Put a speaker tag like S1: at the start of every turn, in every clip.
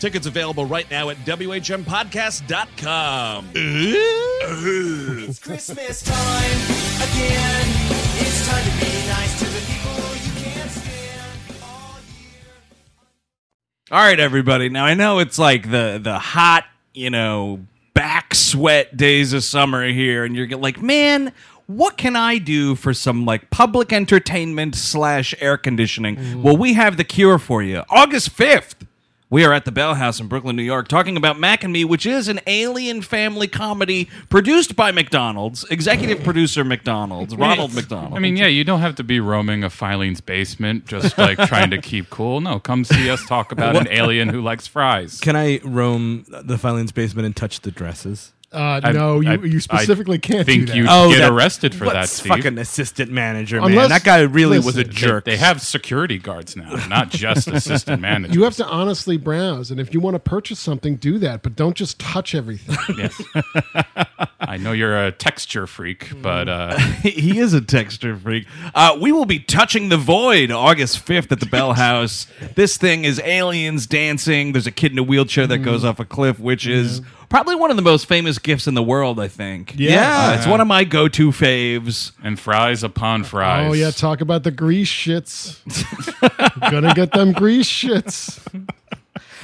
S1: Tickets available right now at WHMPodcast.com.
S2: It's Christmas time again. It's time to be nice to the people you can't stand all year.
S3: All right, everybody. Now I know it's like the the hot, you know, back sweat days of summer here, and you're get- like, man, what can I do for some like public entertainment slash air conditioning? Well, we have the cure for you. August fifth. We are at the Bell House in Brooklyn, New York, talking about Mac and Me, which is an alien family comedy produced by McDonald's, executive producer McDonald's, Ronald McDonald.
S4: I mean, yeah, you don't have to be roaming a Filene's basement just like trying to keep cool. No, come see us talk about an alien who likes fries.
S5: Can I roam the Filene's basement and touch the dresses?
S6: Uh,
S4: I-
S6: no, you,
S4: I-
S6: you specifically
S4: I
S6: can't
S4: think
S6: do that.
S4: you get arrested for that,
S5: what's
S4: Steve.
S5: fucking assistant manager, man.
S6: Unless-
S5: that guy really was a
S6: listen,
S4: They-
S5: jerk.
S4: They, have security guards now, not just assistant managers.
S6: You have to honestly browse, and if you want to purchase something, do that, but don't just touch everything.
S4: I know you're a texture freak, but uh,
S3: he is a texture freak. Uh, we will be touching the void August 5th at the Bell House. This thing is aliens dancing. There's a kid in a wheelchair that goes off a cliff, which is probably one of the most famous gifts in the world, I think.
S5: Yeah.
S3: Uh, it's one of my go to faves.
S4: and fries upon fries.
S6: Oh yeah, talk about the grease shits. Gonna get them grease shits.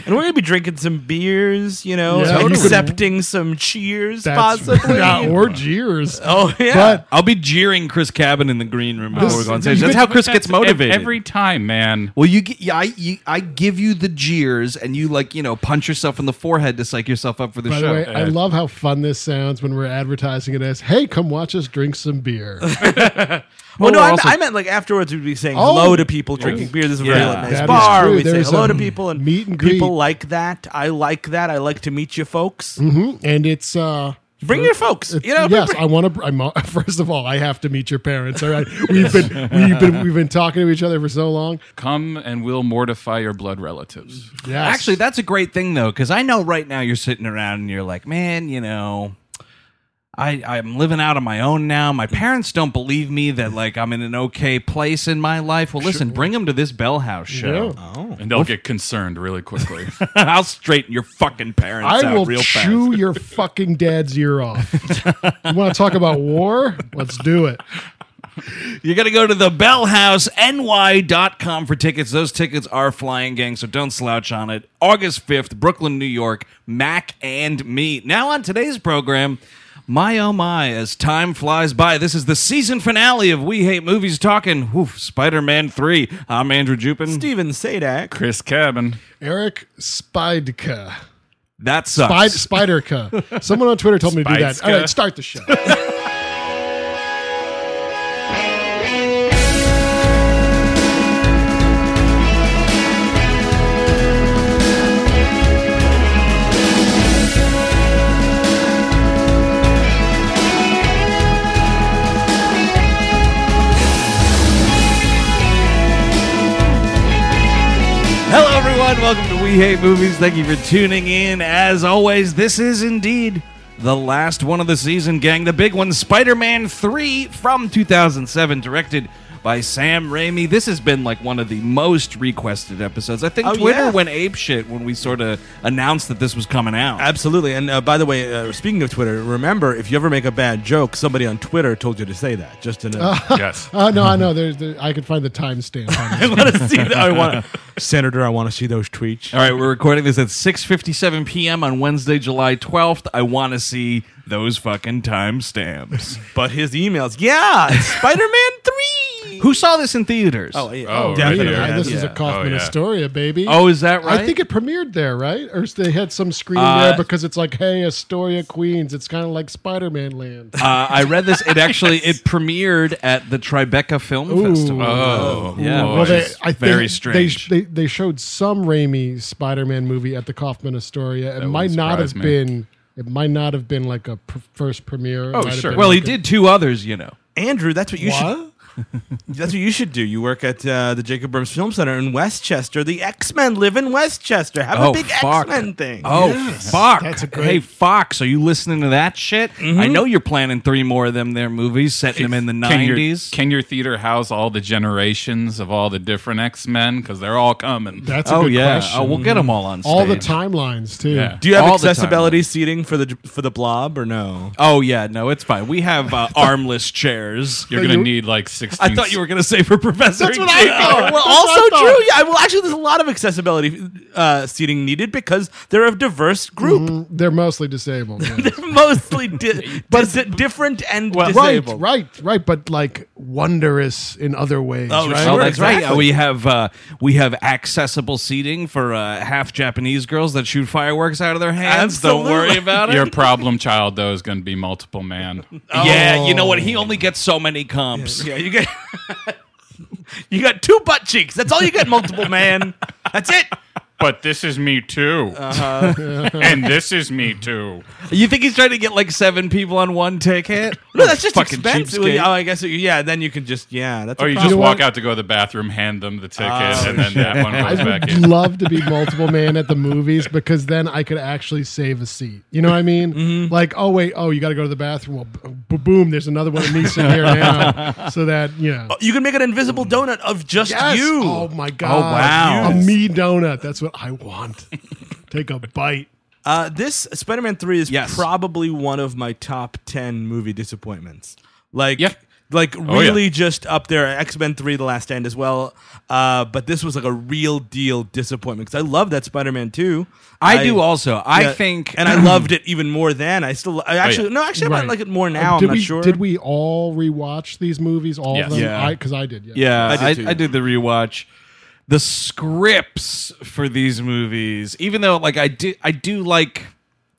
S5: and we're gonna be drinking some beers, you know,
S6: Yeah. Totally.
S5: accepting some cheers,
S6: That's
S5: possibly.
S6: not or jeers.
S5: oh yeah.
S6: But
S3: I'll be jeering Chris Cabin in the green room before
S6: This-
S3: we go on stage. That's how Chris gets
S4: That's ev-
S3: motivated.
S4: every time, man.
S3: well, you, g- yeah, I, you, I give you the jeers, and you like, you know, punch yourself in the forehead to psych yourself up for the
S6: by
S3: show.
S6: the way, I love how fun this sounds when we're advertising it as, "Hey, come watch us drink some beer."
S5: Well, no,
S3: we're
S5: I,
S3: also-
S5: I meant like afterwards we'd be saying
S6: Oh.
S5: hello to people drinking beer. This is a very
S4: Yeah.
S5: nice
S6: That is
S5: bar.
S6: true.
S5: We'd say
S6: There's
S5: hello
S6: a
S5: to people and
S6: meet and greet.
S5: people like that. I like that. I like to meet you folks.
S6: Mhm. And it's uh,
S5: Bring your folks.
S6: it's-
S5: You know,
S6: yes,
S5: bring-
S6: I want to. I'm uh, first of all, I have to meet your parents. All right, we've been we've been we've been talking to each other for so long.
S4: Come and we'll mortify your blood relatives.
S6: Yeah,
S3: Actually, that's a great thing though, because I know right now you're sitting around and you're like, man, you know, I I'm living out on my own now. My parents don't believe me that like I'm in an okay place in my life. Well, listen, bring 'em bring them to this Bell House show.
S4: And they'll get concerned really quickly.
S3: I'll straighten your fucking parents
S6: I
S3: out
S6: will
S3: real
S6: chew
S3: fast.
S6: your fucking dad's ear off. you want to talk about war? Let's do it.
S3: You're gonna go to the bellhouseny.com for tickets. Those tickets are flying, gang, so don't slouch on it. August 5th, Brooklyn, New York, Mac and me. Now on today's program, my oh my, as time flies by, this is the season finale of We Hate Movies talking oof, Spider-Man 3. I'm Andrew Jupin.
S5: Steven Sadak.
S4: Chris Cabin.
S6: Eric Spidka.
S3: that sucks.
S6: Spide, Spiderka. Someone on Twitter told me to do that.
S4: Spideska.
S6: All right, start the show.
S3: and welcome to We Hate Movies. Thank you for tuning in. As always, this is indeed the last one of the season, gang. The big one, Spider Man 3 from 2007, directed by Sam Raimi. This has been like one of the most requested episodes. I think
S5: Oh,
S3: Twitter
S5: yeah.
S3: went ape shit when we sort of announced that this was coming out.
S5: Absolutely. And uh, by the way, uh, speaking of Twitter, remember if you ever make a bad joke, somebody on Twitter told you to say that. Just to know.
S4: yes.
S6: Uh, no, I know. There's, there, I could find the timestamp. on
S5: I
S6: this.
S5: want to see. th- I want Senator. I want to see those tweets.
S3: All right, we're recording this at 6:57 p.m. on Wednesday, July 12th. I want to see those fucking timestamps.
S5: But his emails. Yeah, Spider Man three.
S3: Who saw this in theaters?
S5: Oh, yeah.
S4: Oh, right
S5: definitely.
S4: here.
S6: Yeah, this is a
S5: Yeah.
S6: Kaufman
S4: Oh, yeah.
S6: Astoria, baby.
S3: Oh, is that right?
S6: I think it premiered there, right? Or they had some screening
S3: Uh,
S6: there because it's like, hey, Astoria, Queens. It's kind of like Spider-Man Land.
S3: uh, I read this. It actually it premiered at the Tribeca Film
S6: Ooh.
S3: Festival.
S4: Oh,
S3: Yeah.
S4: boy.
S3: Well,
S6: they-
S3: it's very strange.
S6: They, they they showed some Raimi Spider-Man movie at the Kaufman Astoria. It
S4: wouldn't
S6: might not
S4: surprise
S6: have
S4: me.
S6: been. It might not have been like a pr- first premiere. It
S4: Oh,
S6: might have
S4: sure.
S6: been
S3: well, he
S6: like a-
S3: did two others, you know.
S5: Andrew, that's what you should. That's what you should do. You work at uh, the Jacob Burns Film Center in Westchester. The X Men live in Westchester. Have a
S3: Oh,
S5: big X
S3: fuck.
S5: Men thing.
S3: Oh, Fox.
S6: That's a great-
S3: Hey, Fox, are you listening to that shit? I know you're planning three more of them, their movies, setting them in the 90s.
S4: Mm-hmm. Can your, can your theater house all the generations of all the different X Men? Because they're all coming.
S6: That's a
S3: oh,
S6: good
S3: yeah.
S6: question.
S3: Oh, we'll get them all on stage.
S6: all the timelines too.
S4: Yeah.
S5: do you have
S3: all the time.
S5: accessibility seating for the for the blob or no?
S3: Oh, yeah. No, it's fine. We have uh, armless chairs.
S4: You're gonna need like sixteen.
S3: I thought you were going to say for Professor.
S5: That's what I thought. Well, also true. Yeah. Well, actually, there's a lot of accessibility uh, seating needed because they're a diverse group.
S6: Mm, They're mostly disabled. yeah.
S5: They're mostly, di- Mm-hmm. but is it different and
S6: right,
S5: disabled?
S6: right, right. But like wondrous in other ways.
S5: Oh,
S6: right?
S5: sure.
S3: Oh, that's right.
S5: Exactly.
S3: We have uh, we have accessible seating for uh, half Japanese girls that shoot fireworks out of their hands. Don't worry
S5: Absolutely.
S3: about it.
S4: Your problem child though is gonna be multiple man.
S3: Yeah, you know what? He only gets so many comps.
S5: Yeah, you get you got two butt cheeks. That's all you get. Multiple man. That's it.
S4: but this is me too, and this is me too.
S3: You think he's trying to get like seven people on one ticket?
S5: No, that's just
S3: Fucking
S5: expensive.
S3: cheapskate.
S5: Oh, I guess. Yeah, then you can just yeah. That's a
S4: Or Oh, you
S5: problem.
S4: just
S6: know
S4: walk
S6: what?
S4: out to go to the bathroom, hand them the ticket, and then that one goes
S6: I
S4: back
S6: would
S4: in.
S6: love to be multiple man at the movies because then I could actually save a seat. You know what I mean?
S5: Mm-hmm.
S6: Like, oh wait, oh you got to go to the bathroom. Well, b- b- boom, there's another one of me sitting here now. So that yeah,
S5: You can make an invisible donut of just Oh,
S6: Yes!
S5: you.
S6: Oh my god!
S3: wow.
S6: a me donut. That's what I want. Take a bite.
S5: Uh, this Spider-Man Three is
S3: Yes.
S5: probably one of my top ten movie disappointments. Like,
S4: Yeah.
S5: like
S3: Oh,
S4: yeah.
S5: really just up there. X-Men Three: The Last Stand as well. Uh, but this was like a real deal disappointment because I love that Spider-Man Two.
S3: I, do also. I
S5: yeah,
S3: think, Oh,
S5: and I loved it even more then. I still, I actually, no, actually, I
S6: Right.
S5: might like it more now.
S6: Uh,
S5: I'm
S6: did
S5: not
S6: we,
S5: sure.
S6: Did we all rewatch these movies? All
S4: Yes.
S6: of them?
S3: Yeah.
S6: Because I, did. Yeah.
S3: Yeah,
S5: I did
S3: I, I,
S5: too.
S3: did, the rewatch. The scripts for these movies, even though like I do, I do like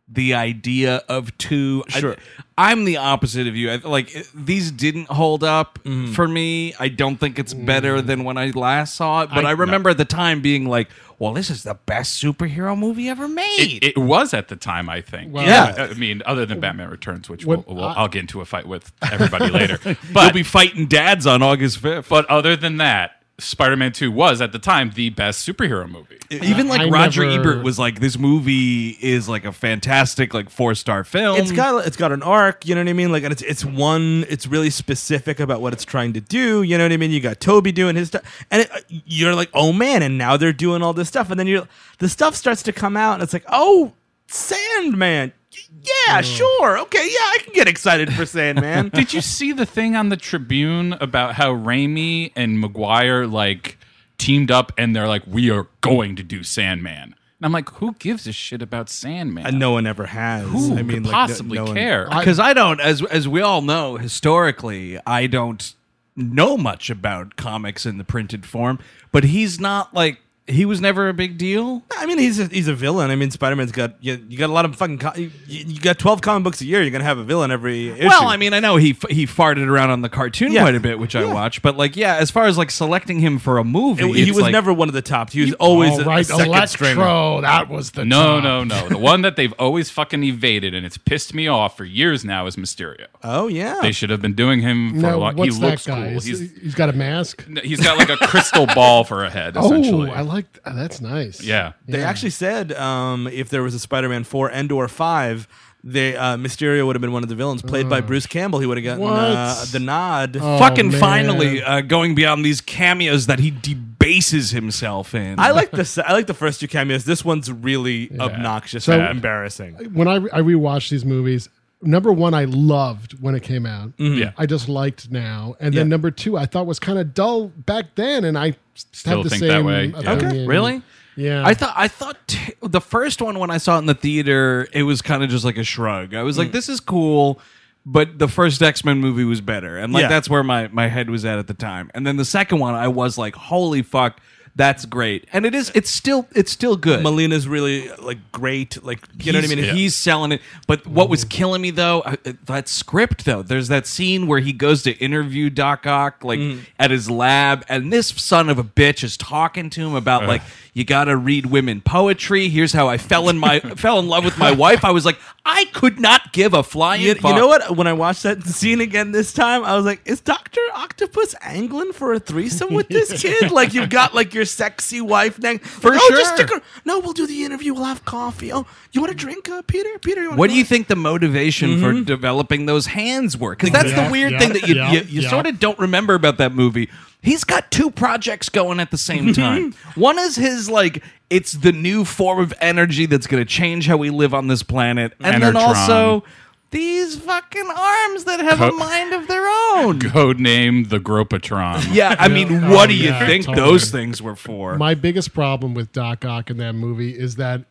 S3: the idea of two.
S5: Sure.
S3: I, am the opposite of you. I, like it- these didn't hold up for me. I don't think it's better than when I last saw it. But I, remember at the time being like, "Well, this is the best superhero movie ever made."
S4: It, it was at the time, I think.
S6: Well-
S5: Yeah.
S4: I mean, other than Batman Returns, which
S6: When
S4: we'll, we'll,
S6: I-
S4: I'll get into a fight with everybody later.
S3: You'll be fighting dads on August fifth.
S4: But other than that, Spider Man 2 was at the time the best superhero movie.
S3: Even like
S6: I
S3: Roger
S6: never-
S3: Ebert was like, "This movie is like a fantastic like four star film."
S5: it's got it's got an arc, you know what I mean? Like, and it's it's one, it's really specific about what it's trying to do, you know what I mean? You got Toby doing his stuff, and it, uh, you're like, oh man, and now they're doing all this stuff, and then you're the stuff starts to come out, and it's like, oh, Sandman, Y- yeah, sure, okay, yeah, I can get excited for Sandman.
S4: Did you see the thing on the Tribune about how Raimi and Maguire like teamed up and they're like, we are going to do Sandman? And I'm like, who gives a shit about Sandman?
S5: and Uh, no one ever has.
S4: who
S5: I mean, like,
S4: could
S5: no-
S4: possibly
S5: no one-
S4: care?
S3: because I don't, as as we all know, historically, I don't know much about comics in the printed form. But he's not like he was never a big deal.
S5: I mean, he's a, he's a villain. I mean, Spider Man's got you, you got a lot of fucking co- you, you got twelve comic books a year. You're gonna have a villain every issue.
S3: Well, I mean, I know he f- he farted around on the cartoon
S5: Yeah.
S3: quite a bit, which I watched. But like, yeah, as far as like selecting him for a movie,
S5: It- he
S3: it's
S5: was
S3: like-
S5: never one of the top. He was always
S6: All
S5: a, a
S6: right,
S5: second stringer.
S6: Electro. That was the
S4: no,
S6: top.
S4: no, no. The one that they've always fucking evaded and it's pissed me off for years now is Mysterio.
S5: Oh yeah,
S4: They should have been doing him for a
S6: No,
S4: lot.
S6: what's
S4: he
S6: that
S4: looks
S6: guy?
S4: cool.
S6: Is-
S4: He's
S6: he's got a mask.
S4: he's got like a crystal ball for a head.
S6: Oh,
S4: Essentially,
S6: I like oh, that's nice.
S4: Yeah.
S5: They actually said um, if there was a Spider-Man four and or five, they uh, Mysterio would have been one of the villains played by Bruce Campbell. He would have gotten
S6: What?
S5: uh, the nod.
S6: Mm. Oh,
S3: Fucking
S6: man.
S3: finally uh, going beyond these cameos that he debases himself in.
S5: I like the s- I like the first two cameos. This one's really obnoxious
S6: So-
S5: and embarrassing.
S6: When I re- I rewatched these movies, number one I loved when it came out.
S4: Yeah.
S6: I just liked now, and then
S5: Yeah.
S6: number two I thought was kind of dull back then, and I s-
S4: Still
S6: have the
S4: think
S6: same
S4: that way. Yeah. Okay.
S6: opinion.
S3: really.
S6: Yeah.
S3: I thought I thought t- the first one when I saw it in the theater, it was kind of just like a shrug. I was like, "This is cool," but the first X Men movie was better, and like
S5: Yeah.
S3: that's where my my head was at at the time. And then the second one, I was like, "Holy fuck, that's great!" And it is. It's still it's still good.
S5: Molina's really like great. Like you
S3: You
S5: know what I mean? He-
S3: He's selling it. But what
S5: Mm-hmm.
S3: was killing me though, uh, uh, that script though. There's that scene where he goes to interview Doc Ock like
S5: Mm-hmm.
S3: at his lab, and this son of a bitch is talking to him
S5: Uh.
S3: about like you got to read women poetry. Here's how I fell in my fell in love with my wife. I was like, I could not give a flying.
S5: You,
S3: fuck.
S5: you know what? When I watched that scene again this time, I was like, "Is Doctor Octopus angling for a threesome with this kid? like, you've got like your sexy wife next. For oh,
S3: sure.
S5: just stick her. No, we'll do the interview. We'll have coffee. Oh, you want a drink, uh, Peter? Peter, you want
S3: What do you think the motivation for developing those hands were? Because that's
S6: Mm-hmm. Yeah,
S3: the weird
S6: yeah,
S3: thing that you,
S6: yeah,
S3: you, you
S6: yeah.
S3: sort of don't remember about that movie. He's got two projects going at the same
S6: Mm-hmm.
S3: time. One is his like it's the new form of energy that's going to change how we live on this planet, and then
S4: Enertron.
S3: also these fucking arms that have a
S4: Co-
S3: mind of their own.
S4: Code name the Gropatron.
S3: Yeah, I mean,
S6: Yeah.
S3: what
S6: Oh,
S3: do you
S6: yeah,
S3: think
S6: totally.
S3: those things were for?
S6: My biggest problem with Doc Ock in that movie is that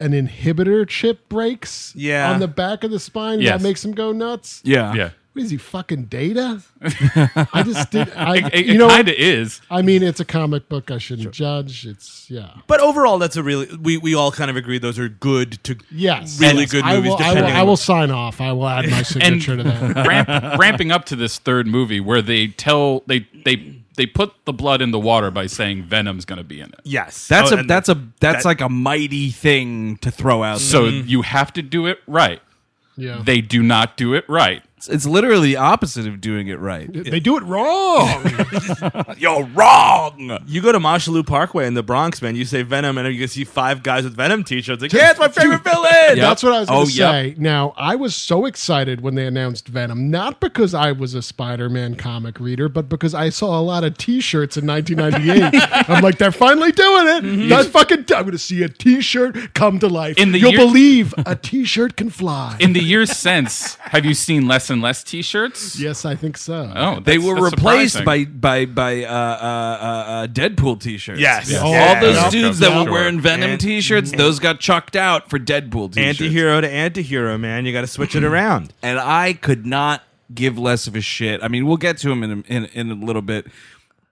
S6: an inhibitor chip breaks
S5: Yeah.
S6: on the back of the spine.
S4: Yes.
S6: That makes him go nuts.
S3: yeah,
S4: Yeah.
S6: What is he fucking data? I just did. I,
S4: It, it,
S6: you know,
S4: kind of is.
S6: I mean, it's a comic book. I shouldn't judge. It's yeah,
S5: But overall, that's a really we, we all kind of agree those are good to
S6: yes,
S5: really
S6: yes.
S5: good
S6: I
S5: movies.
S6: Will, I,
S5: depending
S6: will, I
S5: on-
S6: will sign off. I will add my signature to that.
S4: Ramp, ramping up to this third movie where they tell they they they put the blood in the water by saying venom's going to be in it.
S5: yes,
S3: that's
S5: Oh,
S3: a
S5: and
S3: that's a that's
S5: that-
S3: like a mighty thing to throw out.
S4: So
S6: Mm-hmm.
S4: you have to do it right.
S6: Yeah,
S4: They do not do it right.
S3: It's- it's literally the opposite of doing it right.
S6: they do it wrong.
S3: You're wrong.
S5: You go to Marshalloo Parkway in the Bronx, man. You say Venom, and you see five guys with Venom T-shirts. Like, yeah, it's my favorite villain.
S3: Yep.
S6: That's what I was going
S3: Oh,
S6: to
S3: yep.
S6: say. Now, I was so excited when they announced Venom, not because I was a Spider-Man comic reader, but because I saw a lot of T-shirts in 1998. I'm like, they're finally doing it. That's fucking. I'm going to see a T-shirt come to life.
S4: In the
S6: You'll
S4: year-
S6: believe a T-shirt can fly.
S4: In the years since, have you seen less and less T-shirts?
S6: yes, I think so.
S4: Oh, that's-
S3: They were
S4: that's
S3: replaced
S4: surprising.
S3: by by by uh, uh, uh, uh, Deadpool T-shirts.
S5: Yes. Yes.
S3: all
S5: Yeah.
S3: those
S4: Yep.
S3: dudes
S4: Yep.
S3: that were
S4: Sure.
S3: wearing Venom
S5: And-
S3: T-shirts, those got chucked out for Deadpool T-shirts.
S5: Antihero to antihero, man. You got to switch it around.
S3: And I could not give less of a shit. I mean, we'll get to him in a, in, in a little bit.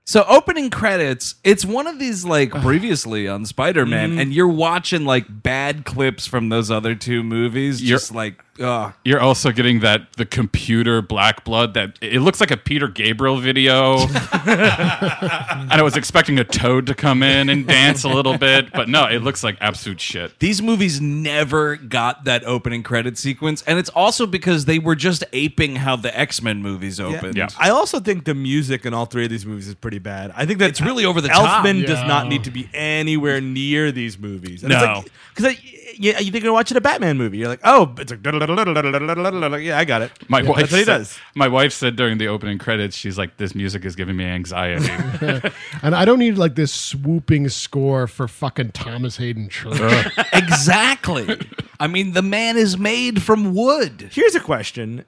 S3: So opening credits, it's one of these like previously on Spider Man, and you're watching like bad clips from those other two movies,
S4: You're-
S3: just like, ugh.
S4: You're also getting that the computer black blood that it looks like a Peter Gabriel video. and I was expecting a toad to come in and dance a little bit, but no, it looks like absolute shit.
S3: These movies never got that opening credit sequence, and it's also because they were just aping how the X Men movies opened.
S4: Yeah.
S5: I also think the music in all three of these movies is pretty bad. I think that
S3: It's really over the top.
S5: Elfman does
S6: Yeah.
S5: not need to be anywhere near these movies. And
S3: No.
S5: because like, yeah, you think you're watching a Batman movie, you're like, oh, it's like, yeah, I got it.
S4: My wife
S5: that's what he
S4: said,
S5: does.
S4: My wife said during the opening credits, she's like, "This music is giving me anxiety."
S6: And I don't need like this swooping score for fucking Thomas Hayden Church.
S3: Exactly. I mean, the man is made from wood.
S5: Here's a question: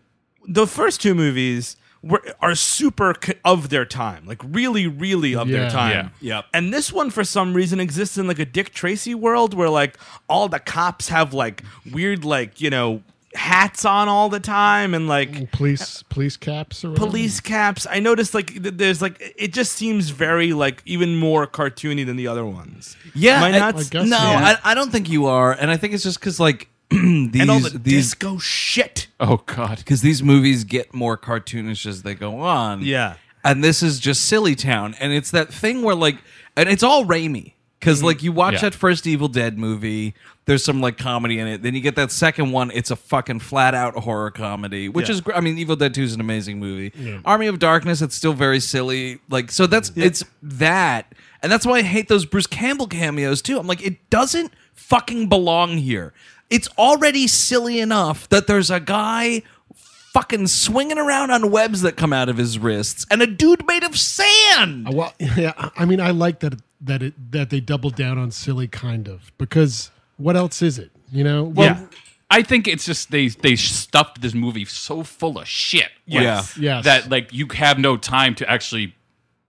S5: The first two movies were are super c- of their time, like really, really of
S6: Yeah.
S5: their time.
S3: Yeah. Yep.
S5: And this one, for some reason, exists in like a Dick Tracy world where like all the cops have like weird, like you know, hats on all the time and like
S6: police, police caps, or whatever.
S5: police caps. I noticed like th- there's like it just seems very like even more cartoony than the other ones.
S3: Yeah,
S5: Am I
S3: I-
S5: nuts?
S6: I guess
S3: No,
S6: so.
S3: I, I don't think you are, and I think it's just because like these
S5: and all the
S3: these
S5: disco shit.
S4: oh God,
S3: because these movies get more cartoonish as they go on.
S5: Yeah.
S3: and this is just silly town, and it's that thing where like, and it's all Raimi. Because like you watch
S4: Yeah.
S3: that first Evil Dead movie, there's some like comedy in it. Then you get that second one, it's a fucking flat out horror comedy, which is gr- I mean, Evil Dead Two is an amazing movie. Army of Darkness, it's still very silly. Like so, that's it's that, and that's why I hate those Bruce Campbell cameos too. I'm like, it doesn't fucking belong here. It's already silly enough that there's a guy fucking swinging around on webs that come out of his wrists and a dude made of sand.
S6: Uh, Well, yeah, I- I mean, I like that that it that they doubled down on silly kind of because what else is it? You know, well,
S4: yeah. I think it's just they they stuffed this movie so full of shit.
S3: Yes.
S6: Yeah. Yes.
S4: That like you have no time to actually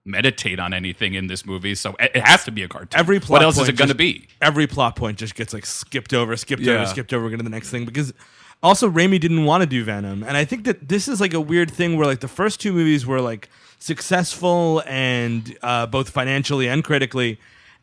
S4: meditate on anything in this movie, so it it has to be a cartoon.
S5: Every plot
S4: what else is
S5: point
S4: it going to
S5: just-
S4: be?
S5: Every plot point just gets like skipped over, skipped
S3: Yeah.
S5: over, skipped over. We're going to the next thing because also Raimi didn't want to do Venom, and I think that this is like a weird thing where like the first two movies were like successful and uh, both financially and critically.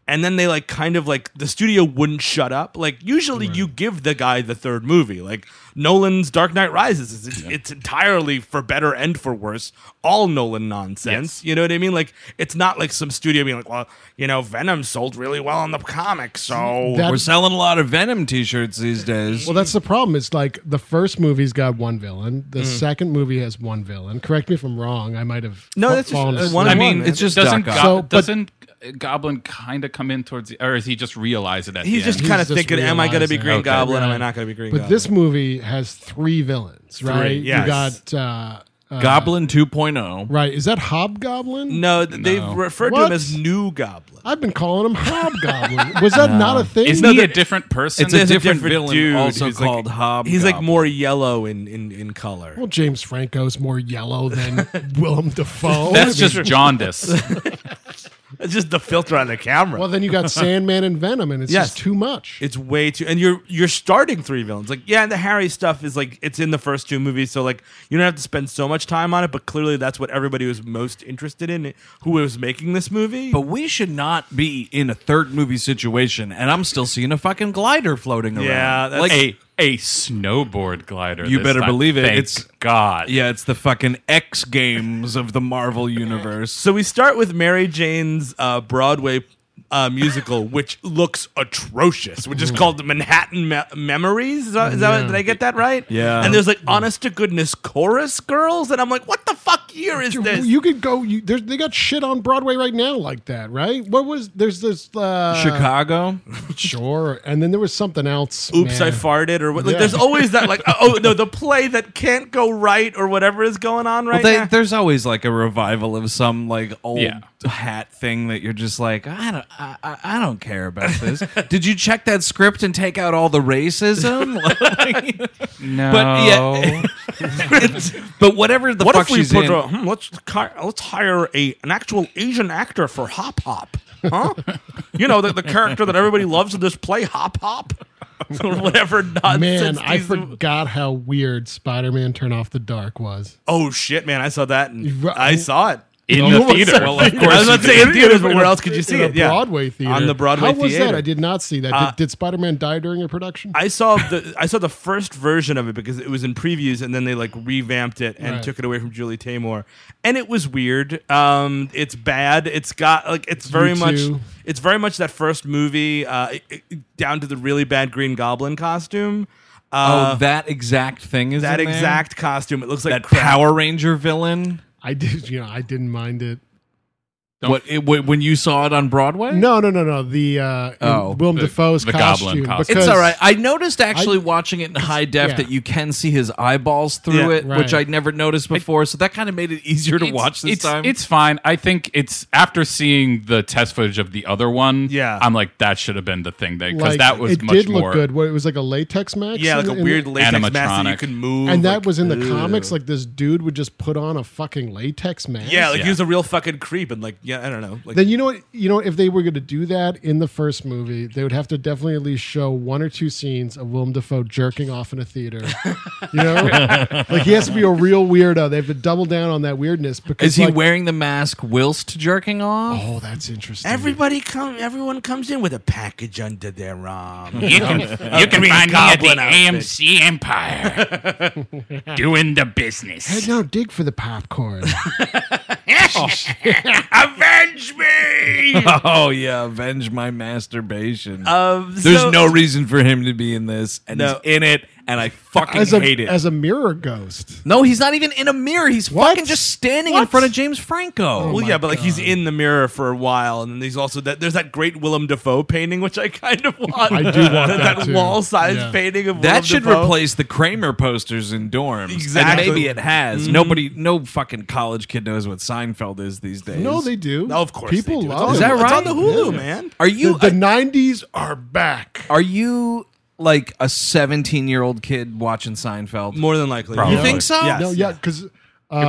S5: And then they like kind of like the studio wouldn't shut up. Like usually you give the guy the third movie. Like Nolan's Dark Knight Rises is it's, it's entirely for better and for worse, all Nolan nonsense. You know what I mean? Like it's not like some studio being like, well, you know, Venom sold really well in the comics, so
S6: that-
S3: We're selling a lot of Venom T-shirts these days.
S6: Well, that's the problem. It's like the first movie's got one villain, the second movie has one villain. Correct me if I'm wrong. I might have
S5: No,
S6: fa-
S5: that's just-
S6: fallen
S5: uh,
S6: asleep.
S5: one-
S4: I
S5: Come on,
S4: mean,
S5: man.
S4: it's just
S3: It's
S4: doesn't
S3: Doc
S4: Go-
S6: Ock. So, but-
S4: doesn't Goblin kind of come in towards the, or is he just realize it at
S5: he's
S4: the end?
S5: just kind of
S6: just
S5: thinking, am I going to be
S6: realizing-
S5: Green
S4: Okay.
S5: Goblin? Am I
S6: Right.
S5: not going to be Green
S6: But
S5: Goblin?
S6: this movie has three villains, right?
S5: yes.
S6: You got uh, uh,
S3: Goblin oh. 2.0.
S6: Right? Is that Hobgoblin?
S5: no, th- they've referred to him
S6: What?
S5: as New Goblin.
S6: I've been calling him Hobgoblin. Was that not a thing?
S4: is
S6: No,
S4: he a
S6: that-
S4: different person?
S3: It's a
S5: There's
S3: different villain also
S5: who's
S3: called Hobgoblin.
S5: He's like more yellow in in, in color.
S6: well, James Franco's more yellow than Willem Dafoe.
S4: That's just jaundice.
S5: It's just the filter on the camera.
S6: Well, then you got Sandman and Venom, and it's
S5: Yes.
S6: just too much.
S5: It's way too, and you're you're starting three villains. Like, yeah, the Harry stuff is like it's in the first two movies, so like you don't have to spend so much time on it. But clearly, that's what everybody was most interested in, who was making this movie.
S3: But we should not be in a third movie situation, and I'm still seeing a fucking glider floating around.
S5: Yeah, that's-
S3: like,
S4: a a snowboard glider.
S3: You
S4: this
S3: better
S4: time.
S3: believe it.
S4: Thank
S3: It's-
S4: God.
S3: yeah, it's the fucking X Games of the Marvel universe.
S5: so we start with Mary Jane's uh, Broadway uh, musical, which looks atrocious, which is called Manhattan Me- Memories. Is that, is that what- did I get that right?
S3: Mm. Yeah.
S5: And there's like honest to goodness chorus girls, and I'm like, what the fuck year is this?
S6: you could go. You, there's, they got shit on Broadway right now like that, right? What was there's this uh,
S3: Chicago.
S6: Sure, and then there was something else.
S5: oops i
S6: man.
S5: farted or what like
S6: Yeah.
S5: there's always that like oh no the play that can't go right or whatever is going on right
S3: Well, they,
S5: now
S3: there's always like a revival of some like old
S4: Yeah.
S3: hat thing that you're just like I don't I, I, I don't care about this. Did you check that script and take out all the racism? Like-
S4: No.
S3: But yeah, it's- but whatever the
S5: what
S3: fuck
S5: if we
S3: she's
S5: put
S3: in,
S5: a, hmm, let's ki- let's hire a an actual asian actor for hop hop huh you know the, the character that everybody loves in this play hop hop or whatever nonsense
S6: Man, I
S5: these-
S6: forgot how weird Spider-Man: Turn Off the Dark was.
S5: oh shit man i saw that and
S6: Right.
S5: i saw it
S4: in the
S6: Almost
S4: theater.
S6: said-
S4: Well, of
S5: I
S4: course.
S5: was
S4: you
S5: about to
S4: did.
S5: say in theaters, but where else could you see
S6: In a
S5: it? Yeah.
S6: Broadway theater.
S5: On the Broadway
S6: How was
S5: theater. Uh,
S6: that? I did not see that. did, did Spider-Man die during a production?
S5: I saw the I saw the first version of it because it was in previews, and then they like revamped it and
S6: Right.
S5: took it away from Julie Taymor, and it was weird. Um, it's bad. It's got like it's very much
S6: too.
S5: it's very much that first movie, uh, it- it- down to the really bad Green Goblin costume. Uh,
S3: oh, that exact thing is
S5: that
S3: in there?
S5: exact costume. It looks like
S3: that
S5: crap.
S3: Power Ranger villain.
S6: I did. You know, I didn't mind it.
S3: What, it, wh- when you saw it on Broadway?
S6: No, no, no, no. The uh,
S3: Oh,
S6: Willem
S4: the-
S6: Dafoe's
S4: the
S6: costume.
S4: goblin costume.
S3: It's
S6: because-
S3: all right. I noticed actually watching it in high def
S6: yeah.
S3: that you can see his eyeballs through
S5: Yeah,
S3: it, which
S6: right.
S3: I'd never noticed before. so that kind of made it easier to watch this
S4: it's,
S3: time.
S4: It's fine. I think it's after seeing the test footage of the other one.
S5: Yeah.
S4: I'm like that should have been the thing that because
S6: Like,
S4: that was
S6: it
S4: much
S6: did
S4: more.
S6: look good. What it was like a latex mask.
S5: yeah,
S6: in
S5: like
S6: the-
S5: a
S6: in the-
S5: weird latex mask that you
S4: Animatronic.
S5: can move,
S6: And
S5: like-
S6: that was in the
S5: Ugh.
S6: comics. Like this dude would just put on a fucking latex mask.
S5: Yeah, like
S4: Yeah.
S5: he was a real fucking creep, and like yeah, I don't know, like
S6: Then you know what you know if they were going to do that in the first movie, they would have to definitely at least show one or two scenes of Willem Dafoe jerking off in a theater. You know, like he has to be a real weirdo. They have to double down on that weirdness because
S3: Is he
S6: like,
S3: wearing the mask whilst jerking off?
S6: Oh, that's interesting.
S5: everybody come, everyone comes in with a package under their arm.
S4: You can, you can find me at the AMC Empire doing the
S6: Hey,
S4: business.
S6: no, dig for the popcorn.
S4: Avenge me!
S3: me. oh yeah, avenge my masturbation.
S5: Um,
S3: There's
S5: so-
S3: no reason for him to be in this, and
S5: No.
S3: he's in it, and I fucking
S6: as a
S3: hate it.
S6: as a mirror ghost.
S3: no, he's not even in a mirror. He's fucking just standing in
S6: What? Oh
S3: front of James Franco.
S5: Well, yeah, but like he's in the mirror for a while, and then he's also that there's that great Willem Dafoe painting, which I kind of want.
S6: I do want that too.
S5: wall size
S6: Yeah.
S5: painting of Willem
S3: that should
S5: Dafoe.
S3: replace the Kramer posters in dorms. And
S5: Exactly. Mm-hmm.
S3: maybe it has. Nobody, no fucking college kid knows what Seinfeld is these days.
S6: No, they do.
S5: Oh, of course,
S6: people
S5: they do. It's
S6: love
S5: on-
S6: it.
S3: Is that
S5: It's on
S3: right?
S5: the Hulu,
S6: Yeah.
S5: man.
S3: Are
S6: The,
S3: you? Oh,
S6: the '90s are back.
S3: Are you like a 17 year old kid watching Seinfeld?
S5: More than likely,
S4: Probably. You think
S3: so?
S5: Yes.
S6: no, yeah, because
S4: You're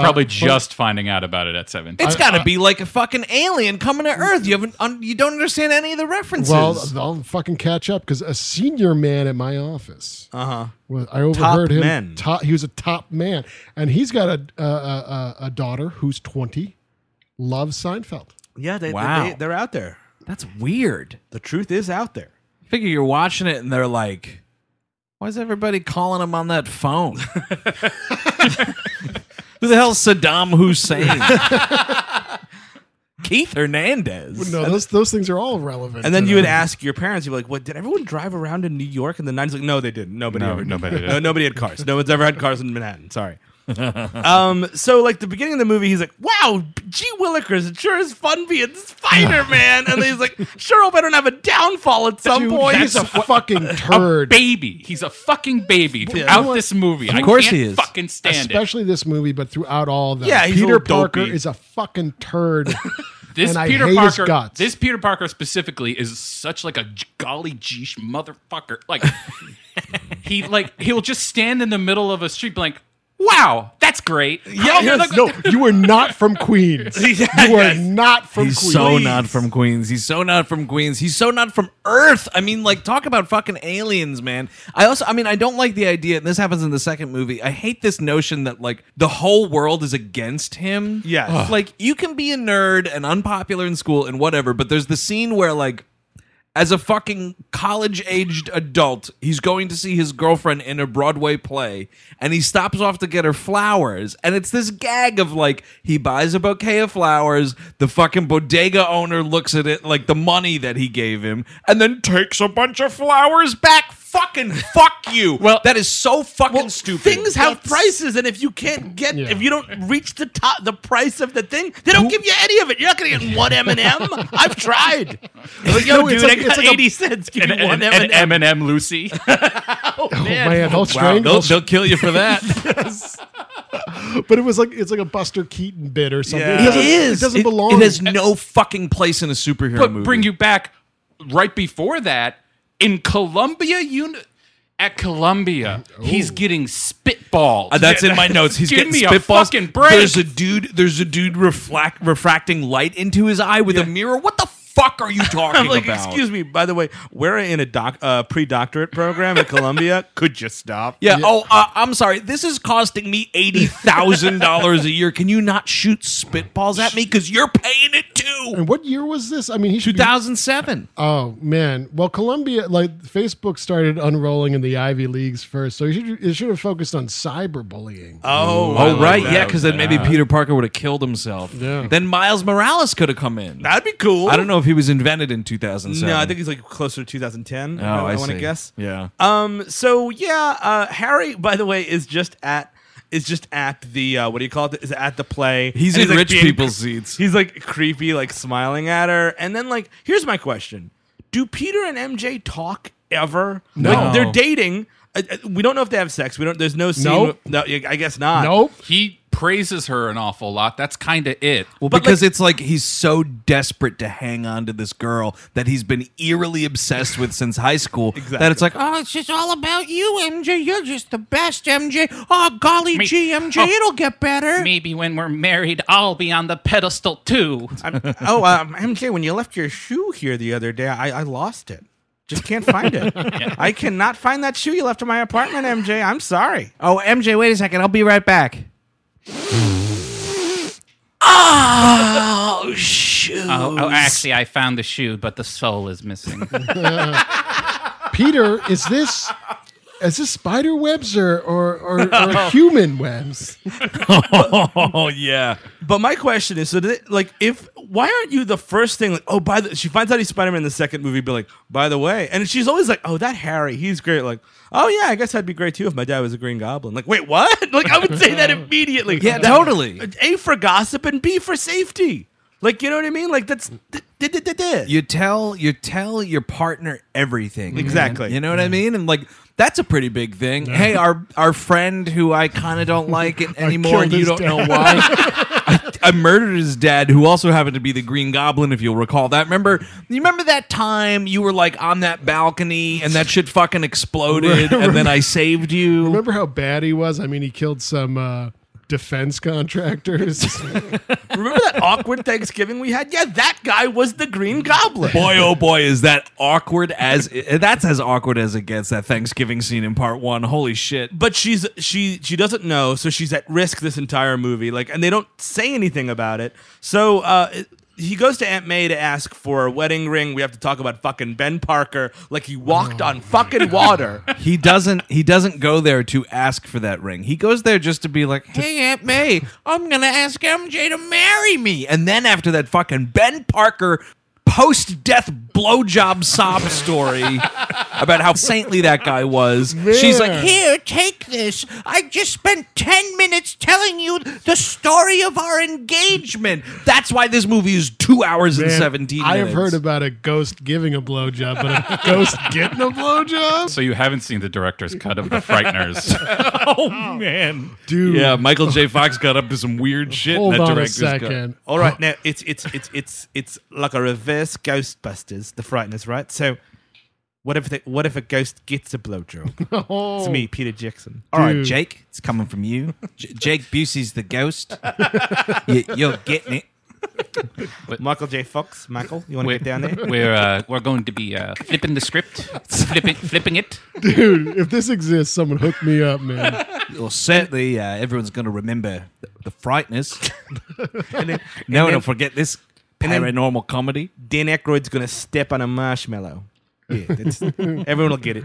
S4: probably just finding out about it at 17.
S3: It's got to be like a fucking alien coming to Earth. You haven't, un, you don't understand any of the references.
S6: Well, I'll fucking catch up because a senior man at my office. Uh huh. I overheard
S5: Top
S6: him.
S5: men.
S6: Top, he was a top man, and he's got a a, a, a daughter who's twenty. Loves Seinfeld.
S5: Yeah, they,
S3: Wow.
S5: they, they, are out there.
S3: That's weird.
S5: The truth is out there.
S3: Figure you're watching it and they're like, "Why is everybody calling him on that phone? Who the hell's Saddam Hussein? Keith Hernandez."
S6: No, those those things are all relevant.
S5: And then
S6: to
S5: you would
S6: them.
S5: ask your parents, you'd be like, "What? Did everyone drive around in New York in the '90s?" Like, no, they didn't. Nobody.
S4: No,
S5: ever did.
S4: nobody did.
S5: No, nobody had cars. No one's ever had cars in Manhattan. Sorry. um. So, like the beginning of the movie, he's like, "Wow, gee Willikers, it sure is fun being Spider Man." and then he's like, "Sure hope I don't have a downfall at some
S6: Dude,
S5: point."
S6: he's a fucking
S4: a
S6: turd.
S4: baby. He's a fucking baby
S6: You know
S4: throughout
S6: what?
S4: this movie. Of
S3: course
S4: I can't
S3: he is.
S4: Fucking stand it.
S6: Especially this movie, but throughout all of them.
S5: Yeah, he's a
S6: Peter
S5: little
S6: Parker
S4: dopey.
S6: is a fucking turd.
S4: This
S6: and I
S4: Peter
S6: hate his
S4: Parker,
S6: guts.
S4: this Peter Parker specifically is such like a j- golly geesh motherfucker. Like he like he'll just stand in the middle of a street, be like, "Wow, that's great." Yeah,
S6: Yes, no, you are not from Queens. You are not from
S3: He's
S6: Queens.
S3: so not from Queens. He's so not from Queens. He's so not from Earth. I mean, like, talk about fucking aliens, man. I also, I mean, I don't like the idea, and this happens in the second movie. I hate this notion that, like, the whole world is against him.
S5: Yes. Ugh.
S3: Like, you can be a nerd and unpopular in school and whatever, but there's the scene where, like, as a fucking college aged adult, he's going to see his girlfriend in a Broadway play and he stops off to get her flowers. And it's this gag of like, he buys a bouquet of flowers, the fucking bodega owner looks at it like the money that he gave him, and then takes a bunch of flowers back. Fucking fuck you. well, that is so fucking stupid.
S5: Things have prices, and if you can't get,
S6: Yeah.
S5: if you don't reach the top, the price of the thing, they don't give you any of it. You're not gonna get one M and M. I've tried. Like, Yo,
S6: No,
S5: dude,
S6: it's like-
S5: I
S6: it's
S5: got
S6: like a-
S5: eighty cents. Give
S4: and,
S5: me one
S4: and,
S5: M
S4: and
S5: and M.
S4: Eminem Lucy.
S6: Oh, man, I'll
S3: Wow,
S6: strangle.
S3: they'll, they'll kill you for that.
S6: But it was like it's like a Buster Keaton bit or something.
S5: Yeah.
S6: It, doesn't,
S3: it is.
S6: It doesn't belong.
S3: It has no fucking place in a superhero
S4: but
S3: movie.
S4: bring you back right before that in Columbia Uni- at Columbia, he's getting
S3: Oh.
S4: spitballed.
S3: Uh, that's in my notes. He's
S4: Give
S3: getting
S4: me a
S3: spitballs.
S4: fucking break.
S3: There's a dude. There's a dude reflact, refracting light into his eye with a mirror. What the fuck are you talking
S5: I'm like,
S3: about?
S5: excuse me. By the way, we're in a doc, uh, pre-doctorate program at Columbia. Could you stop?
S3: yeah. Oh, uh, I'm sorry. This is costing me eighty thousand dollars a year. Can you not shoot spitballs at me? Because you're paying it too.
S6: and what year was this? I mean, he should. Be,
S3: 2007.
S6: oh man. Well, Columbia, like Facebook started unrolling in the Ivy leagues first, so it should, it should have focused on cyberbullying.
S5: Oh,
S3: Oh right, yeah, because then maybe Peter Parker would have killed himself.
S6: Yeah.
S3: Then Miles Morales could have come in.
S5: that'd be cool.
S3: I don't know if he was invented in 2007.
S5: No, I think it's like closer to 2010.
S3: Oh,
S5: I,
S3: I,
S5: want to
S3: see.
S5: guess.
S3: Yeah.
S5: Um. So yeah, uh, Harry. By the way, is just at is just at the uh, what do you call it? Is at the play.
S3: He's
S5: And
S3: in
S5: like,
S3: rich
S5: being-
S3: people's seats.
S5: He's like creepy, like smiling at her, and then like here's my question: Do Peter and MJ talk ever? No, like, they're dating. Uh, uh, we don't know if they have sex. We don't. There's no scene.
S6: Nope.
S5: No, yeah, I guess not.
S6: nope.
S4: he praises her an awful lot. That's kind of it.
S3: Well,
S5: But,
S3: because
S5: like-
S3: it's like he's so desperate to hang on to this girl that he's been eerily obsessed with since high school that it's like, oh, it's just all about you, MJ. You're just the best, MJ. Oh, golly
S4: Me-
S3: gee, MJ,
S4: oh.
S3: it'll get better.
S4: Maybe when we're married, I'll be on the pedestal too.
S5: I'm- oh, um, MJ, when you left your shoe here the other day, I, I lost it. Just can't find it. I cannot find that shoe you left in my apartment, MJ. I'm sorry.
S3: Oh, MJ, wait a second. I'll be right back. oh, shoot.
S7: Oh, oh, actually, I found the shoe, but the sole is missing.
S6: Peter, is this? Is this spider webs or or, or, or human webs?
S3: Oh, yeah.
S5: But my question is, so did it- like, if why aren't you the first thing? Like, oh, by the she finds out he's Spider Man in the second movie, be like, by the way, and she's always like, oh, that Harry, he's great. Like, oh yeah, I guess I'd be great too if my dad was a Green Goblin. Like, wait, what? Like, I would say that immediately.
S3: Yeah, totally.
S5: A for gossip and B for safety. Like, you know what I mean? Like, that's d- d- d- d- d-
S3: You tell you tell your partner everything. man.
S5: Exactly.
S3: You know what
S6: Mm-hmm.
S3: I mean? And like that's a pretty big thing. Hey, our our friend who I kind of don't like it anymore, and
S6: killed
S3: you
S6: his
S3: don't
S6: dad.
S3: know why. I, I murdered his dad, who also happened to be the Green Goblin, if you'll recall that. Remember, you remember that time you were like on that balcony and that shit fucking exploded, and then I saved you.
S6: Remember how bad he was? I mean, he killed some uh, defense contractors.
S5: Remember that awkward Thanksgiving we had? Yeah, that guy was the Green Goblin.
S3: boy oh boy is that awkward as that's as awkward as it gets that thanksgiving scene in part one holy shit
S5: but she's she she doesn't know so she's at risk this entire movie like and they don't say anything about it so uh it- he goes to Aunt May to ask for a wedding ring. We have to talk about fucking Ben Parker like he walked on fucking water.
S3: he doesn't he doesn't go there to ask for that ring he goes there just to be like hey aunt may i'm gonna ask mj to marry me and then after that fucking ben parker post-death blowjob sob story about how saintly that guy was she's like
S6: Man.
S3: here take this i just spent 10 minutes telling you the story of our engagement that's why this movie is two hours and
S6: Man,
S3: 17 minutes
S6: I have heard about a ghost giving a blowjob, but a ghost getting a blowjob,
S4: So you haven't seen the director's cut of The Frighteners.
S6: dude.
S3: Yeah, Michael J. Fox got up to some weird shit.
S6: Hold
S3: in that
S6: on a
S3: director's cut.
S6: second.
S5: All right, now it's it's it's it's it's like a reverse Ghostbusters, the Frighteners, right? So, what if they, what if a ghost gets a blowjob? It's me, Peter Jackson.
S3: All right,
S6: Dude.
S3: Jake, it's coming from you. J- Jake Busey's the ghost. you, you're getting it.
S5: Michael J. Fox, Michael, you want to get down there?
S7: We're uh, we're going to be uh, flipping the script, flipping flipping it.
S6: dude. If this exists, someone hook me up, man.
S3: Well, certainly uh, everyone's going to remember the, the Frighteners. no one will forget this
S5: then-
S3: paranormal comedy.
S5: Dan Aykroyd's gonna step on a marshmallow. Yeah, that's, everyone will get it.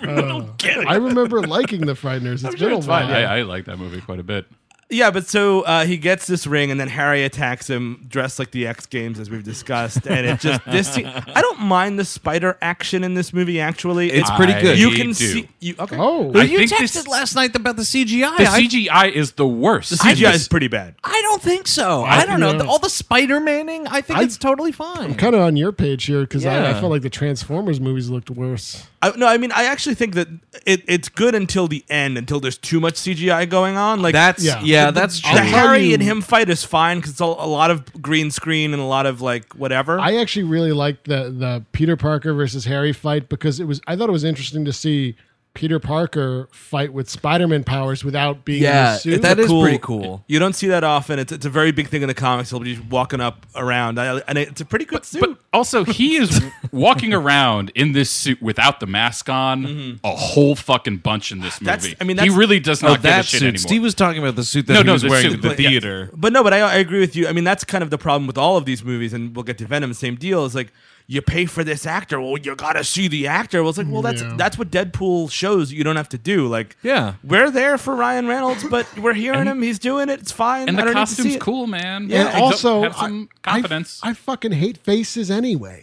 S6: I remember liking the Frighteners. It's been a
S4: it's fine.
S6: while.
S4: I, I like that movie quite a bit.
S5: Yeah, but so uh, he gets this ring, and then Harry attacks him dressed like the X Games, as we've discussed. And it just this. scene- I don't mind the spider action in this movie. Actually,
S3: It's pretty good.
S5: You
S4: I
S5: can
S4: do.
S5: see. You, okay.
S6: Oh,
S4: I
S3: you
S4: think
S3: texted
S4: this-
S3: last night about the CGI.
S4: The
S3: I-
S4: CGI is the worst.
S5: The CGI is pretty bad.
S3: I, don't think so. I, don't know.
S6: yeah.
S3: All the Spider-Maning, I think
S6: I-
S3: it's totally fine.
S6: kind of on your page here because I, I
S3: Yeah.
S6: felt like the Transformers movies looked worse.
S5: I, no, I mean, I actually think that it, it's good until the end, until there's too much CGI going on. Like
S3: That's
S6: Yeah.
S3: yeah, that's true.
S5: the
S6: I'll
S5: Harry
S6: tell you-
S5: and him fight is fine because it's a, a lot of green screen and a lot of like whatever.
S6: I actually really liked the the Peter Parker versus Harry fight because it was. I thought it was interesting to see Peter Parker fight with Spider Man powers without being in
S3: Yeah,
S6: a suit.
S3: that is pretty cool.
S5: You don't see that often. It's, it's a very big thing in the comics. He'll be just walking up around, I, and it's a pretty good suit.
S4: But also, he is walking around in this suit without the mask on a whole fucking bunch in this movie.
S5: Mm-hmm. That's- I mean,
S4: he
S5: that's-
S4: really does
S3: Oh,
S4: not give a
S3: that
S4: shit
S3: suit.
S4: anymore.
S3: Steve was talking about the suit that
S4: No,
S3: he
S4: no,
S3: was
S4: the
S3: wearing
S4: suit,
S3: at the
S4: but yeah.
S3: theater.
S5: But no, but I, I agree with you. I mean, that's kind of the problem with all of these movies, and we'll get to Venom. Same deal. Is like you pay for this actor. Well, you gotta see the actor. Well, it's like, well, that's
S6: Yeah.
S5: that's what Deadpool shows. You don't have to do like.
S3: Yeah.
S5: we're there for Ryan Reynolds, but we're hearing him. He's doing it. It's fine.
S4: and
S5: I
S4: the
S5: don't need to see
S4: costume's
S5: it.
S4: cool, man.
S6: And
S4: Like,
S6: also,
S4: have some
S6: I, I-
S4: confidence.
S6: I fucking hate faces anyway.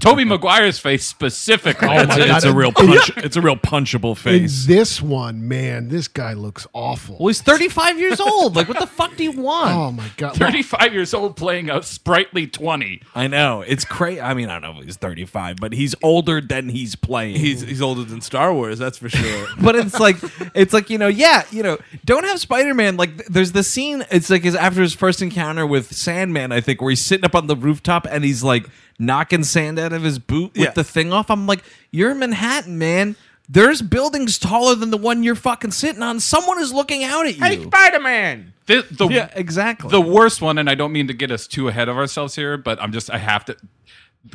S4: Toby Maguire's face specifically.
S6: my God.
S3: Oh It's a real punch. it's a real punchable
S6: In
S3: face.
S6: this one, man, this guy looks awful.
S3: Well, he's 35 years old. Like, what the fuck do you want?
S6: Oh my god!
S4: 35 years old playing a sprightly 20.
S3: I know it's crazy. I mean, I don't know if he's 35, but he's older than he's playing.
S5: He's he's older than Star Wars. That's for sure.
S3: but it's like it's like you know yeah you know don't have spider-man like th- there's the scene it's like his after his first encounter with sandman i think where he's sitting up on the rooftop and he's like knocking sand out of his boot with
S5: Yeah.
S3: the thing off i'm like you're in manhattan man there's buildings taller than the one you're fucking sitting on someone is looking out at you
S5: Spider Man.
S4: The, the,
S3: yeah exactly
S4: the worst one, and I don't mean to get us too ahead of ourselves here, but I'm just, I have to.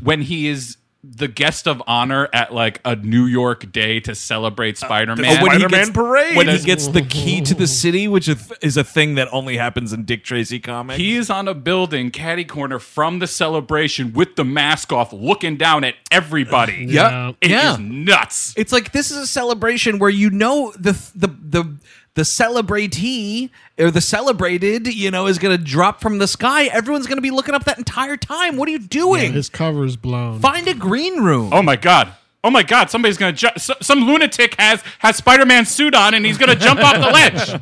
S4: When he is the guest of honor at like a New York day to celebrate Spider Man.
S3: Oh, when he
S5: Spider-Man
S3: gets-
S5: parade.
S3: When he gets the key to the city, which is is a thing that only happens in Dick Tracy comics.
S4: He is on a building caddy corner from the celebration with the mask off, looking down at everybody.
S3: Yeah.
S4: It is
S3: Yeah.
S4: nuts.
S3: It's like this is a celebration where you know the the the the celebratee or the celebrated, you know, is going to drop from the sky. Everyone's going to be looking up that entire time. What are you doing?
S6: His cover's blown.
S3: Find a green room.
S4: Oh my god. Oh my god, somebody's going to ju- so- some lunatic has has Spider-Man's suit on and he's going to jump off the ledge.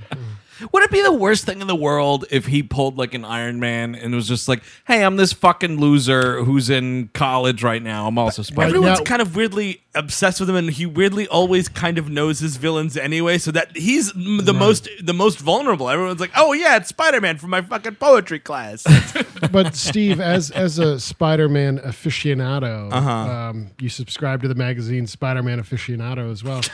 S3: Would it be the worst thing in the world if he pulled like an Iron Man and was just like, "Hey, I'm this fucking loser who's in college right now. I'm also Spider."
S5: Everyone's
S6: now-
S5: kind of weirdly obsessed with him, and he weirdly always kind of knows his villains anyway. So that he's m- the most the most vulnerable. Everyone's like, "Oh yeah, it's Spider Man from my fucking poetry class."
S6: but Steve, as as a Spider-Man aficionado, um, you subscribe to the magazine Spider-Man Aficionado as well.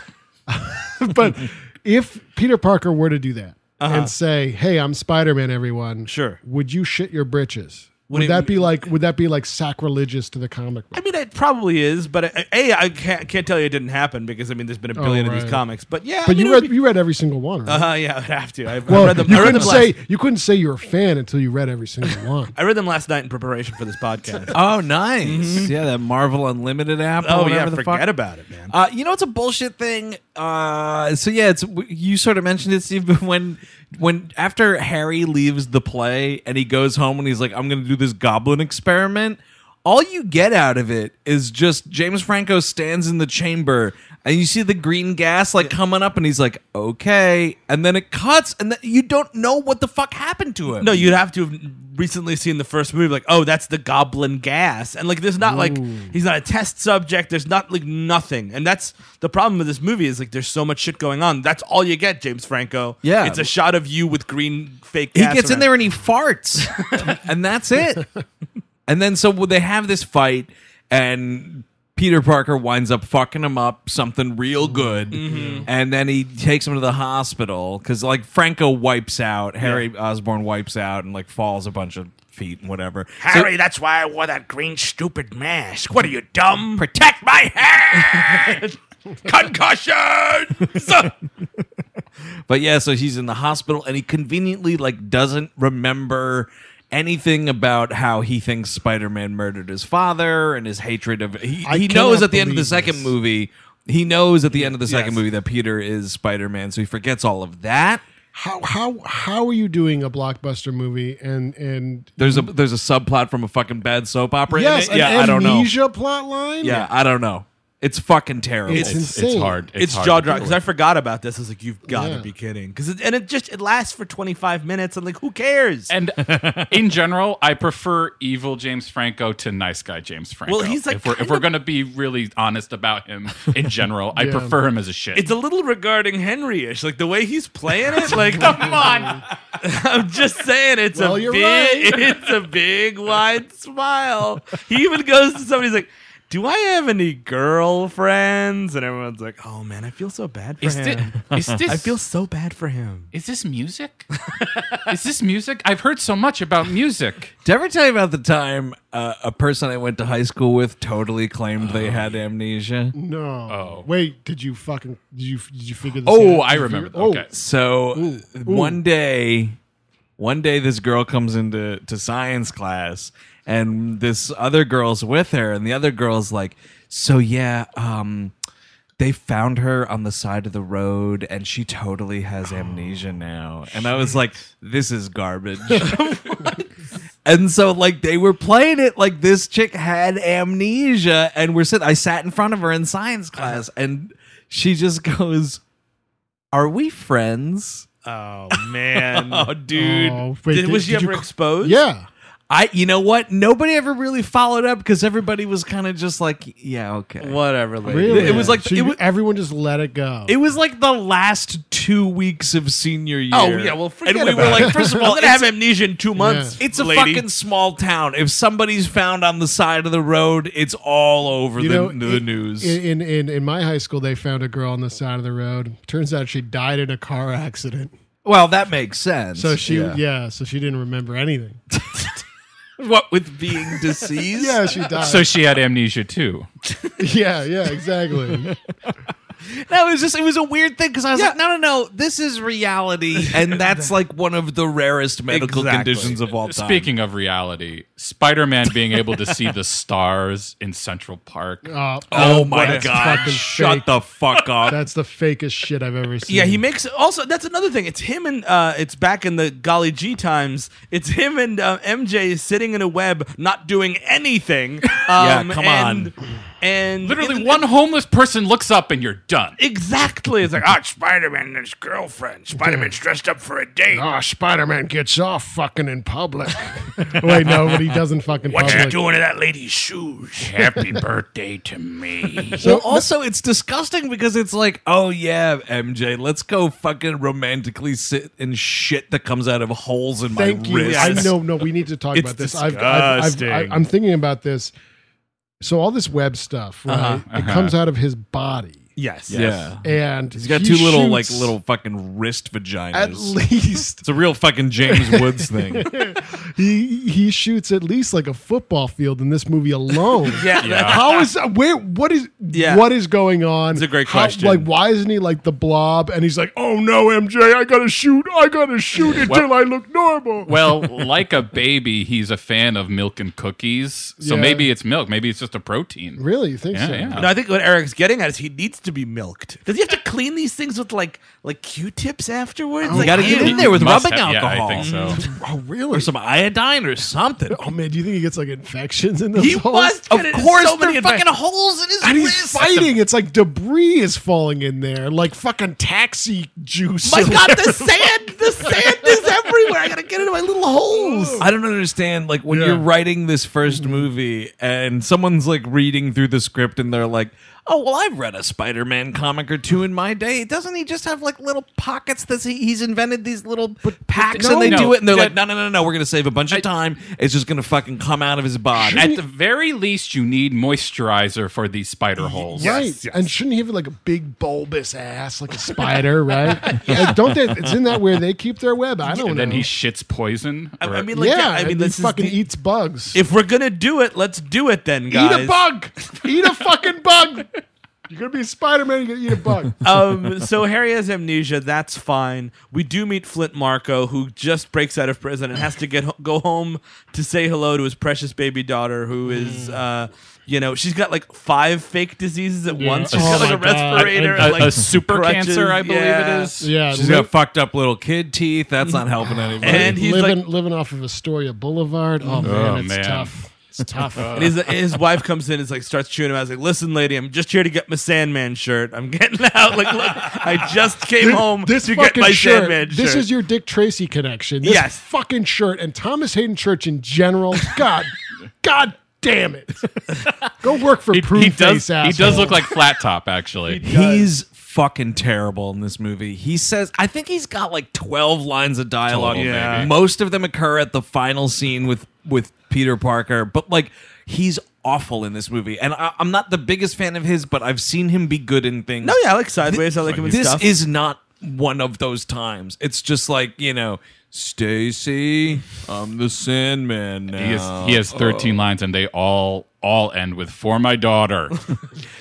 S6: but if Peter Parker were to do that and say, "Hey, I'm Spider-Man, everyone,"
S5: Sure.
S6: would you shit your britches?
S5: What do
S6: Would
S5: you
S6: that be like? Would that be like sacrilegious to the comic
S5: I
S6: book?
S5: mean, it probably is, but I- a I can't, can't tell you it didn't happen because I mean, there's been a billion of these
S6: Oh, right.
S5: comics. But yeah,
S6: But
S5: I mean,
S6: you read you read every single one, right?
S5: Uh, yeah, I'd have to. I've,
S6: well,
S5: I read them.
S6: you
S5: I read
S6: couldn't
S5: them
S6: say
S5: Last,
S6: you couldn't say you're a fan until you read every single one.
S5: I read them last night in preparation for this podcast.
S3: Oh, nice. Yeah, that Marvel Unlimited app. or
S5: oh
S3: whatever
S5: yeah,
S3: the
S5: forget
S3: fuck.
S5: about it, man.
S3: Uh, you know it's a bullshit thing. Uh, so yeah, it's you sort of mentioned it, Steve. But when when after Harry leaves the play and he goes home and he's like, "I'm going to do this goblin experiment," all you get out of it is just James Franco stands in the chamber and you see the green gas like coming up and he's like, "Okay," and then it cuts and then you don't know what the fuck happened to him.
S5: No, you'd have to have recently seen the first movie, like, oh, that's the goblin gas. And like there's not like he's not a test subject, there's not like nothing. And that's the problem with this movie is like there's so much shit going on. That's all you get, James Franco.
S3: Yeah.
S5: It's a shot of you with green fake
S3: he
S5: gas
S3: gets in
S5: around.
S3: there and he farts and that's it and then so they have this fight and peter parker winds up fucking him up something real
S5: Mm-hmm.
S3: good and then he takes him to the hospital because like franco wipes out harry osborn wipes out and like falls a bunch of feet and whatever So-
S5: Harry, that's why I wore that green stupid mask. What are you dumb? Protect my head. Concussions.
S3: But yeah, so he's in the hospital and he conveniently like doesn't remember anything about how he thinks Spider-Man murdered his father and his hatred of he,
S6: I
S3: he knows
S6: cannot
S3: at the end of the
S6: believe
S3: second
S6: this.
S3: movie. He knows at the end of the second
S5: Yes.
S3: movie that Peter is Spider-Man, so he forgets all of that.
S6: How how how are you doing a blockbuster movie and and
S3: There's a there's a subplot from a fucking bad soap opera. in
S6: yes,
S3: it.
S6: an
S3: yeah, I don't know.
S6: amnesia plot line?
S3: Yeah, I don't know. It's fucking terrible.
S6: It's
S4: It's, it's
S6: insane.
S4: hard.
S5: it's
S4: hard
S5: jaw
S4: to
S5: dropping
S4: do
S5: because I forgot about this. I was like, "You've got to
S6: Yeah.
S5: be kidding!" Because it, and it just it lasts for twenty five minutes. I'm like, "Who cares?"
S4: And in general, I prefer evil James Franco to nice guy James Franco.
S5: Well, he's like
S4: if we're, if
S5: kind
S4: we're
S5: of-
S4: going to be really honest about him in general, I
S6: Yeah.
S4: prefer him as a shit.
S5: it's a little regarding Henry-ish, like the way he's playing it. Like, come on! I'm just saying, it's
S6: Well,
S5: a
S6: you're
S5: big,
S6: right.
S5: it's a big wide smile. He even goes to somebody. He's like, "Do I have any girlfriends?" And everyone's like, "Oh man, I feel so bad for
S7: Is, thi-
S5: him.
S7: is this
S5: I feel so bad for him."
S7: is this music? is this music? I've heard so much about music.
S3: Did I ever tell you about the time uh, a person I went to high school with totally claimed
S5: Oh,
S3: they had amnesia?
S6: No. Wait, did you fucking did you did you figure this out?
S4: oh, I
S6: Did you
S4: remember.
S6: figure- oh,
S4: okay.
S3: So one day, one day, this girl comes into to science class, and this other girl's with her, and the other girl's like, "So yeah, um, they found her on the side of the road, and she totally has amnesia now." And I was like, "This is garbage." And so, like, they were playing it like this chick had amnesia, and we're sitting. I sat in front of her in science
S5: Uh-huh.
S3: class, and she just goes, "Are we friends?"
S5: Oh man,
S3: Oh, dude.
S6: Oh, wait,
S5: Did- was she
S6: did you
S5: ever
S6: cl-
S5: exposed?
S6: Yeah.
S3: I, you know what? Nobody ever really followed up because everybody was kind of just like, "Yeah, okay."
S5: Whatever. lady.
S6: Really?
S3: It was like-
S6: So
S3: it
S6: you-
S3: was-
S6: everyone just let it go.
S3: It was like the last two weeks of senior year.
S5: Oh yeah, well forget
S3: and we
S5: about
S3: were
S5: it.
S3: like, first of all,
S5: I'm gonna have
S3: it's,
S5: amnesia in two months.
S3: it's a
S5: lady.
S3: fucking small town. If somebody's found on the side of the road, it's all over the, the
S6: in-
S3: news.
S6: In, in in in my high school, they found a girl on the side of the road. Turns out she died in a car accident.
S3: well, that makes sense.
S6: So she yeah, so she didn't remember anything.
S3: what with being deceased?
S6: Yeah, she died.
S4: So she had amnesia too.
S6: yeah, yeah, exactly.
S3: No, it was just it was a weird thing because I was
S5: Yeah.
S3: like, no, no, no, this is reality, and that's like one of the rarest medical
S5: Exactly.
S3: conditions of all time.
S4: Speaking of reality, Spider Man being able to see the stars in Central Park.
S6: Uh,
S3: oh
S6: uh,
S3: my
S6: that's
S3: god,
S6: fucking
S3: shut
S6: fake.
S3: the fuck up!
S6: That's the fakest shit I've ever seen.
S5: Yeah, he makes also that's another thing. It's him and uh it's back in the golly G times. It's him and uh, MJ sitting in a web not doing anything. Um,
S3: come
S5: and, And
S4: Literally,
S5: and-
S4: one homeless person looks up and you're done.
S5: Exactly. It's like,
S8: Ah, Spider Man and his girlfriend. Spider Man's dressed up for a date.
S6: Oh, Spider Man gets off fucking in public. Wait, no, but he doesn't fucking
S8: What's
S6: public.
S8: he doing to that lady's shoes? Happy birthday to me.
S3: well, also it's disgusting because it's like, oh yeah, MJ, let's go fucking romantically sit and shit that comes out of holes in
S6: Thank
S3: my
S6: you.
S3: wrists.
S6: I know. No, we need to talk
S3: It's
S6: about this. I've, I've, I've,
S3: disgusting.
S6: I- I'm thinking about this. So all this web stuff, right?
S3: Uh-huh,
S6: It comes out of his body,
S5: yes.
S3: Yeah,
S6: and
S3: he's got
S6: he
S3: two little like
S6: shoots
S3: little fucking wrist vaginas.
S6: At least
S3: it's a real fucking James Woods thing.
S6: he he shoots at least like a football field in this movie alone.
S5: Yeah.
S6: How is that? Where? What is?
S5: Yeah.
S6: What is going on? It's
S3: a great question.
S6: Like, why isn't he like the blob? And he's like, "Oh no, MJ, I gotta shoot. I gotta shoot until I look normal."
S4: Well, like a baby, he's a fan of milk and cookies. So
S6: Yeah.
S4: maybe it's milk. Maybe it's just a protein.
S6: really, you think
S4: Yeah,
S6: so?
S4: yeah.
S5: No, I think what Eric's getting at is he needs to be milked. Does he have to clean these things with like like Q-tips afterwards?
S3: you
S5: like,
S3: got to get in there with
S4: Must
S3: rubbing
S4: have-
S3: alcohol.
S4: Yeah, I think so.
S6: Oh, really?
S3: Or some iodine or something.
S6: Oh man, do you think he gets like infections in those?
S5: He
S6: holes?
S5: must
S3: Of
S5: get in
S3: course,
S5: so
S3: there
S5: many
S3: are
S5: advan-
S3: fucking holes in his
S6: And he's
S3: wrist.
S6: fighting. It's like debris is falling in there, like fucking taxi juice.
S5: My God, the sand, the sand is everywhere. I gotta get into my little holes.
S3: I don't understand. Like when
S6: Yeah.
S3: you're writing this first movie, and someone's like reading through the script, and they're like, "Oh well, I've read a Spider-Man comic or two in my day. Doesn't he just have like little pockets that he, he's invented these little packs,
S4: No,
S3: and they
S4: no.
S3: do it, and they're like,
S4: That-
S3: no, no, no, no, we're gonna save a bunch of time. It's just gonna fucking come out of his
S5: Mm.
S3: body.
S4: At the very least, you need moisturizer for these spider holes.
S6: Right. And shouldn't he have like a big bulbous ass like a spider, right? Like, don't they? Isn't that where they keep their web? I don't
S4: And
S6: know.
S4: then he shits poison.
S5: I, I
S4: or-
S5: mean, like, yeah,
S6: yeah,
S5: I mean,
S6: and he
S5: this is
S6: fucking
S5: the-
S6: eats bugs.
S5: If we're gonna do it, let's do it then, guys.
S6: Eat a bug. eat a fucking bug. You're gonna be Spider Man. You're gonna eat a bug.
S5: um, so Harry has amnesia. That's fine. We do meet Flint Marco, who just breaks out of prison and has to get ho- go home to say hello to his precious baby daughter, who is, uh, you know, she's got like five fake diseases at once. She's got
S6: Oh
S5: like a
S6: my God.
S5: respirator,
S4: a,
S5: and, like
S4: a super
S5: crutches.
S4: cancer, I believe
S5: Yeah.
S4: it is.
S6: yeah.
S3: She's
S6: li-
S3: got fucked up little kid teeth. That's not helping anybody.
S5: And he's
S6: living
S5: like,
S6: living off of Astoria Boulevard. Oh man, it's
S4: man.
S6: tough. It's tough.
S5: and his, his wife comes in, and like starts chewing him out. He's like, "Listen, lady, I'm just here to get my Sandman shirt. I'm getting out. Like, look, I just came home
S6: this
S5: to get
S6: fucking
S5: my
S6: shirt.
S5: Sandman shirt.
S6: This is your Dick Tracy connection. This
S5: Yes.
S6: fucking shirt and Thomas Hayden Church in general. God, God damn it! Go work for
S4: He,
S6: Prune
S4: he
S6: Face
S4: does. He
S6: asshole.
S4: does look like flat top, actually.
S3: He's fucking terrible in this movie. He says, I think he's got like 12 lines of dialogue.
S4: Total, Yeah. maybe.
S3: Most of them occur at the final scene with with Peter Parker, but like he's awful in this movie. And I, I'm not the biggest fan of his, but I've seen him be good in things.
S5: no, yeah, I like sideways. I like him. in
S3: This
S5: stuff.
S3: is not one of those times. It's just like, you know, Stacy, I'm the Sandman now.
S4: He, is, he has
S5: Oh.
S4: 13 lines, and they all all end with "for my daughter."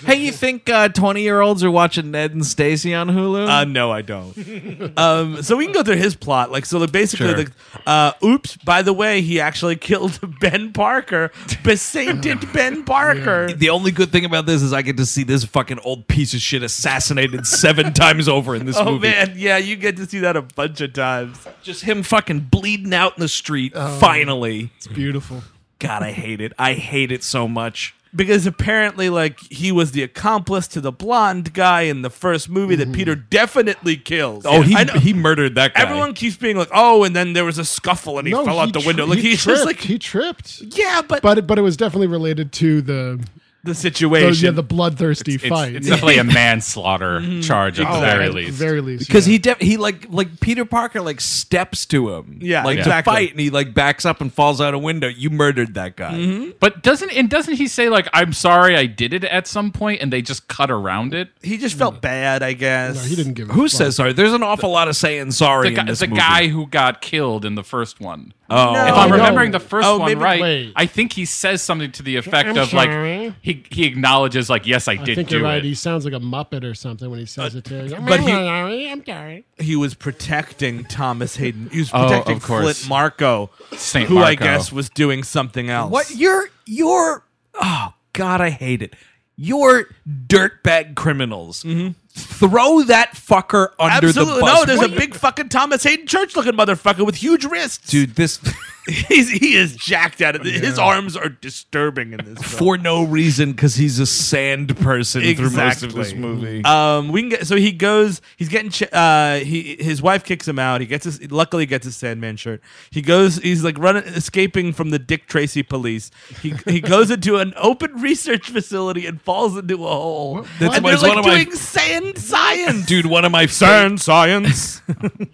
S3: Hey, you think 20 year olds are watching Ned and Stacy on Hulu?
S5: Uh, no, I don't. um, so we can go through his plot. Like, so like, basically, like, uh, oops. By the way, he actually killed Ben Parker, besainted Ben Parker.
S3: The only good thing about this is I get to see this fucking old piece of shit assassinated seven times over in this
S5: Oh
S3: movie.
S5: man, yeah, you get to see that a bunch of times.
S3: Just him fucking bleeding out in the street.
S6: Oh.
S3: finally,
S6: It's beautiful.
S3: God, I hate it. I hate it so much.
S5: Because apparently, like, he was the accomplice to the blonde guy in the first movie
S6: Mhm.
S5: that Peter definitely kills.
S3: Oh, he
S5: I know-
S3: he murdered that guy.
S5: Everyone keeps being like, "Oh," and then there was a scuffle and he
S6: no,
S5: fell out
S6: he
S5: the
S6: tri-
S5: window. Like,
S6: he
S5: he's
S6: tripped.
S5: just like,
S6: he tripped.
S5: "Yeah, but,
S6: But it, but it was definitely related to the,
S5: the
S6: the
S5: situation."
S6: yeah the bloodthirsty
S4: It's,
S6: fight.
S4: it's definitely a manslaughter charge at the
S6: Oh,
S4: very
S6: at
S4: least.
S6: Very least.
S3: because
S6: yeah.
S3: he def- he like like Peter Parker like steps to him
S5: Yeah,
S3: like
S5: exactly.
S3: to fight and he like backs up and falls out a window. You murdered that guy.
S5: Mm-hmm.
S4: But doesn't and doesn't he say like "I'm sorry, I did it" at some point, and they just cut around it?
S5: he just felt bad, I guess.
S6: No, he didn't give. a
S3: Who
S6: fuck.
S3: says sorry? There's an awful lot of saying sorry
S4: The, guy,
S3: in this
S4: the
S3: movie.
S4: guy who got killed in the first one.
S3: Oh,
S7: If I'm
S6: no.
S7: remembering the first
S5: Oh,
S7: one
S5: maybe-
S7: right,
S6: wait.
S7: I think he says something to the effect
S6: I'm
S7: of
S6: sorry.
S7: like he he acknowledges like yes I
S6: I
S7: did
S6: think
S7: do
S6: you're right.
S7: it.
S6: He sounds like a Muppet or something when he says it to you.
S5: but he-
S6: I'm sorry.
S5: he was protecting Thomas Hayden. He was
S4: Oh, of
S5: protecting
S4: course.
S5: Flint Marco,
S4: Saint
S5: who I
S4: Marco.
S5: guess was doing something else.
S3: What you're you're oh god, I hate it. You're dirtbag criminals. Throw that fucker under
S5: Absolutely
S3: the bus.
S5: Mm-hmm. no! There's
S3: What
S5: a
S3: do you-
S5: big fucking Thomas Hayden Church looking motherfucker with huge wrists.
S3: dude. This
S5: He's, he is jacked out. of it. His arms are disturbing in this. film.
S3: for no reason because he's a sand person through most of this
S5: Exactly.
S3: movie.
S5: Um, we can get so he goes. He's getting. Ch- uh, he his wife kicks him out. He gets his. Luckily, he gets his Sandman shirt. He goes. He's like running, escaping from the Dick Tracy police. He he goes into an open research facility and falls into a hole.
S3: That's
S5: and
S3: my-
S5: they're
S3: it's one
S5: like
S3: of my-
S5: doing sand science.
S3: Dude, one of my favorite,
S5: Sand science.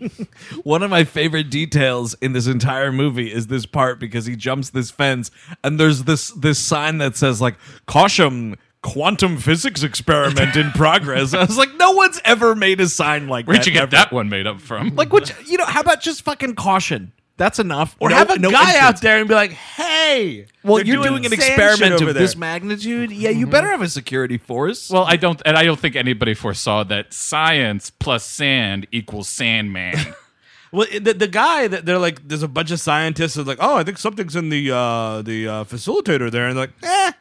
S3: one of my favorite details in this entire movie is this part because he jumps this fence and there's this this sign that says like caution quantum physics experiment in progress. I was like no one's ever made a sign like
S4: Where'd
S3: that.
S4: you get
S3: ever.
S4: that one made up from?
S3: Like which you know how about just fucking caution? That's enough.
S5: or have a guy out there and be like, "Hey,
S3: Well,
S5: they're
S3: you're doing, an
S5: sand shit
S3: experiment
S5: over
S3: of this
S5: there."
S3: magnitude. Yeah, you better have a security force.
S4: Well, I don't, and I don't think anybody foresaw that science plus sand equals Sandman.
S5: Well, the, the guy that they're like, there's a bunch of scientists that's like, oh, I think something's in the uh, the uh, facilitator there, and like, eh,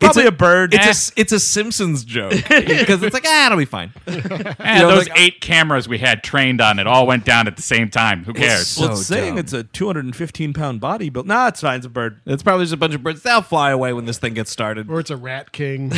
S5: probably
S3: a-
S5: a, bird.
S3: it's a
S5: Eh.
S3: s- it's a Simpsons joke because it's like ah, it'll be fine.
S4: and
S3: You know,
S4: those
S3: like-
S4: eight cameras we had trained on it all went down at the same time. Who cares?
S5: well,
S3: so
S5: it's saying
S3: dumb.
S5: it's a 215 pound body, but nah, it's fine. It's a bird.
S3: It's probably just a bunch of birds. They'll fly away when this thing gets started.
S6: Or it's a rat king.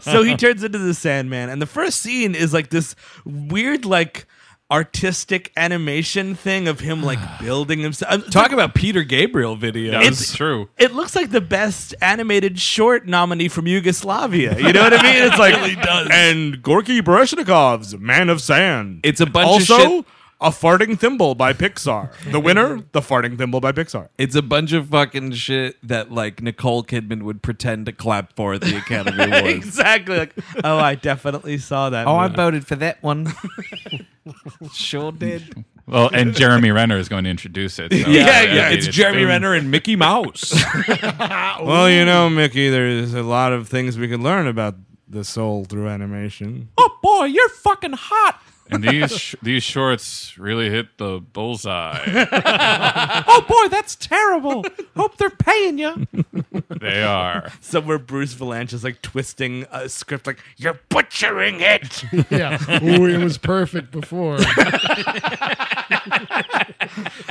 S5: so he turns into the Sandman, and the first scene is like this weird, like artistic animation thing of him like building himself. I'm-
S3: Talk about Peter Gabriel videos.
S4: That's true.
S5: it looks like the best animated short nominee from Yugoslavia. You know what I mean? It's like and Gorky Bereshnikov's Man of Sand.
S3: It's a bunch
S5: also
S3: of shit.
S5: a farting thimble by Pixar. The winner, the farting thimble by Pixar.
S3: It's a bunch of fucking shit that like Nicole Kidman would pretend to clap for at the Academy Awards.
S5: Exactly. Like, oh, I definitely saw that.
S3: Oh, I
S5: movie.
S3: voted for that one. sure did.
S4: Well, and Jeremy Renner is going to introduce it. so-
S3: Yeah, yeah. It's
S4: it-
S3: Jeremy
S4: boom.
S3: Renner and Mickey Mouse.
S5: well, you know, Mickey, there's a lot of things we can learn about the soul through animation.
S3: oh boy, you're fucking hot.
S4: And these sh- these shorts really hit the bullseye.
S3: Oh boy, that's terrible. Hope they're paying you.
S4: They are.
S5: Somewhere Bruce Valanche is like twisting a script like
S8: You're butchering it.
S6: yeah. Ooh, it was perfect before.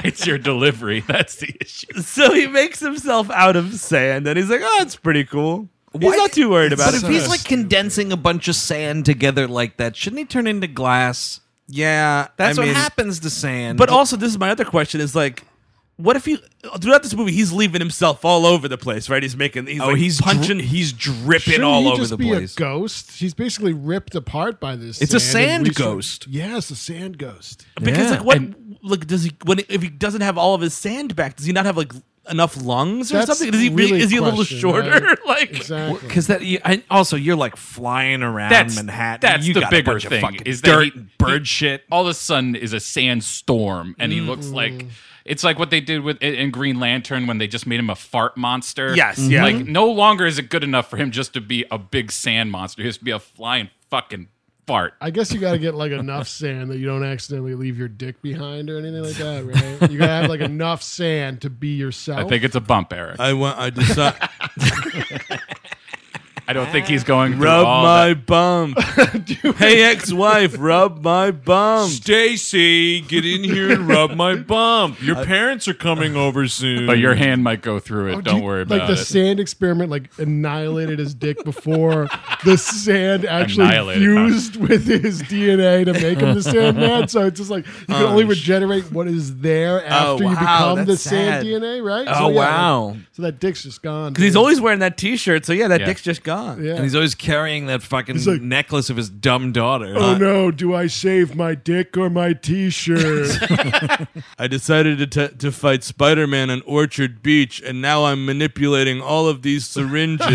S4: It's your delivery. That's the issue.
S5: So he makes himself out of sand, and he's like, "Oh, it's pretty cool."
S3: Why-
S5: He's not too worried about
S3: But if
S5: it.
S3: he's like condensing a bunch of sand together like that, shouldn't he turn into glass?
S5: yeah,
S3: That's
S5: I
S3: what
S5: mean-
S3: happens to sand.
S5: But also, this is my other question: is like, what if he throughout this movie he's leaving himself all over the place, right? He's making, he's
S3: oh,
S5: like
S3: he's
S5: punching.
S3: punching, he's dripping
S6: Shouldn't
S3: all
S6: he
S3: over
S6: just
S3: the
S6: be
S3: place.
S6: a ghost? He's basically ripped apart by this.
S3: It's a
S6: and
S3: sand
S6: research-
S3: ghost.
S6: Yes, a sand ghost.
S5: because like what, like does he when if he doesn't have all of his sand back, does he not have like enough lungs or
S6: That's
S5: something? Does he re-
S6: really
S5: is he a little
S6: question,
S5: shorter?
S6: right?
S5: like
S6: Exactly.
S3: Because that you, and also you're like flying around
S4: That's-
S3: Manhattan.
S4: that's
S3: you
S4: the
S3: got
S4: bigger
S3: a bunch
S4: thing,
S3: Of fucking
S4: is that
S3: dirt
S4: he-
S3: and bird
S4: he-
S3: shit.
S4: All of a sudden is a sandstorm, and he looks
S6: Mm-hmm.
S4: like it's like what they did with in Green Lantern when they just made him a fart monster.
S5: Yes, yeah.
S6: Mm-hmm.
S4: Like no longer is it good enough for him just to be a big sand monster. He has to be a flying fucking fart.
S6: I guess you got to get like enough sand that you don't accidentally leave your dick behind or anything like that, right? You got to have like enough sand to be yourself.
S4: I think it's a bump, Eric.
S5: I want. I decide.
S4: I don't think he's going through
S5: rub
S4: all
S5: my
S4: that.
S5: bum. hey, ex-wife, rub my bum.
S3: Stacy, get in here and rub my bump. Your parents are coming over soon.
S4: But your hand might go through it.
S6: Oh, do
S4: don't
S6: you-
S4: worry
S6: like
S4: about
S6: the
S4: it.
S6: sand experiment like annihilated his dick before the sand actually
S4: Annihilated, huh?
S6: fused with his DNA to make him the Sandman. So it's just like you can only regenerate what is there after you
S5: Oh, wow,
S6: become the
S5: that's sad.
S6: sand DNA, right?
S3: oh
S6: So, yeah, like-
S3: wow.
S6: So that dick's just gone.
S5: Because he's
S6: dude.
S5: always wearing that T-shirt, so yeah, that
S4: Yeah.
S5: dick's just gone.
S6: yeah.
S3: And he's always carrying that fucking
S6: like-
S3: necklace of his dumb daughter.
S4: Uh,
S6: Oh no! Do I save my dick or my T-shirt?
S5: I decided to, t- to fight Spider Man on Orchard Beach, and now I'm manipulating all of these syringes.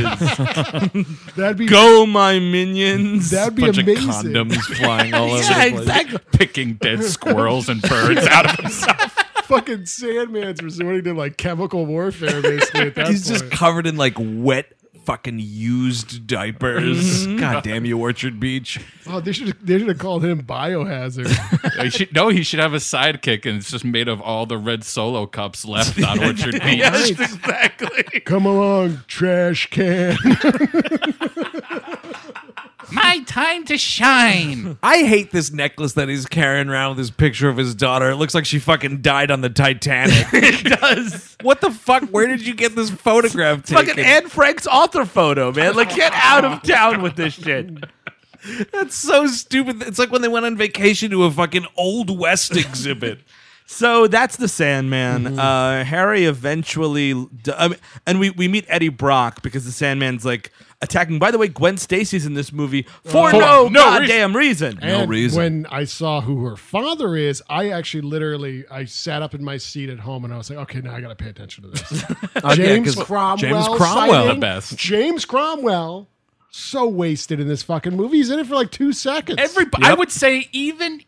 S6: That'd be
S5: Go, my minions!
S6: that'd be
S3: bunch of
S6: amazing.
S3: condoms flying all over.
S5: yeah,
S3: the place.
S5: exactly.
S4: Picking dead squirrels and birds out of himself.
S6: fucking Sandman's resorting to like chemical warfare basically at that
S3: He's
S6: point.
S3: just covered in like wet fucking used diapers. God damn you, Orchard Beach.
S6: oh, they should they should have called him Biohazard.
S4: He should- no, he should have a sidekick, and it's just made of all the red solo cups left on Orchard Beach.
S6: exactly. Come along, trash can.
S7: My time to shine.
S3: I hate this necklace that he's carrying around with his picture of his daughter. It looks like she fucking died on the Titanic. it does. What the fuck? Where did you get this photograph taken?
S5: Fucking Anne Frank's author photo, man. Like, get out of town with this shit.
S3: That's so stupid. It's like when they went on vacation to a fucking Old West exhibit. Mm-hmm.
S5: So that's the Sandman. Uh, Harry eventually, d- I mean, and we, we meet Eddie Brock because the Sandman's like attacking. By the way, Gwen Stacy's in this movie for, no,
S4: no
S5: goddamn reason.
S6: And
S3: reason.
S6: When I saw who her father is, I actually literally I sat up in my seat at home and I was like, okay, now I got to pay attention to this. James,
S3: Oh, 'cause
S6: Cromwell
S3: James Cromwell,
S6: sighting.
S4: the best.
S6: James Cromwell, so wasted in this fucking movie. He's in it for like two seconds.
S7: Everybody, I would say even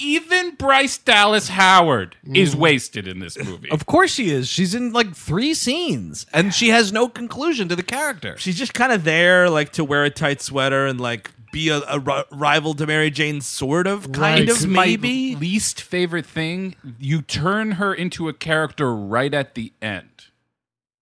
S7: even Bryce Dallas Howard
S4: Is wasted in this movie.
S3: Of course she is. She's in like three scenes, and she has no conclusion to the character.
S5: She's just kind of there, like to wear a tight sweater and like be a, a ri- rival to Mary Jane, sort of, kind
S6: Right.
S5: of, maybe.
S7: My
S8: least favorite thing you turn her into a character right at the end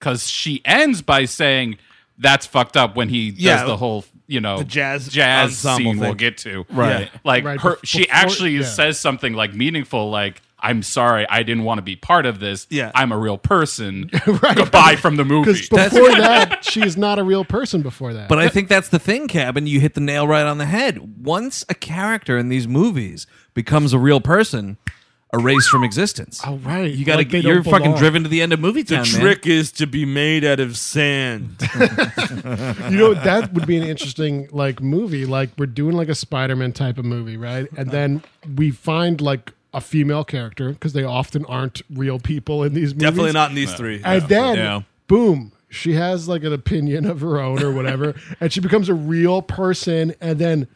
S8: because she ends by saying that's fucked up when he
S5: Yeah.
S8: does the whole you know
S5: jazz
S8: jazz
S5: ensemble
S8: scene we'll
S5: thing.
S8: get to
S5: Right. Yeah.
S8: like
S6: Right,
S8: her
S6: bef-
S8: she
S6: before-
S8: actually
S6: yeah.
S8: says something like meaningful like i'm sorry i didn't want to be part of this
S5: Yeah.
S8: i'm a real person
S6: Right.
S8: goodbye from the movie
S6: Because before that, she is not a real person. Before that,
S3: But I think that's the thing, Cabin. You hit the nail right on the head. Once a character in these movies becomes a real person, erased from existence.
S6: oh right,
S3: you gotta get you're fucking driven to the end of movie
S5: The
S3: town. man.
S5: trick is to be made out of sand.
S6: You know that would be an interesting like movie. Like we're doing like a Spider-Man type of movie, right? And then we find like a female character because they often aren't real people in these movies.
S5: Definitely not in these three.
S6: And then
S3: Yeah.
S6: boom, she has like an opinion of her own or whatever, and she becomes a real person. And then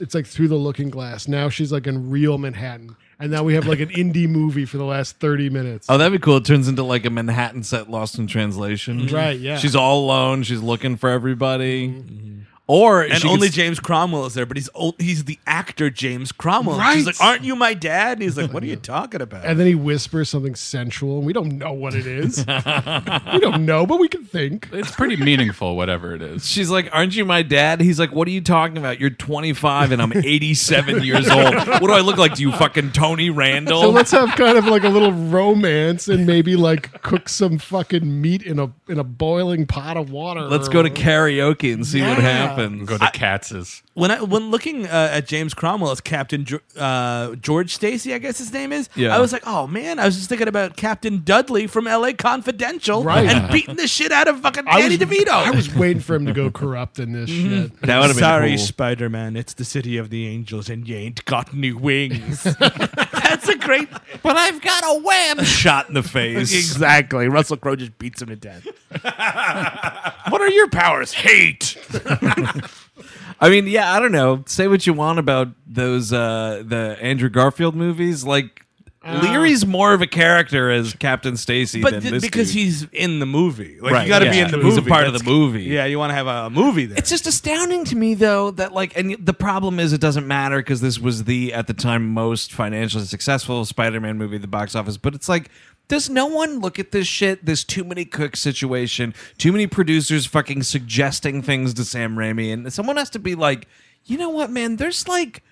S6: it's like through the looking glass. Now she's like in real Manhattan, and now we have like an indie movie for the last thirty minutes.
S3: Oh, that'd be cool. It turns into like a Manhattan set lost in translation.
S5: Mm-hmm.
S6: Right, yeah.
S3: She's all alone. She's looking for everybody. Or
S5: and
S3: she could
S5: only
S3: s-
S5: James Cromwell is there, but he's old, he's the actor James Cromwell. She's
S8: Right.
S5: like, "Aren't you my dad?" And he's like, "What are you talking about?"
S6: And then he whispers something sensual, and we don't know what it is. we don't know, but we can think.
S4: it's pretty meaningful, whatever it is.
S3: She's like, "Aren't you my dad?" He's like, "What are you talking about? You're 25 and I'm 87 years old. What do I look like? Do you fucking Tony Randall?"
S6: So let's have kind of like a little romance and maybe like cook some fucking meat in a in a boiling pot of water.
S3: Let's go to karaoke and see what
S6: Yeah.
S3: happens.
S4: Go to Katz's.
S5: when I when looking uh, at James Cromwell as Captain Ge- uh, George Stacy, I guess his name is.
S3: Yeah.
S5: I was like, "Oh man!" I was just thinking about Captain Dudley from L.A. Confidential,
S6: Right.
S5: And beating the shit out of fucking
S6: I
S5: Danny
S6: was-
S5: DeVito.
S6: I was waiting for him to go corrupt in this shit.
S3: That would have been
S5: Sorry,
S3: cool.
S5: Spider Man. It's the city of the angels, and you ain't got any wings. That's a great.
S3: But I've got a wham shot in the face.
S5: Exactly. Russell Crowe just beats him to death.
S8: What are your powers? Hate.
S3: I mean, yeah, I don't know. Say what you want about those uh the Andrew Garfield movies. Like Leary's more of a character as Captain Stacy
S5: Uh. But
S3: than
S5: th-
S3: this
S5: because
S3: dude.
S5: he's in the movie, like
S3: Right,
S5: you got to be
S3: yeah.
S5: in the movie.
S3: He's a part of the movie.
S5: Yeah, you want to have a movie there.
S3: It's just astounding to me, though, that like, and the problem is it doesn't matter because this was the at the time most financially successful Spider-Man movie at the box office. But it's like, does no one look at this shit? This too many cooks situation, too many producers fucking suggesting things to Sam Raimi, and someone has to be like, you know what, man? There's like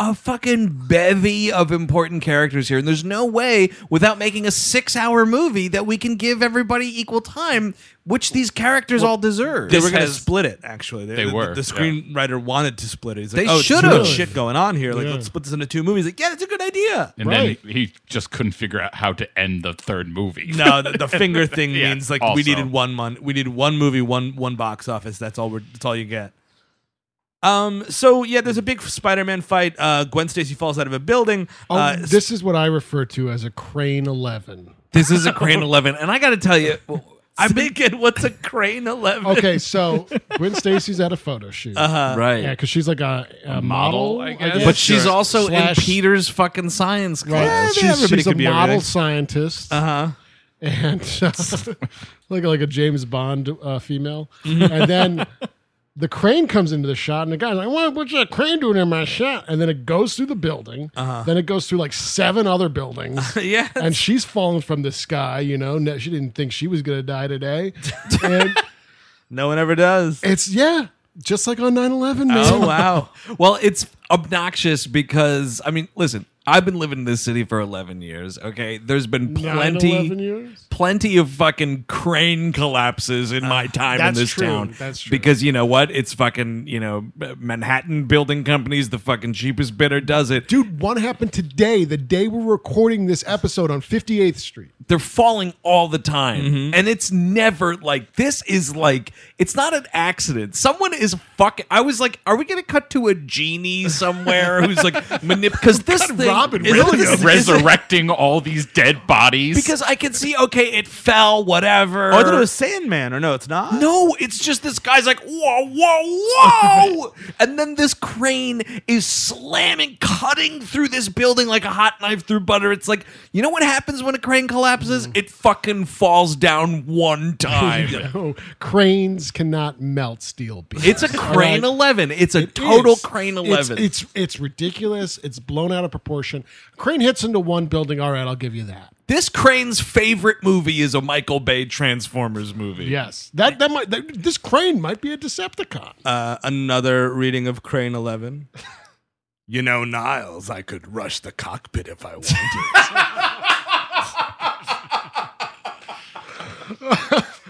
S3: a fucking bevy of important characters here, and there's no way without making a six-hour movie that we can give everybody equal time, which these characters all deserve.
S5: they were going to
S4: has-
S5: split it. Actually, they, the-
S4: were,
S5: The,
S4: yeah.
S5: screenwriter wanted to split it. He's like,
S3: They
S5: oh, there's
S3: should've.
S5: too much Shit going on here. Like,
S6: Yeah.
S5: let's split this into two movies. Like, yeah, that's a good idea.
S4: And
S6: Right.
S4: then he just couldn't figure out how to end the third movie.
S5: No, the, the finger thing
S4: Yeah,
S5: means like we
S4: also.
S5: needed one month. We needed one movie, one one box office. That's all we're. That's all you get. Um. So yeah, there's a big Spider-Man fight. Uh, Gwen Stacy falls out of a building.
S6: Oh,
S5: uh,
S6: this is what I refer to as a crane eleven.
S3: This is a Crane 11. And I got to tell you,
S5: I'm thinking, what's a crane eleven?
S6: Okay, so Gwen Stacy's at a photo shoot. Uh-huh.
S3: right.
S6: Yeah, because she's like a, a, model,
S8: model, I
S6: I
S8: guess.
S6: guess.
S3: but she's
S6: Sure.
S3: also
S6: Slash-
S3: in Peter's fucking science
S6: Right.
S3: class.
S6: she's
S5: everybody
S6: she's
S5: could be
S6: a model
S5: everything.
S6: scientist.
S5: Uh-huh.
S6: and uh, like like a James Bond uh, female,
S5: Mm-hmm.
S6: and then the crane comes into the shot, and the guy's like, "What? What's that crane doing in my shot?" And then it goes through the building,
S5: Uh-huh.
S6: then it goes through like seven other buildings,
S5: Yeah.
S6: and she's falling from the sky. You know, No- she didn't think she was gonna die today, and
S5: No one ever does.
S6: it's yeah, just like on 9-11, man.
S5: Oh wow.
S3: Well, it's obnoxious because I mean, listen, I've been living in this city for 11 years, okay? There's been
S6: 9/11
S3: plenty
S6: years? Ah,
S3: plenty of fucking crane collapses in my time in
S6: that's
S3: this
S6: true.
S3: town.
S6: That's true.
S3: Because you know what? It's fucking, you know, Manhattan building companies, the fucking cheapest bidder does it.
S6: Dude, one happened today, the day we're recording this episode on 58th Street.
S3: they're falling all the time
S5: Mm-hmm.
S3: and it's never like this is like it's not an accident someone is fucking i was like are we gonna cut to a genie somewhere who's like manip because this thing
S6: Robin
S3: is-
S6: really
S3: this is-
S8: Resurrecting all these dead bodies.
S3: because i can see okay it fell whatever
S5: Oh, I thought it was Sandman, or no, it's not.
S3: no, it's just this guy's like, whoa, whoa, whoa. and then this crane is slamming, cutting through this building like a hot knife through butter. It's like, you know what happens when a crane collapses? It fucking falls down one time.
S6: Oh, cranes cannot melt steel beams.
S3: It's a crane
S6: Alright.
S3: 11. It's a
S6: It
S3: total
S6: is.
S3: crane
S6: It's-
S3: 11.
S6: It's, it's ridiculous. It's blown out of proportion. Crane hits into one building. All right, I'll give you that.
S3: this crane's favorite movie is a Michael Bay Transformers movie.
S6: Yes, that that might that, this crane might be a Decepticon.
S5: Uh, another reading of Crane Eleven.
S2: You know, Niles, I could rush the cockpit if I wanted.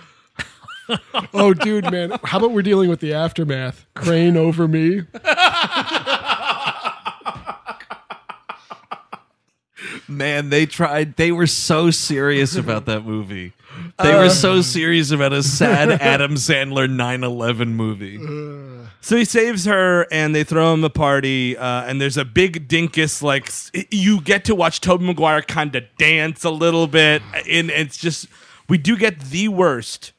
S6: oh, dude, man, how about we're dealing with the aftermath? Crane over me.
S3: Man, they tried. They were so serious about that movie. They were
S6: Uh.
S3: so serious about a sad Adam Sandler 9 11 movie.
S6: Uh.
S5: So he saves her, and they throw him a party, uh, and there's a big dinkus. Like s- you get to watch Toby Maguire kind of dance a little bit, and it's just we do get the worst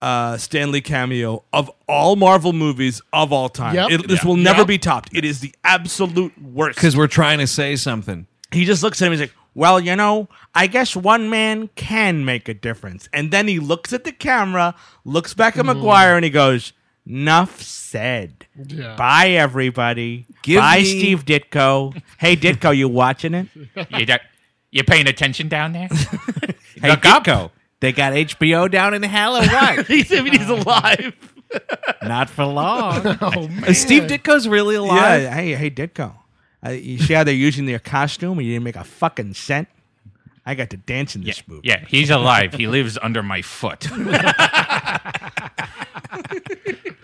S5: uh, Stanley cameo of all Marvel movies of all time.
S6: Yep.
S5: It- this will never be topped. It is the absolute worst.
S3: Because we're trying to say something.
S5: he just looks at him and he's like, Well, you know, I guess one man can make a difference. And then he looks at the camera, looks back at McGuire, and he goes, Nuff said.
S6: Yeah.
S5: Bye, everybody.
S3: Give
S5: Bye,
S3: me-
S5: Steve Ditko. Hey, Ditko, you watching it?
S8: you, don't- you paying attention down there?
S3: Hey, Gecko, they got HBO down in hell or what?
S5: he's, I mean, he's alive.
S3: Not for long.
S6: Oh man,
S3: Steve Ditko's really alive.
S5: Yeah. Hey, hey, Ditko. Uh, you see how they're using their costume and you didn't make a fucking cent? I got to dance in this movie.
S8: Yeah, he's alive. He lives under my foot.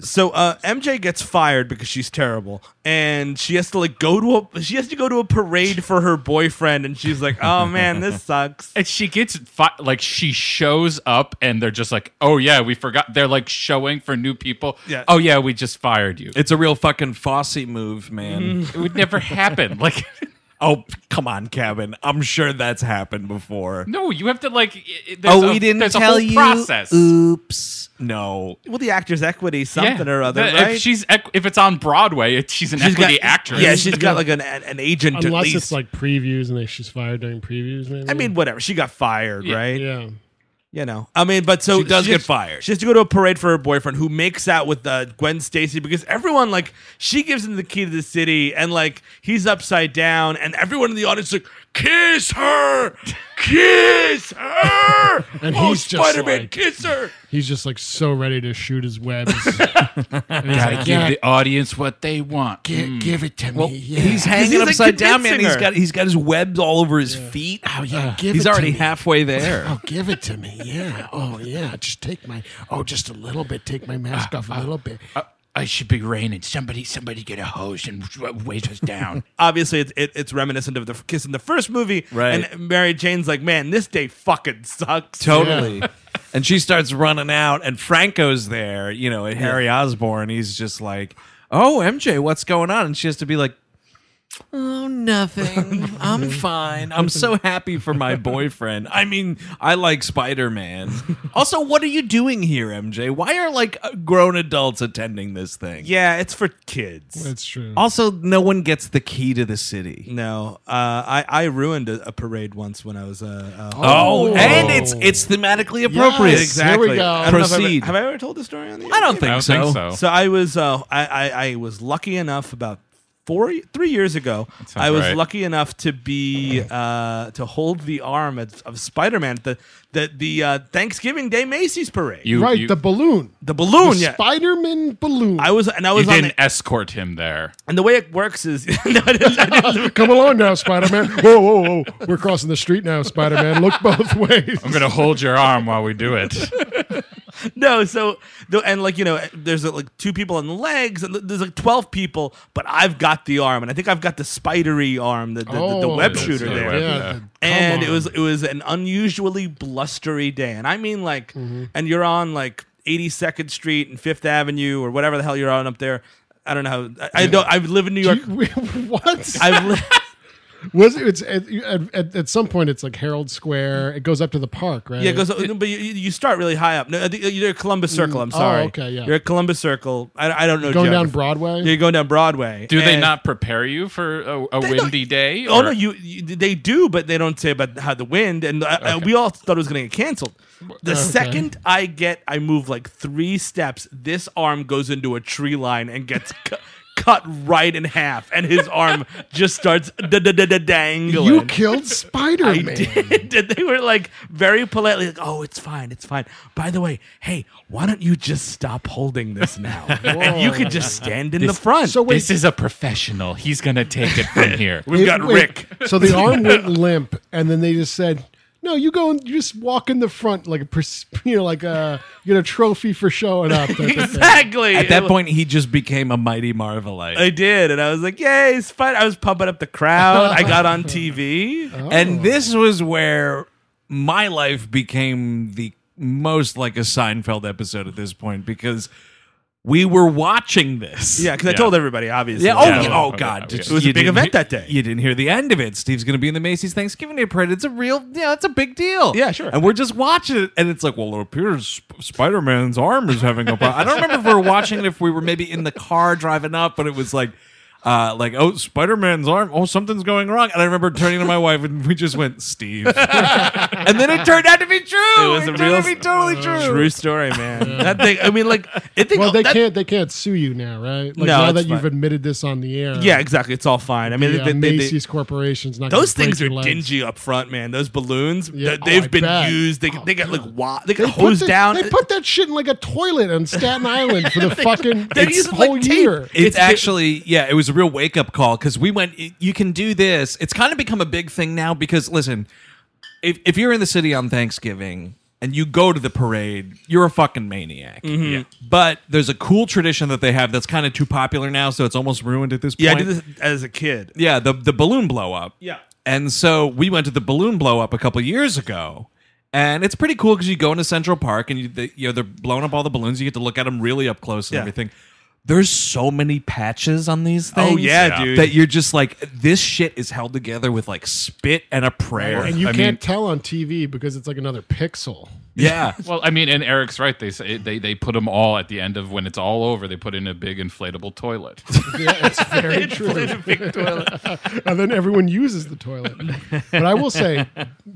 S5: So uh, MJ gets fired because she's terrible, and she has to like go to a she has to go to a parade for her boyfriend, and she's like, "Oh man, this sucks."
S8: And she gets fi- like she shows up and they're just like, "Oh yeah, we forgot." They're like showing for new people.
S5: Yeah.
S8: Oh yeah, we just fired you.
S3: It's a real fucking Fosse move, man.
S8: It would never happen. Like
S3: Oh, come on, Kevin. I'm sure that's happened before.
S8: no, you have to like. i- i- there's
S3: Oh,
S8: a-
S3: we didn't
S8: there's
S3: tell
S8: a whole
S3: you.
S8: Process.
S3: Oops. No.
S5: Well, the actors' equity, something
S8: Yeah.
S5: or other,
S8: The-
S5: right?
S8: If she's equ- if it's on Broadway, it, she's an
S5: She's
S8: equity actress.
S5: Yeah, she's got like an an an agent at
S6: unless
S5: least.
S6: it's like previews and they, she's fired during previews. Maybe.
S5: I mean, whatever. She got fired, right?
S6: yeah.
S5: You know. I mean, but so
S3: She does get
S5: has-
S3: fired.
S5: She has to go to a parade for her boyfriend, who makes out with uh, Gwen Stacy because everyone like she gives him the key to the city, and like he's upside down, and everyone in the audience is like kiss her, kiss her,
S6: And
S5: oh
S6: he's just
S5: Spider Man,
S6: like-
S5: kiss her.
S6: He's just like so ready to shoot his webs. And he's
S8: Gotta
S6: like,
S8: give
S6: yeah,
S8: the audience what they want.
S6: gi- give it to me. Yeah.
S3: He's hanging
S5: like,
S3: upside down, man.
S5: convincing
S3: He's
S5: her.
S3: got he's got his webs all over his feet.
S6: oh yeah, give
S3: He's
S6: it to
S3: already
S6: me.
S3: halfway there.
S6: Oh, give it to me. Yeah. Oh, yeah. Just take my. Oh, just a little bit. Take my mask off a little bit.
S8: Uh, I should be raining. Somebody, somebody, get a hose and w- wait us down.
S5: Obviously, it's it, it's reminiscent of the f- kiss in the first movie,
S3: Right.
S5: And Mary Jane's like, man, this day fucking sucks.
S3: Totally. and she starts running out, and Franco's there, you know, and Harry Osborne. He's just like, Oh, MJ, what's going on? And she has to be like, Oh, nothing. I'm fine. I'm so happy for my boyfriend. I mean, I like Spider Man. Also, what are you doing here, MJ? Why are like uh, grown adults attending this thing?
S5: Yeah, it's for kids.
S6: That's true.
S3: Also, no one gets the key to the city.
S5: No, uh, I I ruined a, a parade once when I was uh, uh,
S3: Oh, and it's it's thematically appropriate.
S6: Yes, there we go.
S5: I don't know if I've ever-
S3: Proceed.
S5: have I ever told the story on the?
S3: I don't think
S4: I don't
S3: so.
S4: think so.
S5: So I was uh, I, I I was lucky enough about four three years ago.
S4: sounds
S5: I was
S4: right.
S5: lucky enough to be uh, to hold the arm of, of Spider Man at the the, the uh, Thanksgiving Day Macy's parade.
S4: You,
S6: right,
S4: you,
S6: the balloon.
S5: the balloon, yeah.
S6: Spider-Man balloon.
S5: I was and I
S4: you
S5: was on
S4: didn't
S5: the,
S4: escort him there.
S5: and the way it works is No, I didn't- I didn't-
S6: Come along now, Spider-Man. Whoa, whoa, whoa. We're crossing the street now, Spider-Man. Look both ways.
S4: I'm gonna hold your arm while we do it.
S5: no so the- and like you know there's like two people on the legs and there's like 12 people but I've got the arm and I think I've got the spidery arm the the, the, the
S6: Oh,
S5: web
S6: that's
S5: shooter
S6: right.
S5: there
S6: Yeah, come
S5: and it
S6: on.
S5: was it was an unusually blustery day and i mean like
S6: Mm-hmm.
S5: and you're on like 82nd street and fifth avenue or whatever the hell you're on up there i don't know how i, I don't i live in new york
S6: what?
S5: i've li-
S6: was it? It's at, at- at, at some point. It's like Herald Square. It goes up to the park, right?
S5: yeah it goes but you, you start really high up no I think you're at columbus circle i'm
S6: oh,
S5: sorry
S6: okay, yeah.
S5: you're at columbus circle i, I don't know
S6: going down
S5: geography.
S6: Broadway.
S5: you're going down broadway
S4: Do they
S5: and-
S4: not prepare you for a, a
S5: don't-
S4: windy day?
S5: Oh
S4: or-
S5: no, you, you they do, but they don't say about how the wind and uh, uh, we all thought it was going to get canceled. The second I get, I move like three steps. This arm goes into a tree line and gets cu- cut right in half, and his arm just starts da da da da dangling.
S6: You killed
S5: I
S6: Spider-Man.
S5: did. And they were like very politely, like, "Oh, it's fine, it's fine." By the way, hey, why don't you just stop holding this now, and you could just stand in the front.
S6: So wait,
S8: This is a professional. He's gonna take it from here.
S6: It- wait, So the arm went limp, and then they just said, "No, you go and you just walk in the front like a pres- you know like a you get a trophy for showing up." type of thing.
S5: exactly.
S3: At that
S5: It-
S3: point, he just became a mighty Marvelite.
S5: I did, and I was like, "Yay, Spider!" I was pumping up the crowd. I got on TV.
S6: Oh.
S3: And this was where my life became the most like a Seinfeld episode at this point because we were watching this.
S5: Yeah, because I told everybody, obviously.
S3: Yeah. Oh,
S4: Yeah.
S3: yeah. oh
S4: Yeah.
S3: God.
S4: Yeah.
S3: Did-
S5: It was a
S3: you
S5: big
S3: didn't
S5: event
S3: hear-
S5: that day.
S3: You didn't hear the end of it. Steve's going to be in the Macy's Thanksgiving Day Parade. It's a real, yeah, it's a big deal.
S5: Yeah, sure.
S3: And we're just watching it. And it's like, well, it appears Sp- Spider Man's arm is having a problem. I don't remember if we were watching it, if we were maybe in the car driving up, but it was like, uh, like oh Spider-Man's arm oh something's going wrong and I remember turning to my wife and we just went Steve and then it turned out to be true
S5: It was a
S3: turned
S5: real
S3: out to be totally true
S5: True story, man. that thing. I mean, like, I think
S6: Well, they
S5: that-
S6: can't. They can't sue you now, right? Like
S5: No,
S6: now
S5: it's
S6: that you've
S5: fine.
S6: admitted this on the air.
S5: Yeah, exactly. It's all fine. I mean,
S6: the, uh,
S5: they- they- they-
S6: Macy's Corporation's not.
S5: those
S6: gonna break
S5: things are
S6: your legs.
S5: dingy up front, man. Those balloons,
S6: Yeah.
S5: th- they've
S6: Oh, I
S5: been
S6: bet.
S5: used. They,
S6: Oh,
S5: they got like wa- they got
S6: They put
S5: hosed
S6: the-
S5: down.
S6: They put that shit in like a toilet on Staten Island for the fucking
S5: they're
S6: it's
S5: using, like,
S6: whole
S5: tape.
S6: year.
S3: It's,
S5: It's-
S3: actually, yeah, it was a real wake up call because we went, "Y- you can do this. It's kind of become a big thing now because, listen, if, if you're in the city on Thanksgiving and you go to the parade, you're a fucking maniac.
S5: Mm-hmm.
S3: But there's a cool tradition that they have that's kind of too popular now, so it's almost ruined at this point.
S5: yeah, I did this as a kid.
S3: Yeah, the, the balloon blow up.
S5: Yeah.
S3: And so we went to the balloon blow up a couple years ago. And it's pretty cool because you go into Central Park and you, they, you know they're blowing up all the balloons. You get to look at them really up close and
S5: Yeah.
S3: everything. There's so many patches on these things.
S5: Oh, yeah, dude.
S3: That you're just like this shit is held together with like spit and a prayer.
S6: And you
S4: I
S6: can't
S4: mean-
S6: tell on TV because it's like another pixel.
S3: yeah.
S4: Well, I mean, and Eric's right. They say they they put them all at the end of when it's all over. They put in a big inflatable toilet.
S6: Yeah, it's very true. and then everyone uses the toilet. But I will say,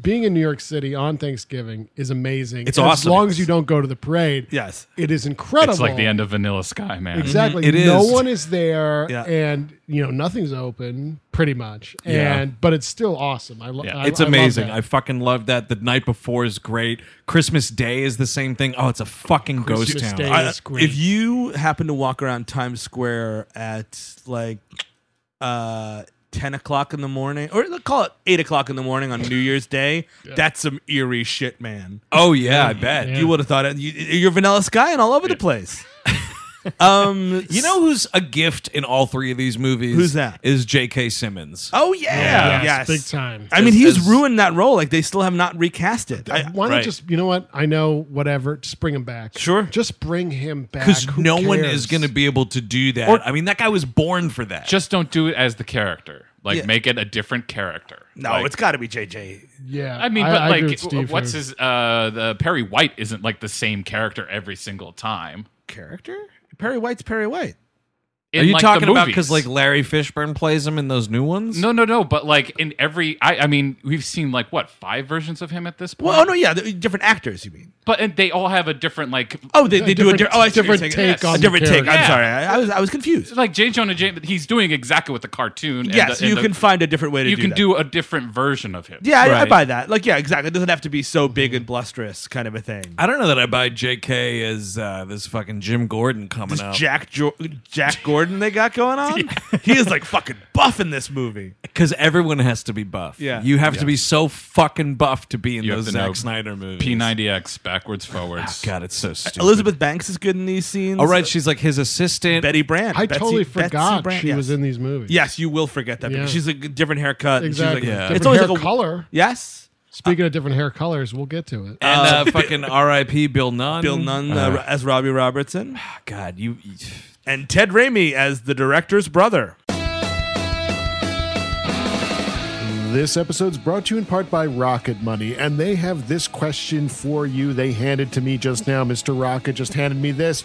S6: being in New York City on Thanksgiving is amazing.
S3: It's
S6: And
S3: awesome.
S6: As long as you don't go to the parade,
S5: Yes.
S6: it is incredible. Mm-hmm.
S4: it's like the end of Vanilla Sky, man.
S6: Exactly.
S3: It
S6: No
S3: is.
S6: one is there,
S5: Yeah.
S6: and you know nothing's open, pretty much. And
S3: Yeah.
S6: but it's still awesome. I, lo-
S4: Yeah.
S6: I
S3: It's
S6: I love
S3: amazing. I,
S6: that.
S3: fucking love that. The night before is great. Christmas Day is the same thing. Oh, it's a fucking
S6: Christmas
S3: ghost town.
S6: Day.
S5: I-
S6: That's great.
S5: Uh, If you happen to walk around Times Square at like uh, ten o'clock in the morning, or let's call it eight o'clock in the morning on New Year's Day, that's some eerie shit, man.
S3: Oh yeah, I bet.
S6: Yeah.
S5: You would have thought it. You, you're Vanilla Sky and all over the place. Um,
S3: You know who's a gift in all three of these movies?
S5: Who's that?
S3: Is J.K. Simmons.
S5: Oh yeah, yes.
S9: big time.
S5: I mean, he's
S3: As-
S5: ruined that role. Like they still have not recast it. I,
S9: Why not
S3: right.
S9: just you know what? I know whatever. Just bring him back.
S5: Sure.
S9: Just bring him back.
S3: Because
S9: Who
S3: no one is
S9: cares?
S3: going to be able to do that. I mean, that guy was born for that.
S4: Just don't do it as the character. Like
S5: Yeah.
S4: make it a different character.
S5: no,
S4: Like,
S5: it's got to be JJ.
S9: Yeah.
S4: I mean, but
S9: agree
S4: like,
S9: with Steve
S4: what's
S9: here.
S4: his? Uh, the Perry White isn't like the same character every single time.
S5: Character Perry White's Perry White.
S4: In,
S3: Are you
S4: like, the
S3: talking about
S4: movies.
S3: because like Larry Fishburne plays him in those new ones?
S4: No, no, no. But like in every, I, I mean, we've seen like what five versions of him at this point.
S5: Well, oh no, yeah, they're different actors. You mean?
S4: But and they all have a different like.
S5: Oh, they, they do a
S9: different-
S5: different. Oh, I see what you're
S9: different
S5: saying.
S9: take on
S5: a different
S9: the
S5: take. I'm
S4: character.
S5: sorry, I, I was I was confused.
S4: Like J. Jonah Jameson, he's doing exactly what the cartoon. and
S5: Yes,
S4: the- and
S5: you
S4: the-
S5: can find a different way to.
S4: you
S5: do
S4: can
S5: that.
S4: do a different version of him.
S5: Yeah, I, I
S3: Right.
S5: buy that. Like, yeah, exactly. It doesn't have to be so big and blusterous, kind of a thing.
S3: I don't know that I buy J.K. as uh, this fucking Jim Gordon coming
S5: This
S3: up.
S5: Jack jo- Jack Gordon they got going on. He is like fucking buff in this movie.
S3: Because everyone has to be buff.
S5: Yeah.
S3: You have to be so fucking buff to be in
S4: You have
S3: those
S4: to know
S3: Zack Snyder movies.
S4: P90X backwards forwards.
S3: God, it's so stupid.
S5: Elizabeth Banks is good in these scenes.
S3: All right, she's like his assistant.
S5: Oh, Betty Brant.
S9: I
S5: Betsy-
S9: totally
S5: Betsy
S9: forgot
S5: Brandt,
S9: she
S5: yes.
S9: was in these movies.
S5: Yes, you will forget that because
S9: Yeah.
S5: she's a g- different haircut. and she's like-
S9: Exactly.
S3: Yeah.
S9: Different
S5: It's always
S9: hair
S5: like a-
S9: color.
S5: yes,
S9: Speaking of different hair colors, we'll get to it.
S3: and uh, fucking R.I.P. Bill Nunn.
S5: Bill Nunn uh,
S3: Uh,
S9: Ah.
S5: ro- as Robbie Robertson
S3: God, you.
S5: and Ted Raimi as the director's brother.
S6: This episode's brought to you in part by Rocket Money, and they have this question for you. They handed to me just now. Mr. Rocket just handed me this.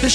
S5: This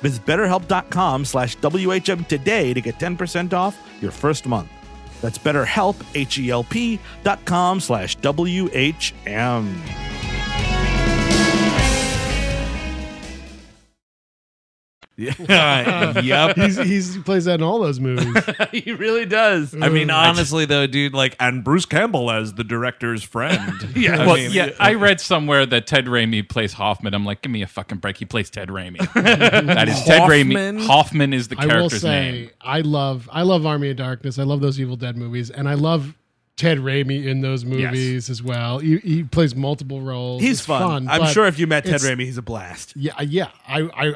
S5: Visit betterhelp.com slash WHM today to get 10% off your first month. That's betterhelp, H-E-L-P dot com slash W-H-M.
S3: yep.
S9: He's, he's, he plays that in all those movies.
S5: He really does.
S3: I mean, honestly, though, dude, like, and Bruce Campbell as the director's friend.
S4: Yeah,
S3: I
S4: well,
S3: mean,
S4: yeah. I read somewhere that Ted Raimi plays Hoffman. I'm like, give me a fucking break. He plays Ted Raimi. that is Ted
S3: Hoffman?
S4: Raimi. Hoffman is the
S9: I will
S4: character's
S9: say,
S4: name.
S9: I love I love Army of Darkness. I love those Evil Dead movies, and I love
S6: Ted Raimi in those movies as well. He, he plays multiple roles.
S5: He's
S6: It's
S5: fun. I'm
S6: but
S5: sure if you met Ted
S6: it's-
S5: Raimi, he's a blast.
S6: Yeah, yeah. I, I,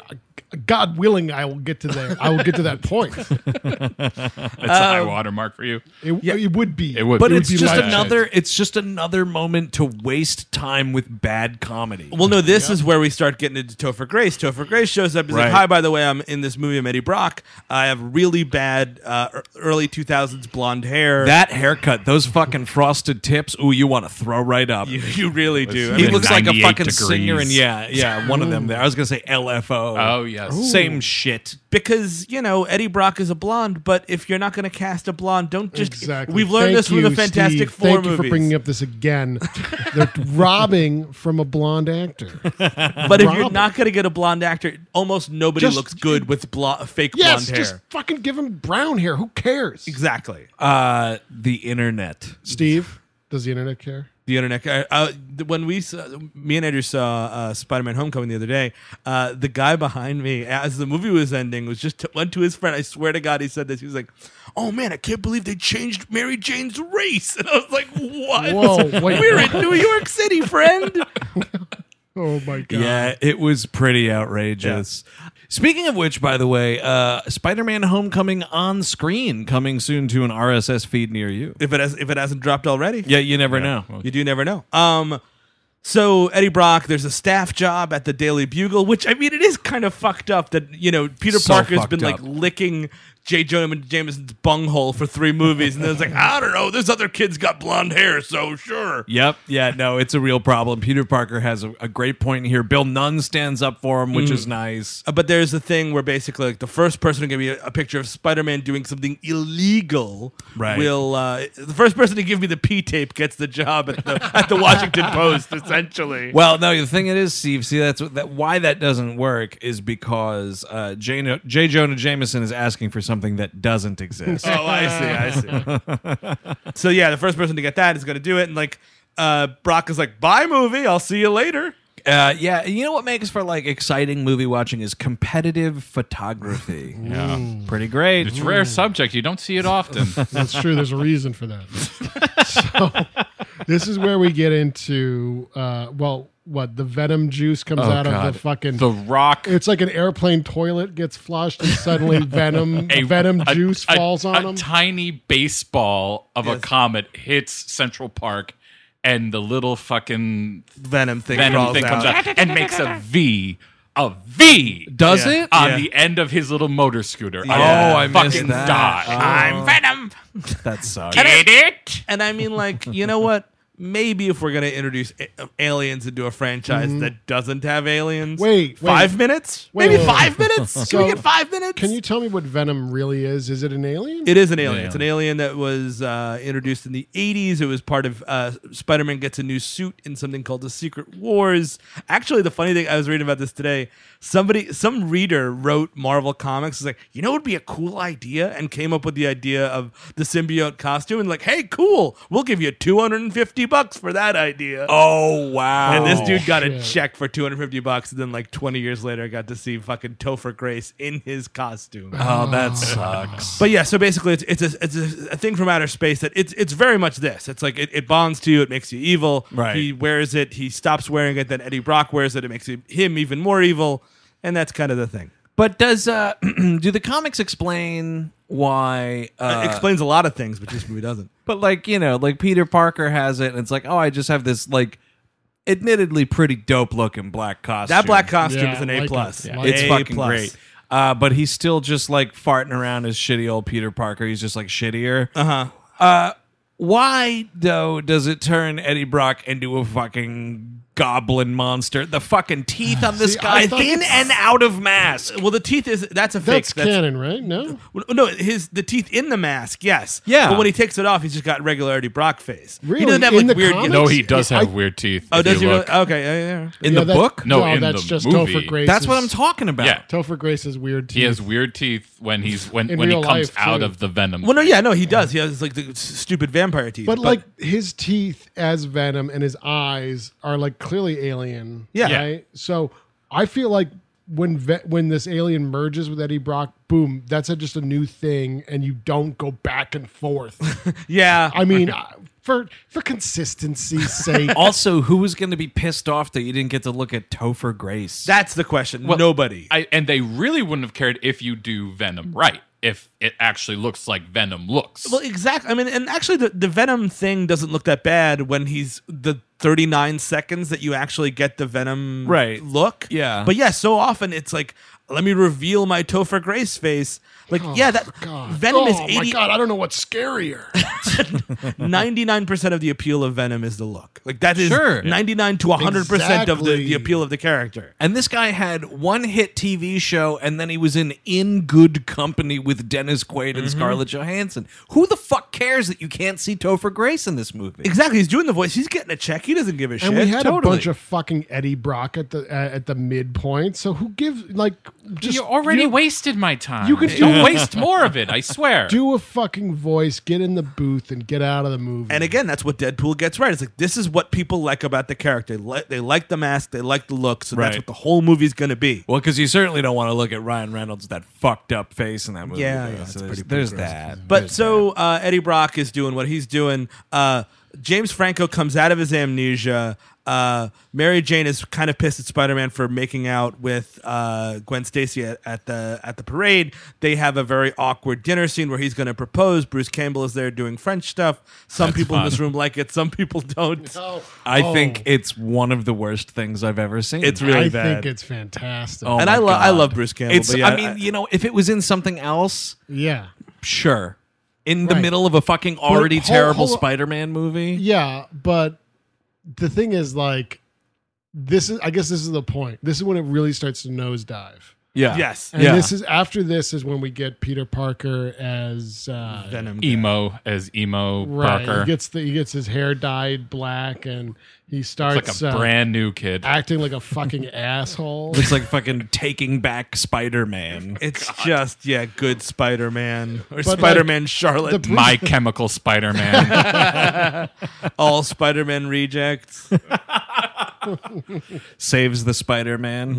S6: God willing, I will get to there. I will get to that point.
S8: That's a high
S5: Oh.
S3: Um,
S8: watermark for you.
S6: It, it would be.
S3: It would, but
S6: It would
S3: it's
S6: be
S3: just
S6: life-changing.
S3: another. It's just another moment to waste time with bad comedy.
S5: Well, no, this is where we start getting into Topher Grace. Topher Grace shows up. He's
S3: Right.
S5: like, "Hi, by the way, I'm in this movie. I'm Eddie Brock. I have really bad uh, ear- early 2000s blonde hair.
S3: That haircut, those fucking frosted tips. Ooh, you want to throw right up.
S5: you, you really do. I
S3: He
S5: mean,
S3: looks like a
S5: 98
S3: fucking
S5: degrees.
S3: singer, and yeah, yeah, one of them there. I was gonna say LFO.
S5: Oh, yes. Ooh.
S3: same shit.
S5: because you know Eddie Brock is a blonde. But if you're not going to cast a blonde, don't just.
S6: Exactly.
S5: We've learned
S6: Thank
S5: this from the
S6: you,
S5: Fantastic
S6: Steve.
S5: Four
S6: Thank
S5: movies.
S6: you for bringing up this again. They're robbing from a blonde actor.
S5: but if you're
S6: Robbing.
S5: not going to get a blonde actor, almost nobody
S6: Just-
S5: looks good with blo- fake
S6: yes,
S5: blonde
S6: just
S5: hair.
S6: fucking give him brown hair. Who cares?
S5: Exactly.
S3: Uh, the internet.
S6: Steve, does the internet care?
S5: The internet. Uh, uh, th- when we, saw, me and Andrew saw uh, Spider-Man: Homecoming the other day, uh, the guy behind me, as the movie was ending, was just went to his friend. I swear to God, he said this. He was like, "Oh man, I can't believe they changed Mary Jane's race." And I was like, "What?
S3: Whoa, wait.
S5: We're in New York City, friend."
S6: Oh my god.
S3: Yeah, it was pretty outrageous. Speaking of which, by the way, uh, Spider-Man: Homecoming on screen coming soon to an RSS feed near you.
S5: if it has, if it hasn't dropped already,
S3: Yeah, you never know.
S5: You do never know. Um, so Eddie Brock, there's a staff job at the Daily Bugle, which I mean, it is kind of fucked up that you know Peter
S3: So
S5: Parker's
S3: fucked
S5: been like
S3: up.
S5: licking J. Jonah Jameson's bunghole for three movies, and then it's like, I don't know, this other kid's got blonde hair, so sure.
S3: Yep. Yeah. No, it's a real problem. Peter Parker has a, a great point here. Bill Nunn stands up for him, which is
S5: Mhm.
S3: nice.
S5: Uh, But there's a thing where basically, like, the first person to give me a, a picture of Spider-Man doing something illegal
S3: Right.
S5: will uh, the first person to give me the P tape gets the job at the at the Washington Post, essentially.
S3: Well, no, the thing it is, Steve. See, that's what, that why that doesn't work is because uh, J. No- J. Jonah Jameson is asking for something that doesn't exist.
S5: Oh, I see, I see. so yeah, the first person to get that is going to do it, and like uh, Brock is like, "Bye, movie. I'll see you later."
S3: Uh, yeah, you know what makes for like exciting movie watching is competitive photography.
S8: Yeah. Ooh.
S3: Mm. pretty great.
S8: It's a
S6: Mm.
S8: rare subject. You don't see it often.
S6: That's true. There's a reason for that. So this is where we get into uh, well, what the venom juice comes
S8: Oh,
S6: out
S8: God.
S6: of the fucking
S8: The rock.
S6: It's like an airplane toilet gets flushed and suddenly venom venom
S8: a-
S6: juice
S8: a-
S6: falls on
S8: a
S6: him.
S8: tiny baseball of a
S6: Yes.
S8: comet hits Central Park, and the little fucking
S5: venom thing
S8: venom
S5: crawls
S8: thing comes
S5: out.
S8: out and makes a V. A V
S3: Does Yeah. it?
S8: on
S3: Yeah.
S8: the end of his little motor scooter?
S3: Yeah. Oh, I missed
S8: fucking
S3: that.
S8: die.
S3: Oh.
S5: I'm Venom.
S3: That sucks.
S5: Get it? And I mean, like, you know what? Maybe if we're going to introduce a- uh, aliens into a franchise
S6: Mhm.
S5: that doesn't have aliens,
S6: Wait, wait.
S5: five minutes?
S6: Wait,
S5: Maybe
S6: wait, wait.
S5: five minutes? Can we
S6: So-
S5: get five minutes?
S6: Can you tell me what venom really is? Is it an alien?
S5: It is an alien. It's an alien that was uh, introduced in the 80s. It was part of uh, Spider Man gets a new suit in something called the Secret Wars. Actually, the funny thing I was reading about this today somebody, some reader wrote Marvel Comics, was like, you know, it would be a cool idea, and came up with the idea of the symbiote costume and, like, hey, cool, we'll give you 250 bucks for that idea.
S3: Oh wow!
S5: And this dude got a
S3: Shit.
S5: check for 250 bucks, and then like 20 years later, I got to see fucking Topher Grace in his costume.
S3: Oh, that sucks.
S5: But yeah, so basically, it's it's a, it's a, a thing from outer space that it's it's very much this. It's like it, it bonds to you, it makes you evil.
S3: Right.
S5: He wears it, he stops wearing it. Then Eddie Brock wears it, it makes him- him even more evil, and that's kind of the thing.
S3: But does uh, do the comics explain why? Uh,
S5: it explains a lot of things, but this movie doesn't.
S3: But like you know, like Peter Parker has it, and it's like, oh, I just have this like, admittedly pretty dope looking black costume.
S5: That black costume Yeah, is an A like it. plus. Yeah.
S3: It's
S5: A
S3: fucking
S5: plus.
S3: great. Uh, but he's still just like farting around as shitty old Peter Parker. He's just like shittier.
S5: Uh-huh.
S3: Uh Why though does it turn Eddie Brock into a fucking goblin monster? The fucking teeth on this
S5: See,
S3: guy,
S5: I thought-
S3: in and out of mask.
S5: Well, the teeth is that's a fake.
S6: That's canon, right? No.
S5: Well, No, his the teeth in the mask, yes.
S6: Yeah.
S5: But when he takes it off, he's just got regular Eddie Brock face.
S6: Really?
S5: He doesn't have
S6: In
S5: like
S6: the
S5: weird.
S6: comics?
S8: No, he does have weird teeth.
S5: Oh,
S8: if
S5: does
S8: you
S5: he really?
S8: look.
S5: Okay, yeah, yeah.
S3: In
S6: Yeah,
S3: the
S6: that-
S3: book?
S8: No, in
S6: that's
S8: the
S6: just
S8: movie.
S6: Topher Grace's.
S3: That's what I'm talking about.
S8: Yeah.
S6: Topher Grace's weird teeth.
S8: He has weird teeth when he's when
S6: In
S8: when he
S6: real
S8: comes
S6: life,
S8: out
S6: too.
S8: of the venom.
S5: Well, no, yeah, no, he does. He has like the s- stupid vampire teeth.
S6: but, like his teeth as Venom and his eyes are like clearly alien.
S5: Yeah. Yeah.
S6: Right? So I feel like when ve- when this alien merges with Eddie Brock, boom, that's a, just a new thing, and you don't go back and forth.
S5: yeah,
S6: I mean, I- for for consistency's sake.
S5: Oh,
S3: also, who was going to be pissed off that you didn't get to look at Topher Grace?
S5: That's the question.
S3: Well,
S5: Nobody.
S8: I, and they really wouldn't have cared if you do Venom right, if it actually looks like Venom looks.
S5: Well, exactly. I mean, and actually, the, the Venom thing doesn't look that bad when he's the 39 seconds that you actually get the Venom
S3: Right.
S5: look.
S3: Yeah.
S5: But yeah, so often it's like, let me reveal my Topher Grace face. Like, yeah, that Venom is
S6: Oh,
S5: 80,
S6: my god, I don't know what's scarier.
S5: 99% of the appeal of Venom is the look. Like, that is
S3: Sure.
S5: 99 to 100% of the, the
S6: Exactly.
S5: appeal of the character.
S3: And this guy had one hit TV show, and then he was in In Good Company with Dennis Quaid
S5: Mm-hmm.
S3: and Scarlett Johansson. Who the fuck cares that you can't see Topher Grace in this movie?
S5: Exactly. He's doing the voice. He's getting a check. He doesn't give a shit.
S6: And we had a
S3: totally.
S6: bunch of fucking Eddie Brock at the uh, at the midpoint. So who gives like just
S7: you already
S6: you
S7: wasted my time.
S6: you could
S8: Don't
S6: do
S8: waste more of it, I swear.
S6: do a fucking voice, get in the booth, and get out of the movie.
S5: And again, that's what Deadpool gets right. It's like this is what people like about the character. Li- They like the mask, they like the look, so that's
S3: Right.
S5: what the whole movie's going to be.
S3: Well, because you certainly don't want to look at Ryan Reynolds that fucked up face in that movie.
S5: Yeah,
S3: though.
S5: yeah, it's
S3: so there's,
S5: pretty-
S3: there's that.
S5: But so uh, Eddie Brock is doing what he's doing. Uh, James Franco comes out of his amnesia. Uh, Mary Jane is kind of pissed at Spider Man for making out with uh, Gwen Stacy at, at the at the parade. They have a very awkward dinner scene where he's going to propose. Bruce Campbell is there doing French stuff. Some people in this room like it, some people don't.
S3: I think it's one of the worst things I've ever seen.
S5: Oh. It's really
S6: I
S5: bad.
S6: think it's fantastic.
S3: Oh
S5: and
S3: my
S5: I love I
S3: God.
S5: love Bruce Campbell.
S3: It's.
S5: but yeah,
S3: I mean, you know, if it was in something else,
S6: yeah,
S3: sure. In the
S6: Right.
S3: middle of a fucking already
S6: hold-
S3: terrible
S6: hold-
S3: Spider-Man movie.
S6: yeah. But the thing is, like, this is. I guess this is the point. This is when it really starts to nosedive.
S3: Yeah.
S5: yes,
S6: And
S3: Yeah.
S6: this is after this is when we get Peter Parker as uh,
S5: Venom.
S8: emo as emo
S6: Right.
S8: Parker.
S6: He gets the, he gets his hair dyed black, and he
S8: like
S6: starts
S8: a
S6: uh,
S8: brand new kid.
S6: acting like a fucking asshole.
S3: Looks like fucking taking back Spider-Man.
S5: It's just yeah, good Spider Man or
S6: like,
S5: Spider Man Charlotte.
S6: The-
S8: My Chemical Spider Man.
S5: all Spider Man rejects.
S3: saves the Spider-Man.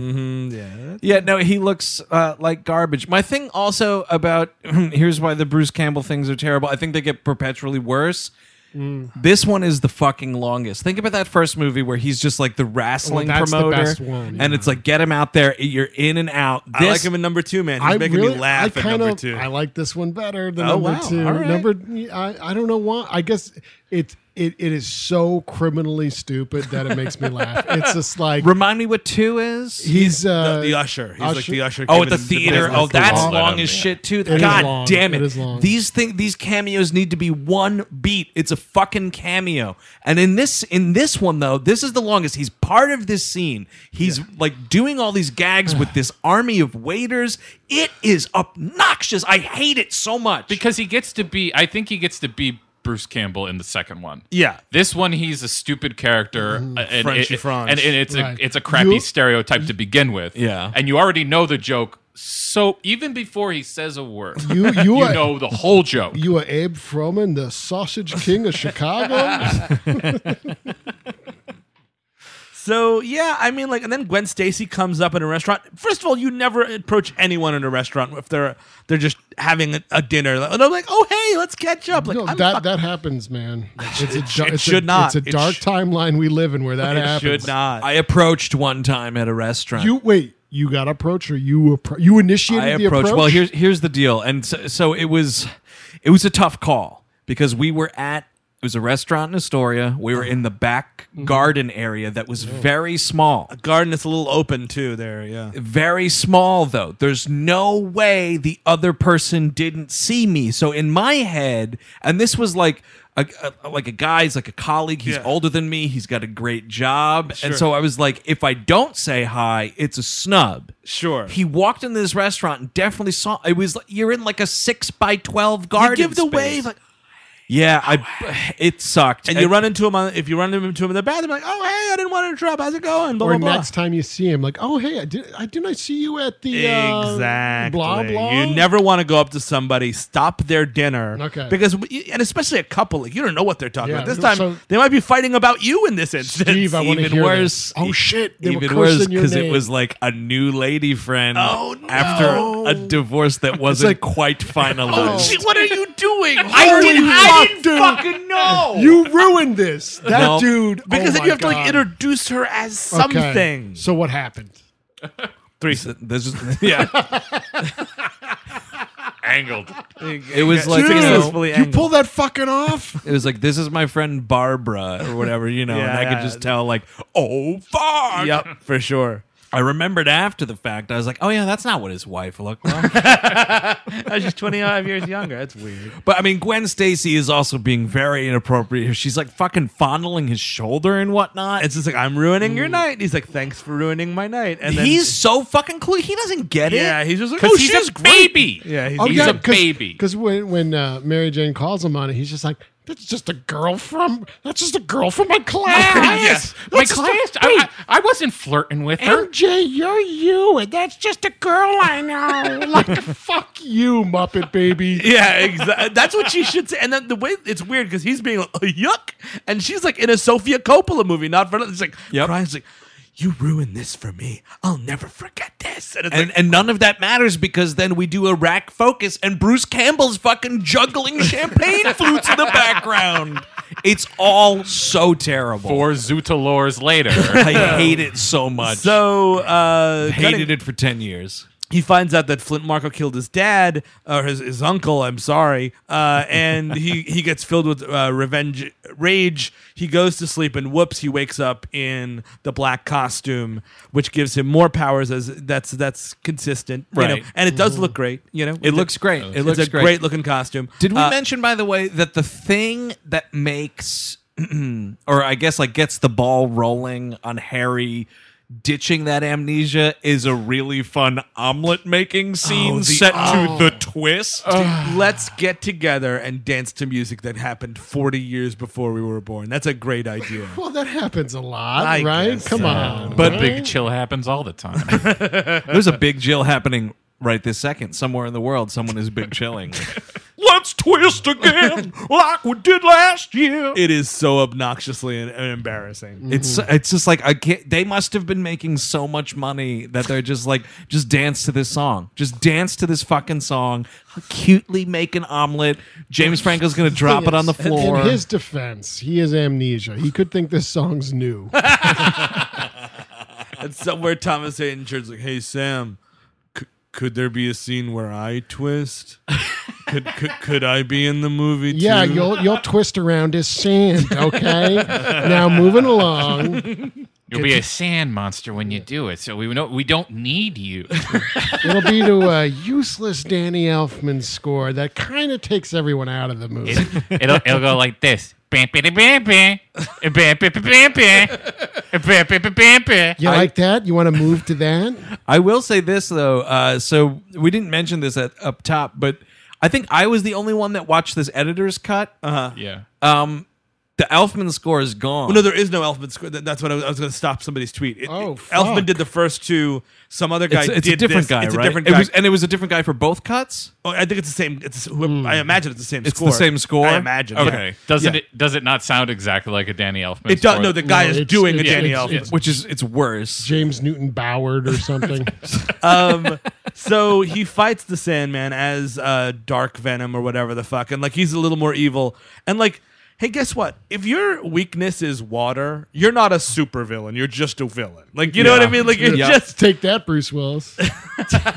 S3: Mm-hmm, yeah. Yeah. No, he looks uh, like garbage. My thing also about here's why the Bruce Campbell things are terrible. I think they get perpetually worse.
S6: Mm.
S3: This one is the fucking longest. Think about that first movie where he's just like the wrestling
S6: Oh, that's the
S3: promoter,
S6: best one,
S3: and it's like get him out there. You're in and out.
S5: I like
S3: This-
S5: him in number two, man. He's making me laugh
S6: I
S5: at
S6: kinda-
S5: number two.
S6: I like this one better than
S5: Oh,
S6: number
S5: wow.
S6: two.
S5: All right.
S6: Number, I, I don't know why. I guess it, it it is so criminally stupid that it makes me laugh. It's just like
S3: Remind me what two is.
S6: he's
S5: the,
S6: uh,
S5: the usher. He's like
S6: Usher-
S5: the usher.
S3: Oh,
S5: came
S3: at the
S5: in and did
S3: theater.
S5: business.
S3: Oh, that's long,
S8: long.
S3: as shit too.
S6: is
S3: God
S6: long.
S3: damn it!
S6: It is long.
S3: These thing, these cameos need to be one beat. It's a fucking cameo. And in this, in this one though, this is the longest. He's part of this scene. He's like doing all these gags with this army of waiters. It is obnoxious. I hate it so much.
S8: because he gets to be, I think he gets to be Bruce Campbell in the second one.
S5: Yeah.
S8: This one, he's a stupid character, uh, and, it,
S5: Frenchy Franch.
S8: and, and it's
S6: Right.
S8: a it's a crappy
S6: You-
S8: stereotype to begin with.
S3: Yeah.
S8: and you already know the joke. So even before he says a word, you,
S6: you you, are,
S8: know the whole joke.
S6: you are Abe Froman, the Sausage King of Chicago.
S5: So yeah, I mean, like, and then Gwen Stacy comes up in a restaurant. First of all, you never approach anyone in a restaurant if they're they're just having a, a dinner. And I'm like, oh hey, let's catch up. Like
S6: no,
S5: I'm
S6: that
S5: fuck-
S6: that happens, man. It's a,
S5: it sh- it
S6: it's a-
S5: should not. It
S6: It's a dark
S5: sh-
S6: timeline we live in where that
S5: it
S6: happens.
S5: should not.
S3: I approached one time at a restaurant.
S6: You wait. You got approached, or you appro- you initiated
S3: I
S6: the
S3: approached.
S6: approach.
S3: Well, here's here's the deal, and so, so it was, it was a tough call because we were at it was a restaurant in Astoria. We
S6: Uh-huh.
S3: were in the back garden area that
S6: Oh.
S3: was very small,
S5: garden is a little open too. There, yeah.
S3: very small though. There's no way the other person didn't see me. So in my head, and this was like. A, a- like a guy's like a colleague he's
S5: Yeah.
S3: older than me he's got a great job and so i was like if i don't say hi it's a snub
S5: Sure.
S3: he walked into this restaurant and definitely saw it was like you're in like a six by twelve garden.
S5: give the
S3: space.
S5: wave, like,
S3: yeah, I it sucked.
S5: and you run into him on if you run into him in the bathroom, like, oh hey, I didn't want to interrupt. How's it going? Blah
S6: or
S5: blah blah.
S6: next time you see him, like, oh hey, I did I didn't I see you at the uh,
S5: Exactly.
S6: blah blah.
S5: You never want to go up to somebody, stop their dinner,
S6: Okay.
S5: Because and especially a couple, like you don't know what they're talking
S6: Yeah,
S5: about. This
S6: so-
S5: time
S6: so-
S5: they might be fighting about you in this instance.
S6: Steve, I want to
S3: even
S6: hear
S3: worse.
S6: This. Oh shit! They
S3: even
S6: were
S3: worse
S6: cursing your
S3: because it
S6: name.
S3: was like a new lady friend
S5: Oh,
S3: after a divorce that wasn't
S6: like-
S3: quite finalized.
S5: Gee, what are you doing?
S3: I did. I
S6: fuck,
S5: didn't
S6: dude.
S5: fucking know.
S6: You ruined this. That
S5: No.
S6: dude. oh
S5: Because then
S6: my
S5: you have to like
S6: God.
S5: introduce her as
S6: Okay.
S5: something.
S6: So what happened?
S5: Three. This is yeah.
S8: Angled.
S3: It was like, you know,
S6: You pull that fucking off?
S3: it was like, this is my friend Barbara or whatever, you know, and I
S5: Yeah.
S3: could just tell, like, oh, fuck.
S5: Yep, for sure.
S3: I remembered after the fact, I was like, oh, yeah, that's not what his wife looked like.
S5: I was just 25 Oh, years younger. That's weird.
S3: But I mean, Gwen Stacy is also being very inappropriate. She's like fucking fondling his shoulder and whatnot.
S5: It's just like I'm ruining your night. He's like, thanks for ruining my night. And then
S3: he's so fucking clue. He doesn't get
S5: yeah,
S3: it.
S5: he's just like,
S8: 'Cause
S5: oh,
S8: he's
S5: she's
S8: a
S5: great.
S8: baby.
S5: Yeah, he's,
S8: He's a baby.
S6: Because when when uh, Mary Jane calls him on it, he's just like, "That's just a girl from. That's just a girl from my class.
S8: Ah, Yes.
S6: That's
S8: My
S6: just a-
S8: class.
S6: wait,
S8: I, I, I wasn't flirting with her.
S6: MJ, you're you, and that's just a girl I know. like, fuck you, Muppet Baby.
S5: Yeah, exactly. That's what she should say. And then the way it's weird because he's being like, "Oh, yuck, and she's like in a Sofia Coppola movie, not for nothing. It's like
S3: Yep.
S5: Brian's like, you ruined this for me. I'll never forget this. And it's
S3: And,
S5: like,
S3: and none of that matters because then we do a rack focus and Bruce Campbell's fucking juggling champagne flutes in the background. It's all so terrible.
S8: Four Zootalors later.
S3: I hate it so much.
S5: so uh,
S3: Hated
S5: Gunning-
S3: it for 10 years.
S5: he finds out that Flint Marco killed his dad or his, his uncle. I'm sorry, uh, and he he gets filled with uh, revenge rage. He goes to sleep and whoops, he wakes up in the black costume, which gives him more powers. As that's that's consistent, you know.
S3: Right.
S5: And it does look great, you know.
S3: It looks great. It
S5: it's
S3: Mm-hmm. Oh, looks
S5: a
S3: great.
S5: great looking costume.
S3: Did we
S5: Uh,
S3: mention, by the way, that the thing that makes, or I guess like gets the ball rolling on Harry ditching that amnesia is a really fun omelet making scene set to Oh, the Oh, twist?
S5: Let's get together and dance to music that happened 40 years before we were born. That's a great idea.
S6: Well, that happens a lot,
S5: I
S6: right?
S5: guess
S6: Come
S5: so.
S6: on.
S8: but
S6: right?
S8: Big Chill happens all the time.
S3: There's a big Jill happening right this second somewhere in the world. Someone is big chilling.
S8: Let's twist again like we did last year.
S5: it is so obnoxiously and, and embarrassing.
S3: It's it's just like I can't. They must have been making so much money that they're just like just dance to this song, just dance to this fucking song. Cutely make an omelet. James Franco's gonna drop it on the floor.
S6: In his defense, he has amnesia. He could think this song's new.
S5: And somewhere Thomas Hayden Church like, "Hey Sam, c- could there be a scene where I twist? could, could could I be in the movie?
S6: yeah,
S5: too?"
S6: you'll you'll twist around his sand. Okay. now moving along,
S7: You'll be a sand monster when you do it, so we know we don't need you.
S6: it'll be to a useless Danny Elfman score that kind of takes everyone out of the movie.
S7: it'll, it'll go like this. Bam, bam, bam, bam. Bam, bam, bam, bam. Bam, bam, bam, bam.
S6: You like that? You want to move to that?
S3: I will say this though. Uh, so we didn't mention this at, up top, but I think I was the only one that watched this editor's cut. Uh-huh.
S8: Yeah.
S3: Um, the Elfman score is gone.
S5: Well, Oh, no, there is no Elfman score. That- That's what I was, I was going to stop somebody's tweet. It-
S6: Oh,
S5: it- Elfman
S6: fuck.
S5: did the first two. Some other guy
S3: it's, it's
S5: did
S3: a different
S5: this.
S3: guy,
S5: It's
S3: right?
S5: a different
S3: It
S5: guy.
S3: was- and it was a different guy for both cuts.
S5: Oh, I think it's the same. It's who-
S6: Hmm.
S5: I imagine it's the same.
S3: It's the
S5: score.
S3: same score?
S5: I imagine.
S3: Okay.
S5: yeah.
S8: Doesn't
S5: Yeah.
S8: it? Does it not sound exactly like a Danny Elfman?
S5: It does.
S8: score?
S5: No, the guy
S6: No,
S5: is
S6: it's-
S5: doing a
S6: it's-
S5: Danny
S6: it's-
S5: Elfman.
S6: it's-
S3: which is it's worse.
S6: James Newton Boward or something.
S5: um, so he fights the Sandman as uh, Dark Venom or whatever the fuck, and like he's a little more evil. And like, hey, guess what? If your weakness is water, you're not a supervillain. You're just a villain. Like, you know what I mean? Like, you're
S3: Yeah.
S5: just
S6: Take that, Bruce Willis.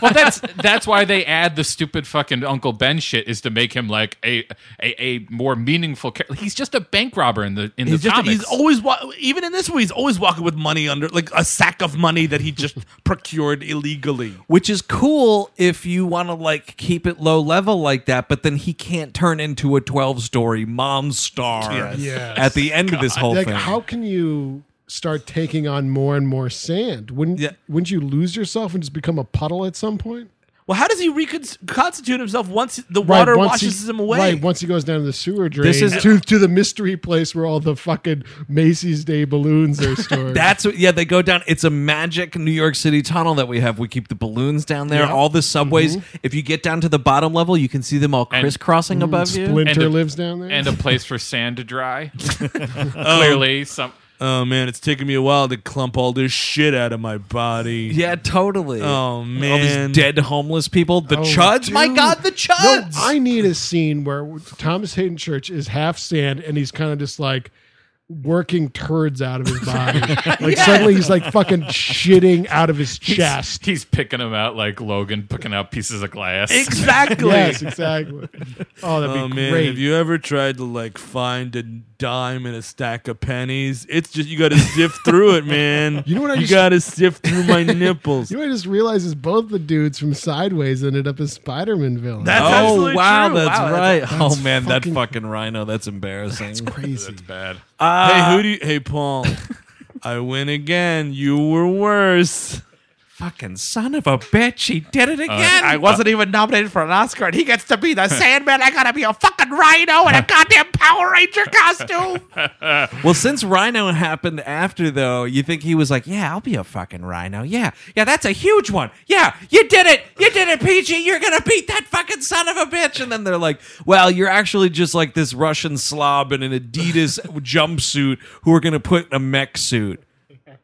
S8: Well, that's that's why they add the stupid fucking Uncle Ben shit is to make him like a a, a more meaningful character. He's just a bank robber in the in
S5: He's
S8: the
S5: just
S8: comics.
S5: he's always wa- even in this movie he's always walking with money under like a sack of money that he just procured illegally.
S3: which is cool if you want to like keep it low level like that but then he can't turn into a 12 story monster
S5: Yes.
S6: Yes.
S3: at the end of this whole
S6: like
S3: thing
S6: how can you start taking on more and more sand wouldn't
S5: Yeah.
S6: wouldn't you lose yourself and just become a puddle at some point
S5: Well, how does he reconstitute himself once the water
S6: once
S5: washes
S6: he,
S5: him away?
S6: right once he goes down to the sewer drain
S3: This is-
S6: to, to the mystery place where all the fucking macy's day balloons are stored
S3: that's what yeah they go down it's a magic new york city tunnel that we have we keep the balloons down there all the subways
S6: Mm-hmm.
S3: if you get down to the bottom level you can see them all
S6: Mm,
S3: crisscrossing above you
S6: splinter
S8: And a-
S6: lives down there
S8: and a place for sand to dry. Clearly, some
S5: oh man, it's taken me a while to clump all this shit out of my body.
S3: Yeah, totally.
S5: Oh
S3: All
S5: man,
S3: these dead homeless people. The chuds? My
S6: Oh, dude.
S3: God, the
S6: No,
S3: chuds!
S6: I need a scene where Thomas Hayden Church is half sand and he's kind of just like working turds out of his body. like suddenly he's like fucking shitting out of his
S4: He's-
S6: chest.
S4: He's, picking them out like Logan picking out pieces of glass.
S5: exactly.
S6: Yes, exactly. Oh, that'd be
S5: oh man,
S6: great.
S5: have you ever tried to like find a dime in a stack of pennies? It's just you got to sift through it, man.
S6: You know what I
S5: You
S6: just-
S5: got to sift through my nipples.
S6: You know what I just realized is both the dudes from Sideways ended up as Spider-Man villains.
S5: That's
S3: oh,
S5: absolutely
S3: wow,
S5: true.
S3: that's
S5: Wow,
S3: right.
S5: that's-
S3: oh, man,
S6: fucking-
S3: that fucking rhino. That's embarrassing.
S6: crazy.
S4: Bad.
S6: uh,
S5: hey, who do you? Hey, Paul. I win again. You were worse.
S3: fucking son of a bitch. He did it again.
S7: Uh, I wasn't even nominated for an Oscar, and he gets to be the Sandman. I gotta be a fucking rhino in a goddamn Power Ranger costume.
S3: Well, since Rhino happened after, though, you think he was like, "Yeah, I'll be a fucking Rhino. Yeah, yeah, that's a huge one. Yeah, you did it. You did it, PG. You're gonna beat that fucking son of a bitch." And then they're like, "Well, you're actually just like this Russian slob in an Adidas jumpsuit who are gonna put in a mech suit."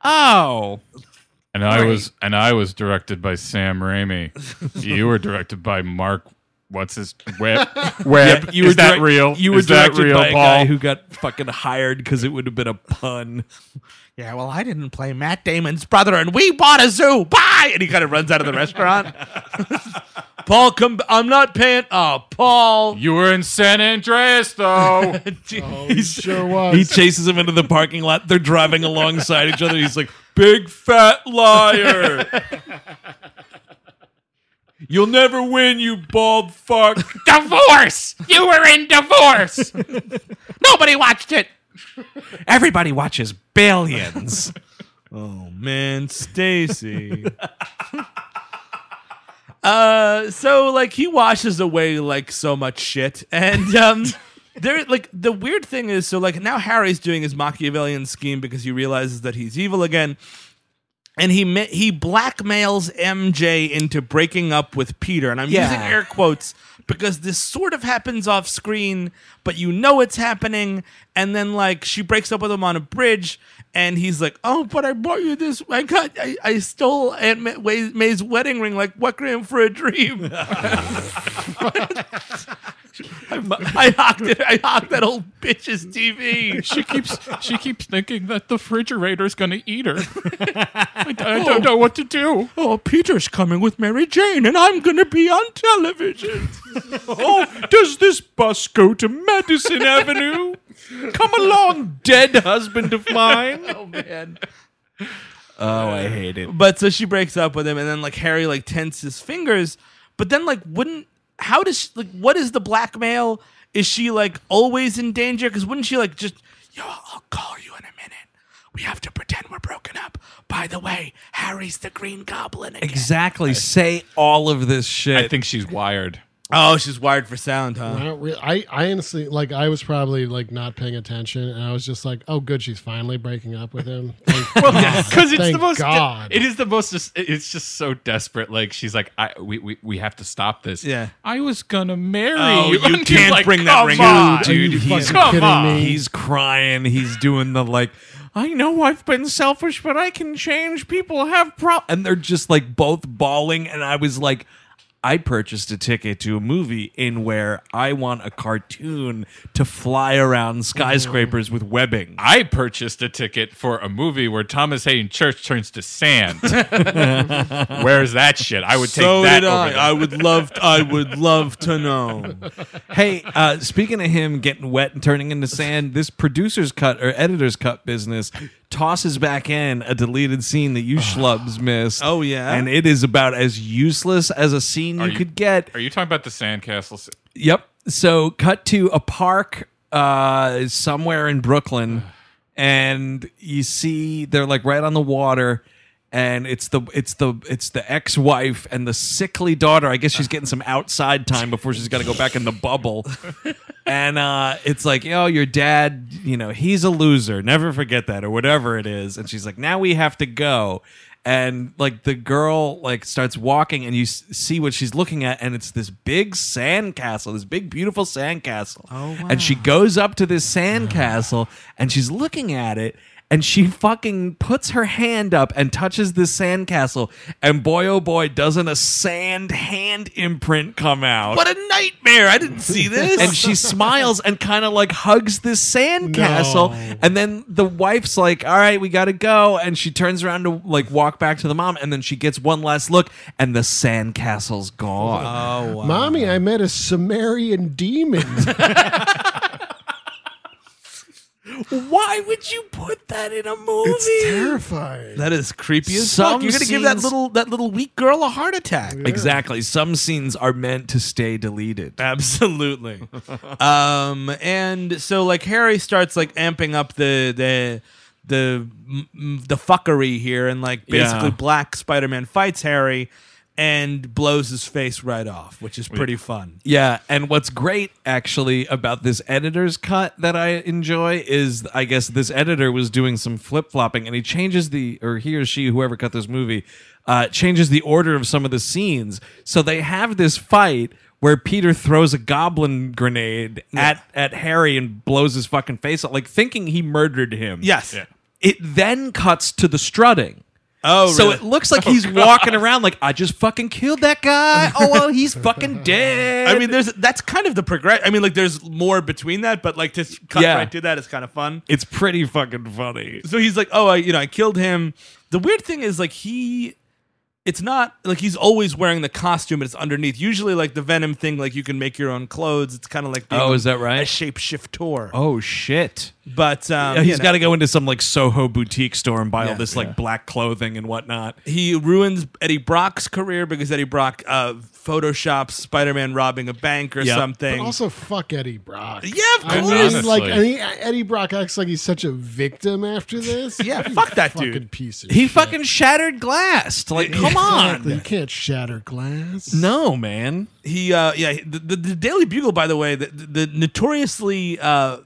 S3: Oh,
S4: And I was and I was directed by Sam Raimi. you were directed by Mark. What's his web? Web.
S3: you
S4: Is that
S3: direct-
S4: real?
S3: You were
S4: Is that
S3: directed
S4: real,
S3: by a
S4: Paul?
S3: guy who got fucking hired because it would have been a pun.
S7: Yeah, well, I didn't play Matt Damon's brother, and we bought a zoo. Bye! And he kind of runs out of the restaurant.
S5: Paul, come. I'm not paying. Oh, Paul.
S4: you were in San Andreas, though.
S6: He sure was.
S3: He chases him into the parking lot. They're driving alongside each other. He's like, "Big fat liar! You'll never win, you bald fuck!"
S7: divorce! You were in divorce. Nobody watched it.
S3: Everybody watches billions.
S5: Oh man, Stacy. uh so like he washes away like so much shit and um there like the weird thing is so like now Harry's doing his Machiavellian scheme because he realizes that he's evil again and he ma- he blackmails MJ into breaking up with Peter and I'm
S3: Yeah.
S5: using air quotes because this sort of happens off screen but you know it's happening and then like she breaks up with him on a bridge and he's like oh but I bought you this I got I, I stole Aunt Ma- Way- May's wedding ring like what grand for a dream I hocked it. I hocked that old bitch's TV.
S4: she keeps she keeps thinking that the refrigerator's gonna eat her. I, I don't know what to do.
S5: Oh, Peter's coming with Mary Jane, and I'm gonna be on television.
S3: Oh, Does this bus go to Madison Avenue? Come along, dead husband of mine.
S5: oh man.
S3: Oh, I hate it.
S5: But so she breaks up with him, and then like Harry like tenses his fingers. But then like wouldn't how does she, like what is the blackmail? Is she like always in danger? Because wouldn't she like just yo I'll call you in a minute. We have to pretend we're broken up. By the way, Harry's the Green Goblin again.
S3: Exactly. Say all of this shit.
S4: I think she's wired.
S5: Oh, she's wired for sound, huh?
S6: I, don't really, I I honestly like I was probably like not paying attention and I was just like, oh good, she's finally breaking up with him. Thank God.
S4: because it's
S6: Thank
S4: the most.
S6: God.
S4: It is the most. just- It's just so desperate. Like she's like, I we we, we have to stop this.
S5: Yeah.
S4: I was gonna marry
S5: Oh,
S4: you.
S5: you
S4: And
S5: can't
S4: he's like,
S5: bring that
S4: "Come
S5: ring
S4: on,
S5: out."
S6: Are you
S4: dude.
S6: fucking
S4: come
S6: kidding
S4: on.
S6: me?
S3: He's crying. He's doing the like, I know I've been selfish, but I can change. People have problems. And they're just like both bawling. And I was like, I purchased a ticket to a movie in where I want a cartoon to fly
S4: Mm-hmm.
S3: around skyscrapers with webbing.
S4: I purchased a ticket for a movie where Thomas Hayden Church turns to sand. Where's that shit? I would take
S5: so
S4: that
S5: did
S4: over.
S5: I.
S4: that.
S5: I would love. I would love to know.
S3: Hey, uh, speaking of him getting wet and turning into sand, this producer's cut or editor's cut business tosses back in a deleted scene that you schlubs missed.
S5: Oh, yeah?
S3: and it is about as useless as a scene you,
S4: you-
S3: could get.
S4: Are you talking about the sandcastle? s-
S3: Yep. So cut to a park uh, somewhere in Brooklyn, and you see they're like right on the water, and it's the it's the it's the ex wife and the sickly daughter. I guess she's getting some outside time before she's got to go back in the bubble. And uh, it's like, oh, your dad, you know, he's a loser. Never forget that, or whatever it is. And she's like, now we have to go. And like the girl like starts walking, and you s- see what she's looking at, and it's this big sandcastle, this big beautiful sandcastle. Oh, And she goes up to this sandcastle, and she's looking at it, and she fucking puts her hand up and touches the sandcastle, and boy oh boy, doesn't a sand hand imprint come out.
S10: What a nightmare! I didn't see this.
S3: and she smiles and kind of like hugs this sandcastle. And then the wife's like, all right, we got to go. And she turns around to like walk back to the mom. And then she gets one last look and the sandcastle's gone.
S6: Mommy, I met a Sumerian demon.
S3: Why would you put that in a movie?
S6: it's terrifying.
S5: That is creepy as
S3: Some
S5: fuck. You're gonna give that
S3: scenes-
S5: little that little weak girl a heart attack.
S3: Exactly. Some scenes are meant to stay deleted.
S5: Absolutely. um, and so like Harry starts like amping up the the the m- m- the fuckery here, and like basically
S3: Yeah.
S5: Black Spider Man fights Harry and blows his face right off, which is pretty fun.
S3: Yeah, and what's great actually about this editor's cut that I enjoy is I guess this editor was doing some flip flopping and he changes the or he or she whoever cut this movie uh, changes the order of some of the scenes. So they have this fight where Peter throws a goblin grenade at at Harry and blows his fucking face out, like thinking he murdered him.
S5: Yes.
S3: It then cuts to the strutting.
S5: Oh,
S3: so it looks like he's walking around like I just fucking killed that guy. Oh well, he's fucking dead.
S5: I mean, there's that's kind of the progress. I mean, like there's more between that, but like to s- cut
S3: Yeah.
S5: right to that is kind of fun.
S3: It's pretty fucking funny.
S5: So he's like, oh, I, you know, I killed him. The weird thing is, like, he, it's not like he's always wearing the costume. It's underneath. Usually, like the Venom thing, like you can make your own clothes. It's kind of like being
S3: Oh, is that
S5: a
S3: right?
S5: shapeshifter.
S3: Oh shit! Uh,
S5: But um,
S3: He's
S5: you know,
S3: got to go into some like Soho boutique store and buy
S5: Yeah.
S3: all this like black clothing and whatnot.
S5: He ruins Eddie Brock's career because Eddie Brock uh, photoshops Spider-Man robbing a bank or
S3: Yep.
S5: something.
S6: Also, fuck Eddie Brock.
S5: yeah, of
S6: I
S5: course.
S6: mean,
S4: Honestly.
S6: like I mean, Eddie Brock acts like he's such a victim after this.
S5: Yeah,
S6: You
S5: fuck that
S6: fucking
S5: dude.
S6: Piece of
S3: He
S6: shit.
S3: fucking shattered glass. Like, come
S6: Exactly. You
S3: on!
S6: can't shatter glass.
S3: No, man.
S5: he uh yeah the, the, the daily bugle by the way the, the notoriously uh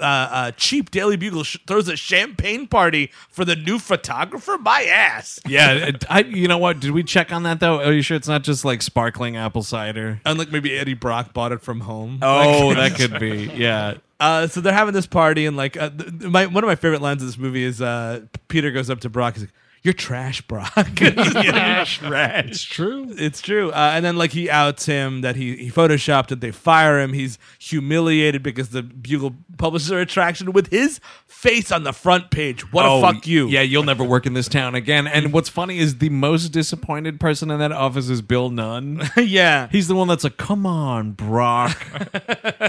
S5: uh, uh, cheap Daily Bugle sh- throws a champagne party for the new photographer. My ass.
S3: Yeah, I. You know what? Did we check on that though? Are you sure it's not just like sparkling apple cider?
S5: Unlike maybe Eddie Brock bought it from home.
S3: Oh, that could be. Yeah.
S5: Uh, so they're having this party, and like uh, th- th- my one of my favorite lines of this movie is uh, Peter goes up to Brock. He's like, "You're trash, Brock." trash,
S6: It's true.
S5: It's true. Uh, and then like he outs him that he he photoshopped it. They fire him. He's humiliated because the Bugle publishes their attraction with his face on the front page. What
S3: Oh,
S5: a fuck you.
S3: Yeah, you'll never work in this town again. And what's funny is the most disappointed person in that office is Bill Nunn.
S5: yeah.
S3: He's the one that's like, come on, Brock.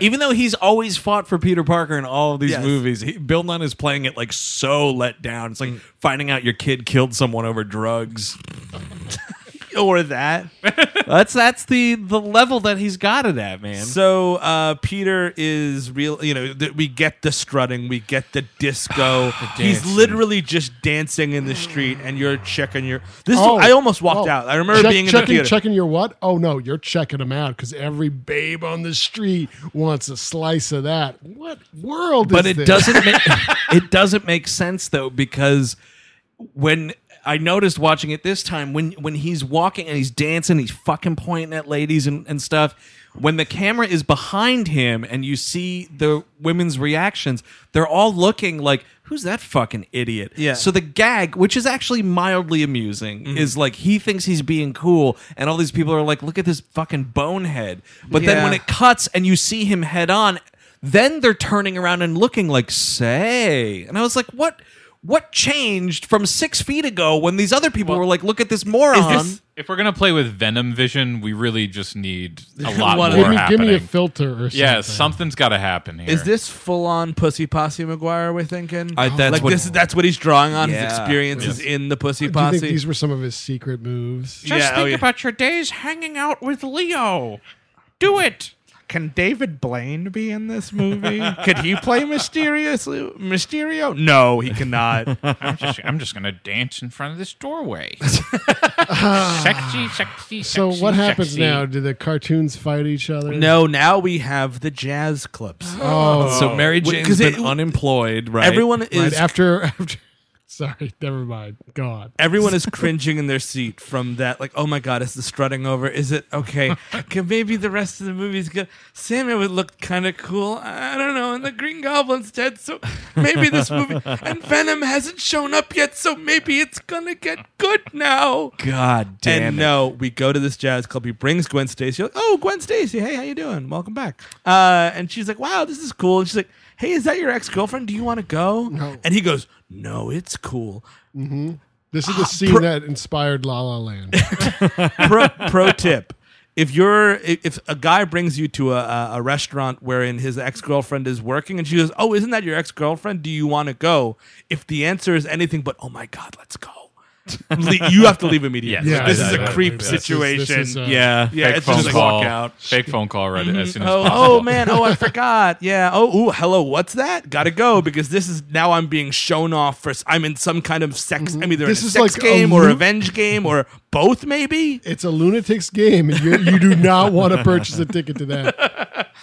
S3: Even though he's always fought for Peter Parker in all of these
S5: Yes.
S3: movies, he, Bill Nunn is playing it like so let down. It's like finding out your kid killed someone over drugs.
S5: or that.
S3: that's that's the the level that he's got it at, man.
S5: So uh, Peter is real. You know, th- we get the strutting, we get the disco. He's literally just dancing in the street, and you're checking your. This
S6: Oh,
S5: is, I almost walked
S6: oh.
S5: out. I remember
S6: Check-
S5: being in
S6: checking,
S5: the theater.
S6: Checking your what? Oh no, you're checking them out because every babe on the street wants a slice of that. What world?
S3: but
S6: is
S3: it
S6: this?
S3: doesn't make, it doesn't make sense though because when I noticed watching it this time when when he's walking and he's dancing he's fucking pointing at ladies and, and stuff when the camera is behind him and you see the women's reactions they're all looking like who's that fucking idiot
S5: Yeah. Mm-hmm.
S3: so the gag which is actually mildly amusing is like he thinks he's being cool and all these people are like look at this fucking bonehead but then when
S5: Yeah.
S3: it cuts and you see him head on then they're turning around and looking like say and i was like what what changed from six feet ago when these other people were like look at this moron
S8: If we're gonna play with Venom Vision, we really just need a lot
S5: One-
S8: more
S6: Give me, give
S8: happening.
S6: me a filter or something.
S8: yeah, something's got to happen here.
S5: Is this full on pussy posse McGuire? We're thinking.
S3: I- that's
S5: like
S3: what-
S5: this. is- That's what he's drawing on. His
S3: Yeah.
S5: experiences in the pussy
S6: Do you
S5: posse. oh,
S6: think these were some of his secret moves?
S5: Just think
S7: about your days hanging out with Leo. Do it.
S5: Can David Blaine be in this movie? Could he play mysteriously? Mysterio? No, he cannot.
S7: I'm just, I'm just gonna dance in front of this doorway. sexy, sexy,
S6: So
S7: sexy,
S6: what happens
S7: sexy.
S6: now? Do the cartoons fight each other?
S5: no, now we have the jazz clips.
S6: Oh,
S3: so mary
S5: Wait,
S3: jane's
S5: 'cause
S3: been
S5: it-
S3: unemployed right
S5: Everyone
S6: right
S5: is
S6: after after Sorry, never mind. Go on.
S5: Everyone is cringing in their seat from that. Like, oh my god, is the strutting over? Is it okay? Can maybe the rest of the movie's good. Sandman would look kind of cool. I don't know. And the Green Goblin's dead, so maybe this movie and Venom hasn't shown up yet, so maybe it's gonna get good now.
S3: God damn
S5: and
S3: it.
S5: no, we go to this jazz club. He brings Gwen Stacy. Like, oh, Gwen Stacy, hey, how you doing? Welcome back. Uh, and she's like, wow, this is cool. And she's like, hey, is that your ex girlfriend? Do you want to go? No. And he goes, no, it's cool.
S6: Mm-hmm. This is the scene that inspired La La Land.
S5: pro, pro tip if you're if a guy brings you to a, a restaurant wherein his ex-girlfriend is working and she goes oh isn't that your ex-girlfriend do you want to go if the answer is anything but oh my god let's go le- you have to leave immediately
S8: Yes. Yeah,
S5: this is a
S8: exactly.
S5: creep
S8: This is- this
S5: situation
S8: is, uh, Yeah.
S5: yeah
S8: Fake
S5: it's just
S8: phone
S5: like
S8: call.
S5: walk out
S8: Fake phone call right as soon as
S5: oh,
S8: possible.
S5: oh man oh i forgot yeah oh ooh, hello what's that gotta go because this is now i'm being shown off for s- i'm in some kind of sex
S8: Mm-hmm.
S5: i'm either
S6: This
S5: in a
S6: is
S5: sex
S6: like a
S5: game or
S6: lu-
S5: revenge game or both maybe
S6: It's a lunatic's game, and you, you do not want to purchase a ticket to that.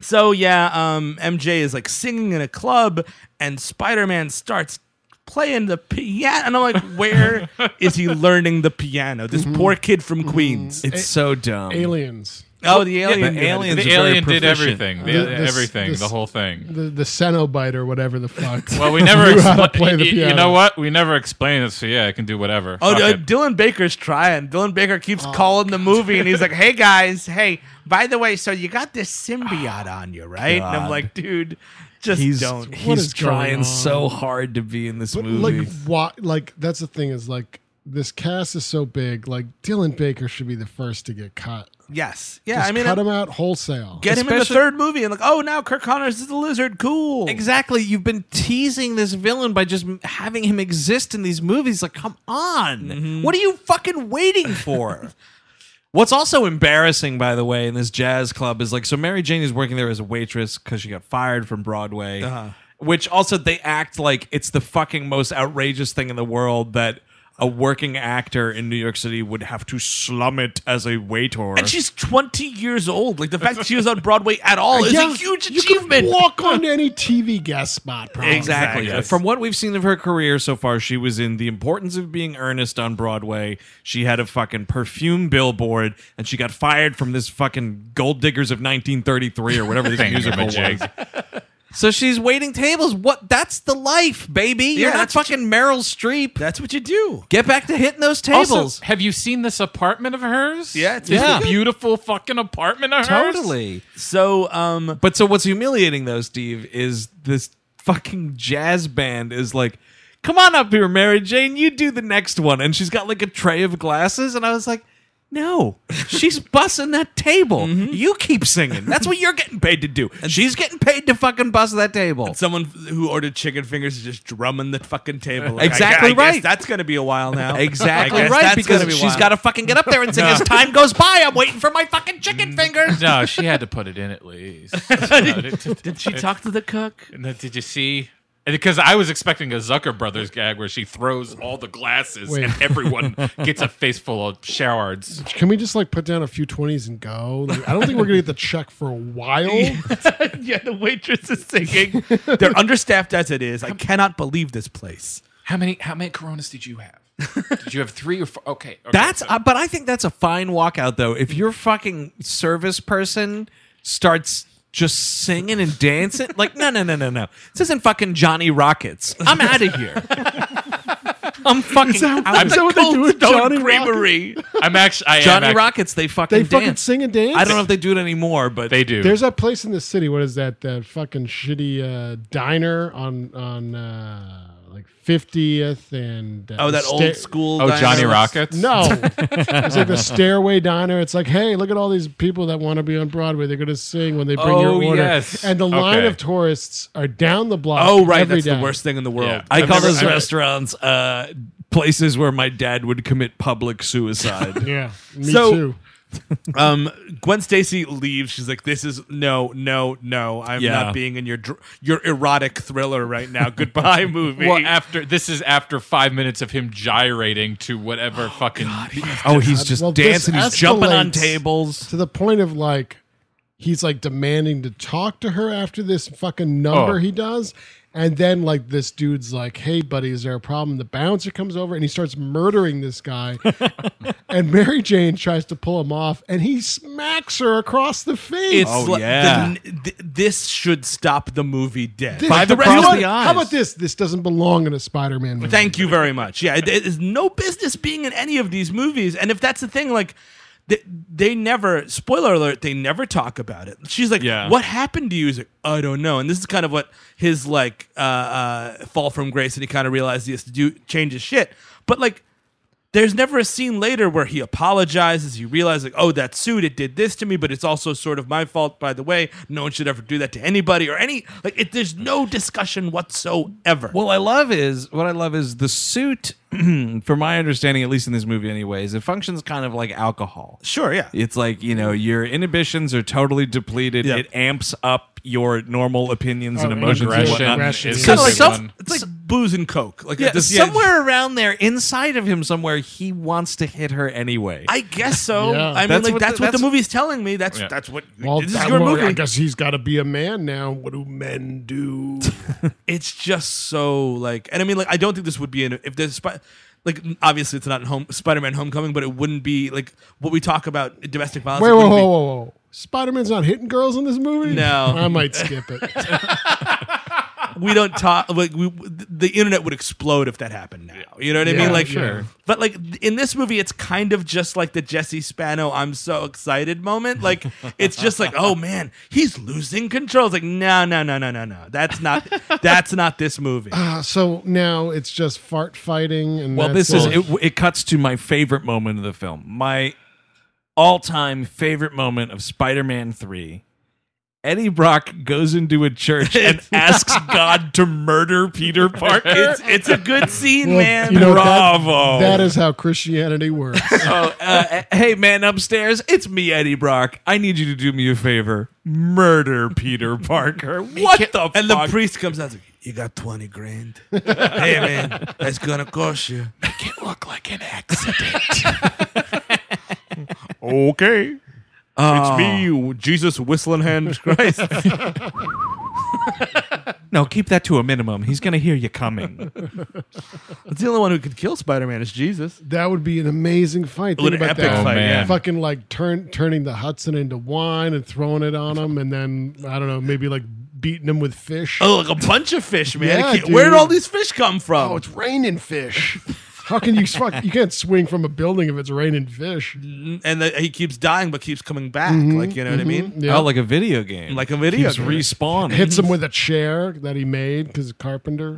S5: So yeah, um, MJ is like singing in a club, and Spider Man starts playing the piano, and I'm like, where is he learning the piano? This poor kid from Queens.
S3: It's so dumb.
S6: Aliens.
S5: Oh, the
S3: Mm-hmm.
S5: alien.
S3: the
S5: did it.
S3: aliens
S8: The
S3: are very
S8: alien did
S3: proficient.
S8: everything. The- everything. the whole thing.
S6: The, the Cenobite or whatever the fuck.
S8: Well, we never
S6: knew how to
S8: explain.
S6: play the
S8: you,
S6: piano.
S8: know what? We never explained it. So yeah, I can do whatever.
S5: Oh,
S8: Fuck
S5: uh,
S8: it.
S5: Dylan Baker's trying. Dylan Baker keeps calling the movie, and he's like, "Hey guys, hey, by the way, so you got this symbiote on you, right?" And I'm
S3: God.
S5: like, "Dude, just
S3: he's
S5: don't."
S6: What
S3: he's
S6: is going
S3: trying
S6: on?
S3: so hard to be in this
S6: But
S3: movie.
S6: like why like that's the thing is like this cast is so big, like Dylan Baker should be the first to get cut.
S5: Yes, yeah.
S6: Just
S5: I mean,
S6: cut
S5: I'm-
S6: him out wholesale.
S5: get him in the
S3: Especially-
S5: third movie, and like, oh, now Kirk Connors is the lizard. Cool.
S3: exactly. You've been teasing this villain by just m- having him exist in these movies. Like, come on. What are you fucking waiting for? Mm-hmm. What's also embarrassing, by the way, in this jazz club is like, so Mary Jane is working there as a waitress because she got fired from Broadway, which also they act like it's the fucking most outrageous thing in the world that a working actor in New York City would have to slum it as a waiter.
S5: And she's 20 years old. Like the fact that she was on Broadway at all is
S6: Yeah,
S5: a huge
S6: you could
S5: achievement.
S6: walk on any TV guest spot, probably.
S3: Exactly.
S5: Exactly.
S3: From what we've seen of her career so far, she was in The Importance of Being Earnest on Broadway. She had a fucking perfume billboard, and she got fired from this fucking Gold Diggers of 1933 or whatever this musical was.
S8: Thingamajig.
S3: So she's waiting tables. What? That's the life, baby. You're
S5: Yeah,
S3: not
S5: that's what
S3: fucking Meryl Streep.
S5: That's what you do.
S3: Get back to hitting those tables.
S8: Also, have you seen this apartment of hers?
S5: Yeah, it's
S8: This
S3: Yeah.
S8: beautiful fucking apartment of hers.
S3: totally.
S5: So, um,
S3: But so what's humiliating though, Steve, is this fucking jazz band is like, come on up here, Mary Jane, you do the next one. And she's got like a tray of glasses, and I was like, no, she's bussing that table.
S5: Mm-hmm.
S3: You keep singing. That's what you're getting paid to do. And she's getting paid to fucking bust that table.
S5: someone who ordered chicken fingers is just drumming the fucking table. Like, I-
S3: Exactly
S5: I guess
S3: right.
S5: that's going to be a while now. I
S3: Exactly
S5: guess
S3: right,
S5: that's
S3: because
S5: gonna be a
S3: she's
S5: while.
S3: got to fucking get up there and sing. As time goes by, I'm waiting for my fucking
S5: Mm.
S3: chicken fingers.
S8: No, she had to put it in at least. No, did- did-
S5: Did she talk to the cook?
S8: no, did you see? Because I was expecting a Zucker Brothers gag where she throws all the glasses
S6: Wait.
S8: and everyone gets a face full of shards.
S6: Can we just like put down a few twenties and go? Like, I don't think we're gonna get the check for a while.
S5: yeah, the waitress is singing. They're understaffed as it is. I cannot believe this place.
S8: How many? How many Coronas did you have? Did you have three or four? Okay, okay,
S3: That's,
S8: so-
S3: uh, but I think that's a fine walkout though. If your fucking service person starts just singing and dancing, like no, no, no, no, no. This isn't fucking Johnny Rockets. I'm out of here. I'm fucking out.
S6: is that what they do with Johnny Rockets?
S8: I'm actually. I am
S3: Johnny
S8: act-
S3: Rockets, they fucking
S6: They fucking
S3: dance.
S6: sing and dance.
S3: I don't know if they do it anymore, but
S8: They do.
S6: There's that place in the city. What is that? That fucking shitty uh, diner on on uh, like 50th and uh,
S5: Oh, that
S6: sta-
S5: old school.
S8: oh,
S5: diner.
S8: Johnny Rockets.
S6: No, it's like the stairway diner. It's like, hey, look at all these people that want to be on Broadway. They're gonna sing when they bring
S8: Oh,
S6: your order,
S8: yes.
S6: and the line
S8: Okay.
S6: of tourists are down the block.
S5: Oh, right.
S6: every
S5: That's the
S6: day.
S5: worst thing in the world.
S8: Yeah.
S3: I
S8: I've
S3: call
S8: never-
S3: those
S8: I've-
S3: restaurants uh, places where my dad would commit public suicide.
S6: Yeah, me
S5: So-
S6: too.
S5: Um, Gwen Stacy leaves. She's like, "This is no, no, no. I'm
S3: Yeah.
S5: not being in your dr- your erotic thriller right now. Goodbye, movie."
S8: Well, after this is after five minutes of him gyrating to whatever fucking.
S3: oh, he's just
S6: Well, this
S3: dancing. He's jumping on
S6: escalates
S3: tables.
S6: to the point of like he's like demanding to talk to her after this fucking number
S8: Oh.
S6: he does And then like this dude's like, "Hey buddy, is there a problem?" The bouncer comes over and he starts murdering this guy. and Mary Jane tries to pull him off and he smacks her across the face.
S5: It's like the- th- this should stop the movie dead.
S6: This-
S5: By the
S6: you know
S5: rest
S6: what? How about this? This doesn't belong in a Spider-Man movie.
S5: Thank you very much. Yeah, it- it is no business being in any of these movies. And if that's the thing, like they, they never spoiler alert, they never talk about it. She's like,
S3: Yeah.
S5: "What happened to you?" He's like, "I don't know." And this is kind of what his like uh, uh, fall from grace, and he kind of realized he has to do change his shit. But like. There's never a scene later where he apologizes. He realizes, like, oh, that suit, it did this to me, but it's also sort of my fault, by the way. No one should ever do that to anybody or any. Like, it, there's no discussion whatsoever.
S3: Well, I love is what I love is the suit. for my understanding, at least in this movie, anyways, it functions kind of like alcohol.
S5: Sure, yeah.
S3: It's like you know your inhibitions are totally depleted.
S5: Yeah.
S3: It amps up your normal opinions and
S6: Oh,
S3: emotions. and
S6: aggression.
S3: whatnot.
S6: Aggression
S3: It's
S6: is
S3: kinda
S6: the
S3: like
S6: big
S3: some-
S5: It's like booze and coke. Like
S3: yeah,
S5: at this-
S3: somewhere around there, inside of him, somewhere he wants to hit her anyway.
S5: I guess so.
S6: Yeah.
S5: I mean,
S3: That's
S5: like
S3: what
S5: that's
S3: the-
S5: what
S3: that's-
S5: the movie's telling me. That's that's what
S6: Well,
S5: this is
S6: that-
S5: your
S6: well, I
S5: movie.
S6: guess he's got to be a man now. What do men do?
S5: It's just so like, and I mean, like, I don't think this would be in if there's Spi- like obviously it's not in home Spider-Man: Homecoming, but it wouldn't be like what we talk about domestic violence.
S6: Wait,
S5: it
S6: whoa, whoa,
S5: wouldn't be-
S6: whoa, whoa, whoa. Spider-Man's not hitting girls in this movie?
S5: No.
S6: I might skip it.
S5: we don't talk like we the internet would explode if that happened now. You know what I
S6: Yeah,
S5: mean? Like
S6: sure.
S5: But like in this movie, it's kind of just like the Jesse Spano "I'm so excited" moment. Like it's just like, oh man, he's losing control. It's like no, no, no, no, no, no. That's not that's not this movie.
S6: Uh, so now it's just fart fighting and
S3: Well,
S6: that's
S3: this is
S6: it.
S3: it, it. Cuts to my favorite moment of the film, my all-time favorite moment of Spider-Man Three. Eddie Brock goes into a church and asks God to murder Peter Parker.
S5: It's it's a good scene,
S6: Well,
S5: man.
S6: you know, that-
S3: Bravo.
S6: that is how Christianity works.
S3: Oh, uh, hey, man, upstairs, it's me, Eddie Brock. I need you to do me a favor. Murder Peter Parker. What the
S5: and the
S3: fuck?
S5: priest comes out. Like, you got twenty grand. hey man, that's gonna cost you.
S8: Okay.
S5: It's
S3: Oh.
S5: me, Jesus whistling hand Christ.
S3: no, keep that to a minimum. He's going to hear you coming.
S5: That's the only one who could kill Spider-Man is Jesus.
S6: That would be an amazing fight.
S5: What
S6: Think
S5: an
S6: about
S5: epic
S6: that. Oh,
S5: fight,
S8: man.
S5: yeah.
S6: Fucking like turn turning the Hudson into wine and throwing it on him, and then I don't know, maybe like beating him with fish.
S5: Oh, like a bunch of fish, man.
S6: Yeah,
S5: I can't- Where did
S6: dude.
S5: all these fish come from?
S6: Oh, it's raining fish. How can you fuck? You can't swing from a building if it's raining fish.
S5: and the, he keeps dying, but keeps coming back. Like you know what I mean?
S6: Yeah.
S3: Oh, like a video game.
S5: Like a video
S3: Keeps
S5: game.
S3: respawning.
S6: Hits him with a chair that he made because carpenter.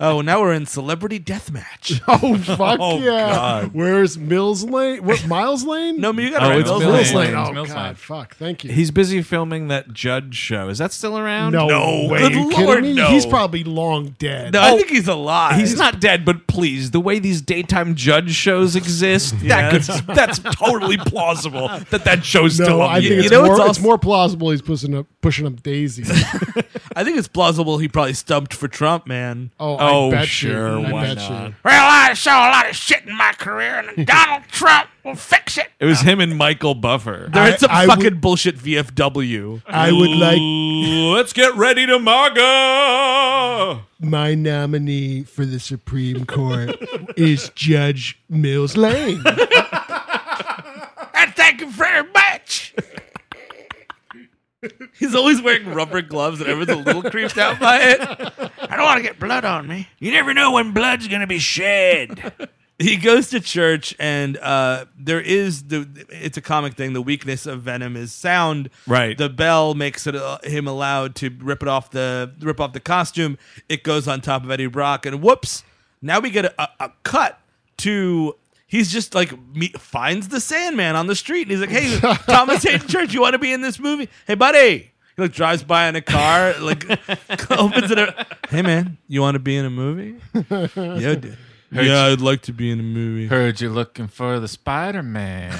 S5: Oh, now we're in celebrity deathmatch.
S6: Oh fuck yeah! Where's Mills Lane? What Miles Lane?
S5: no, but you got to.
S3: Oh, it's Mills
S6: Mills
S3: Lane.
S6: Lane.
S8: It's
S6: Oh
S8: Mills
S6: god,
S8: Lane.
S6: fuck! Thank you.
S3: He's busy filming that Judge show. Is that still around?
S6: no, way.
S5: Good
S6: Are you kidding
S5: Lord,
S6: me?
S5: no.
S6: He's probably long dead.
S5: No, I think Oh. he's alive.
S3: He's not dead, but please, the way these daytime judge shows exist, that could, that's totally plausible that that show's
S6: No,
S3: still on.
S6: I
S3: the
S6: think
S3: air.
S6: it's,
S5: know
S6: more,
S5: what's
S6: it's,
S5: also-
S6: more plausible he's pushing up pushing up Daisy.
S5: I think it's plausible he probably stumped for Trump, man.
S6: Oh,
S3: Oh,
S6: I bet
S3: sure,
S6: you. I
S3: why
S6: bet
S3: not?
S6: you.
S7: Well, I saw a lot of shit in my career, and Donald Trump will fix it.
S3: it was him and Michael Buffer.
S5: They're in some
S6: I would-
S5: fucking bullshit VFW.
S6: I would like
S3: Ooh, Let's get ready to MAGA.
S6: my nominee for the Supreme Court is Judge Mills Lane.
S7: And thank you very much.
S5: He's always wearing rubber gloves, and everyone's a little creeped out by it.
S7: I don't want to get blood on me. You never know when blood's gonna be shed.
S5: He goes to church, and uh, there is the. It's a comic thing. The weakness of Venom is sound.
S3: Right.
S5: The bell makes it uh, him allowed to rip it off the rip off the costume. It goes on top of Eddie Brock, and whoops! Now we get a, a, a cut to. He's just like me, finds the Sandman on the street, and he's like, "Hey, Thomas Hayden Church, you want to be in this movie? Hey, buddy." He like drives by in a car, like opens it. up. Hey, man, you want to be in a movie? yeah, dude. yeah, I'd like to be in a movie.
S8: Heard you're looking for the Spider Man.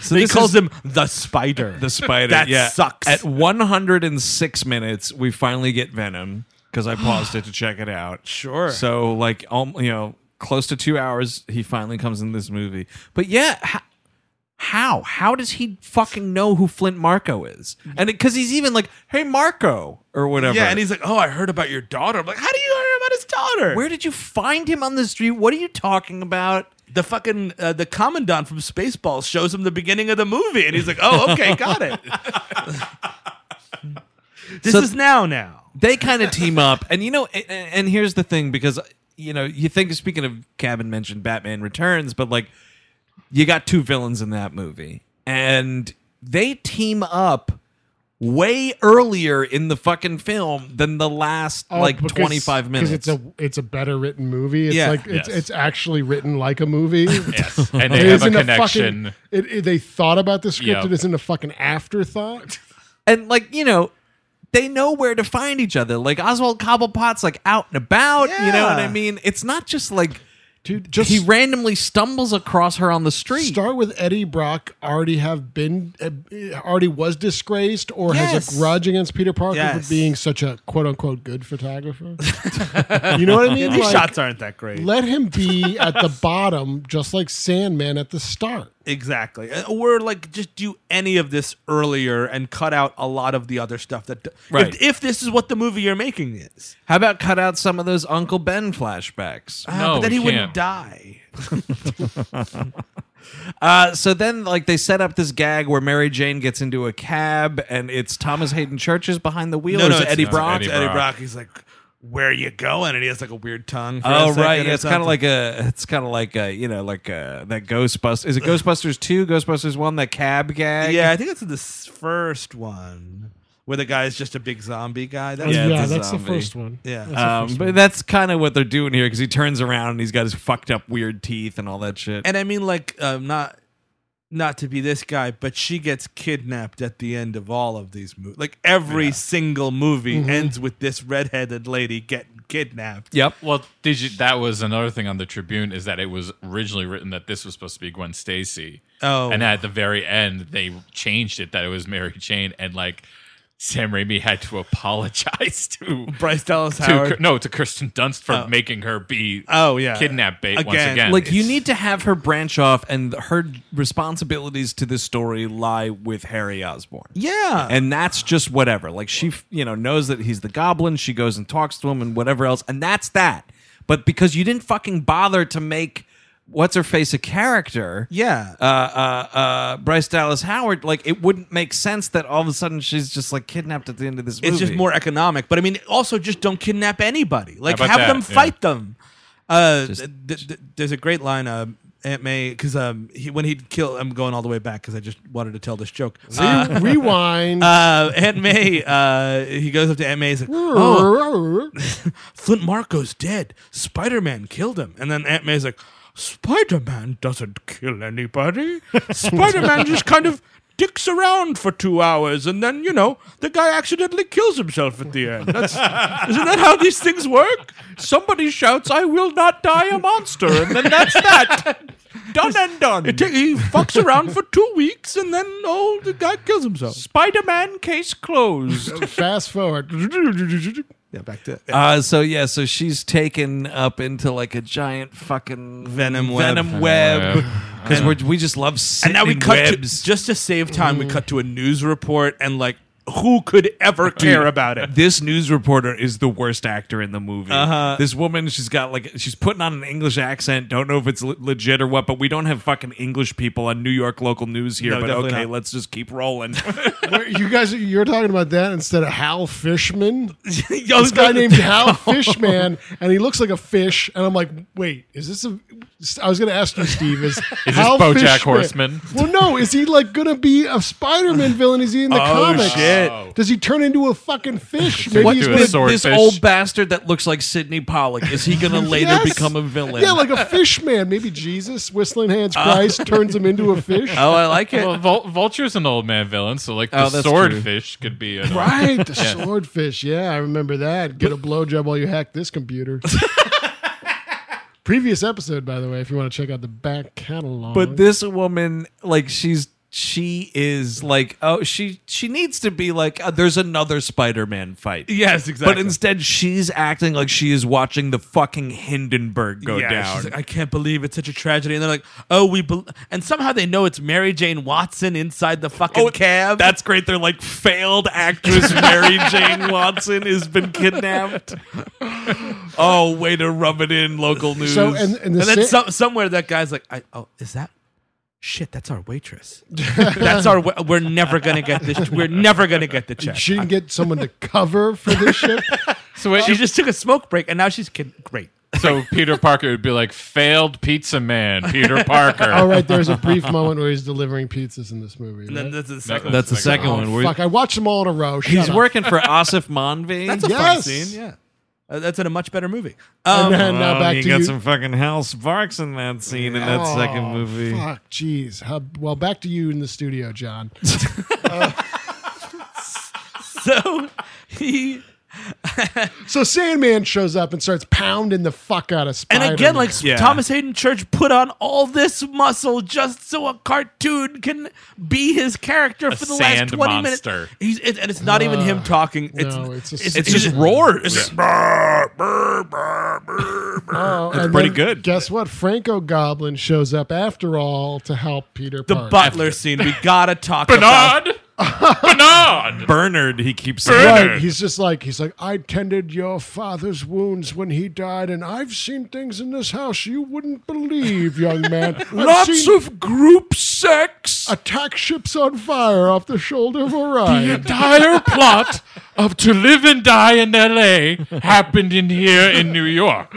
S5: So he calls him the Spider.
S3: The spider.
S5: That
S3: yeah.
S5: sucks.
S3: At 106 minutes, we finally get Venom because I paused it to check it out.
S5: Sure.
S3: So, like, um, you know, close to two hours, he finally comes in this movie. But yeah, how, how? How does he fucking know who Flint Marco is? And because he's even like, hey, Marco, or whatever.
S5: Yeah, and he's like, "Oh, I heard about your daughter." I'm like, "How do you hear about his daughter?"
S3: Where did you find him on the street? What are you talking about?
S5: the fucking uh, the commandant from Spaceballs shows him the beginning of the movie, and he's like, "Oh, okay, got it." this
S3: So-
S5: is now now.
S3: they kind of team up and you know and, and here's the thing because you know you think speaking of cabin mentioned batman returns but like you got two villains in that movie and they team up way earlier in the fucking film than the last
S6: Oh,
S3: like
S6: because-
S3: 25
S6: because
S3: minutes
S6: It's a it's a better written movie. It's
S3: Yeah.
S6: like it's
S4: Yes.
S6: it's actually written like a movie.
S4: Yes. And
S6: It
S4: they have a
S6: isn't
S4: connection.
S6: fucking, it, it- they thought about the script.
S4: Yep.
S6: It isn't a fucking afterthought.
S3: and like you know they know where to find each other like oswald cobblepot's like out and about you know what i
S5: Yeah.
S3: mean it's not just like
S6: Dude, just
S3: he randomly stumbles across her on the street
S6: start with Eddie Brock. Already have been, uh, already was disgraced, or has
S5: Yes.
S6: a grudge against Peter Parker
S5: Yes.
S6: for being such a quote unquote good photographer. you know what I mean?
S5: These
S6: Like,
S5: shots aren't that great.
S6: Let him be at the bottom, just like Sandman at the start.
S5: Exactly. Uh, Or like just do any of this earlier and cut out a lot of the other stuff that
S3: Right.
S5: if, if this is what the movie you're making is.
S3: How about cut out some of those Uncle Ben flashbacks?
S5: Ah,
S4: No,
S5: but then
S4: we
S5: he
S4: can't.
S5: wouldn't die.
S3: Uh, so then, like, they set up this gag where Mary Jane gets into a cab, and it's Thomas Hayden Churches behind the wheel. or is it
S5: it's-
S3: Eddie
S5: no,
S3: Brock?
S5: it's Eddie Brock. He's like, "Where you going?" And he has like a weird tongue. For
S3: Oh
S5: a second
S3: right,
S5: or
S3: yeah, it's kind of
S5: something.
S3: like a, it's kind of like a, you know, like a, that Ghostbusters. Is it Ghostbusters two, Ghostbusters one, that cab gag?
S5: yeah. I think that's in the s- first one where the guy's just a big zombie guy. That was,
S3: Yeah,
S6: Yeah,
S3: it's a
S6: that's the
S3: zombie.
S6: first one.
S5: yeah.
S3: Um, but that's kind of what they're doing here because he turns around and he's got his fucked up weird teeth and all that shit.
S5: and I mean, like, um, not not to be this guy, but she gets kidnapped at the end of all of these movies. Like every single movie ends with this redheaded lady getting kidnapped.
S3: yep.
S4: Well, did you, that was another thing on the Tribune is that it was originally written that this was supposed to be Gwen Stacy.
S5: Oh.
S4: And at the very end, they changed it that it was Mary Jane, and like Sam Raimi had to apologize to
S5: Bryce Dallas
S4: to
S5: Howard.
S4: no to Kirsten Dunst for making her be
S5: Oh, yeah.
S4: kidnap bait once
S5: Again,
S4: again.
S3: Like you
S4: It's-
S3: need to have her branch off, and her responsibilities to this story lie with Harry Osborn.
S5: yeah,
S3: and that's just whatever. Like she, you know, knows that he's the goblin. She goes and talks to him and whatever else, and that's that. But because you didn't fucking bother to make what's her face a character,
S5: yeah.
S3: uh, uh, uh, Bryce Dallas Howard, like it wouldn't make sense that all of a sudden she's just like kidnapped at the end of this movie.
S5: It's just more economic. But I mean, also just don't kidnap anybody. Like
S4: about
S5: have
S4: that?
S5: them
S4: Yeah.
S5: fight them. Uh, th- th- there's a great line. Uh, Aunt May, because um, he, when he'd kill, I'm going all the way back because I just wanted to tell this joke. Uh,
S6: Rewind.
S5: uh, Aunt May, uh, he goes up to Aunt May. He's like, "Oh, Flint Marco's dead. Spider Man killed him. And then Aunt May's like, Spider Man doesn't kill anybody. Spider Man just kind of dicks around for two hours and then, you know, the guy accidentally kills himself at the end. That's, isn't that how these things work?
S3: somebody shouts, "I will not die a monster," and then that's that. done and done.
S5: It ta- he fucks around for two weeks and then, oh, the guy kills himself.
S3: Spider-Man case closed.
S6: Fast forward.
S5: Yeah, back to
S3: Uh, so yeah, so she's taken up into like a giant fucking
S5: Venom web.
S3: Venom web. Because we we just love sitting
S5: And now we
S3: in
S5: cut
S3: webs. Mm.
S5: to, just to save time, we cut to a news report and like, who could ever care about it?
S3: this news reporter is the worst actor in the movie.
S5: Uh-huh.
S3: This woman, she's got like she's putting on an English accent. Don't know if it's le- legit or what, but we don't have fucking English people on New York local news here.
S5: No,
S3: but
S5: definitely
S3: okay,
S5: not.
S3: let's just keep rolling.
S6: Where- you guys, you're talking about that instead of Hal Fishman.
S5: Yo,
S6: This guy named Hal Fishman, and he looks like a fish. And I'm like, wait, is this a? I was gonna ask you, Steve, is, is Hal
S4: BoJack
S6: Fishman-
S4: Horseman?
S6: Well, no, is he like gonna be a Spider-Man villain? Is he in the comics?
S4: Oh, shit.
S6: Does he turn into a fucking fish? Maybe he's
S4: do a
S6: been-
S3: This-
S4: swordfish.
S3: This old bastard that looks like Sidney Pollock is he going to later
S6: Yes.
S3: become a villain?
S6: Yeah, like a fish man. Maybe Jesus, whistling hands Christ, turns him into a fish.
S3: oh, I like it.
S4: Well, Vul- Vulture's an old man villain, so like
S3: Oh,
S4: the
S3: that's
S4: swordfish could be an
S6: Right, the swordfish. Yeah, I remember that. Get a blowjob while you hack this computer. Previous episode, by the way, if you want to check out the back catalog.
S3: But this woman, like, she's she is like oh she she needs to be like uh, there's another Spider-Man fight.
S5: Yes,
S3: But
S5: exactly.
S3: instead she's acting like she is watching the fucking Hindenburg go
S5: Yeah,
S3: down.
S5: she's like, I can't believe it's such a tragedy. And they're like, oh, we. Bel-. And somehow they know it's Mary Jane Watson inside the fucking cab.
S3: Oh, That's great. They're like failed actress Mary Jane Watson has been kidnapped. Oh, way to rub it in, local news.
S6: So, and, and, the
S5: and then
S6: sa-
S5: some, somewhere that guy's like, I, "Oh, is that shit? That's our waitress. that's our. wa- We're never gonna get this. We're never gonna get the check."
S6: she didn't get someone to cover for this ship.
S4: So, it,
S5: She just took a smoke break, and now she's kid- great.
S4: so Peter Parker would be like failed pizza man, Peter Parker.
S6: All Oh, right, there's a brief moment where he's delivering pizzas in this movie.
S5: And then
S6: right?
S5: that's the second.
S3: That's the second
S6: Oh,
S3: one. where
S6: fuck, I watched them all in a row. Shut
S3: He's
S6: up.
S3: working for Asif Manvi.
S5: That's a
S6: Yes.
S5: fun scene. Yeah, Uh, that's in a much better movie.
S6: And
S5: Um,
S6: then now
S3: Oh,
S6: back
S3: you
S6: to
S3: got
S6: you.
S3: some fucking Hal Sparks in that scene in that
S6: Oh,
S3: second movie.
S6: Fuck, jeez. How- Well, back to you in the studio, John.
S5: so he
S6: So Sandman shows up and starts pounding the fuck out of
S5: and
S6: Spider.
S5: again, like Thomas Hayden Church put on all this muscle just so a cartoon can be his character for the last
S4: sand
S5: twenty
S4: monster.
S5: minutes. He's it, and it's not even him talking. It's
S6: no, it's a
S3: It's just roars. It's just-
S6: oh, it's
S3: pretty good.
S6: Guess what? Franco Goblin shows up after all to help Peter
S5: the
S6: Parker.
S5: Butler scene. We gotta talk about.
S4: Bernard, Bernard.
S3: Bernard, he keeps
S6: Right, he's just like he's like I tended your father's wounds when he died, and I've seen things in this house you wouldn't believe, young man. I've seen
S3: of group sex.
S6: attack ships on fire off the shoulder of Orion.
S4: entire plot of To Live and Die in L.A. happened in here in New York.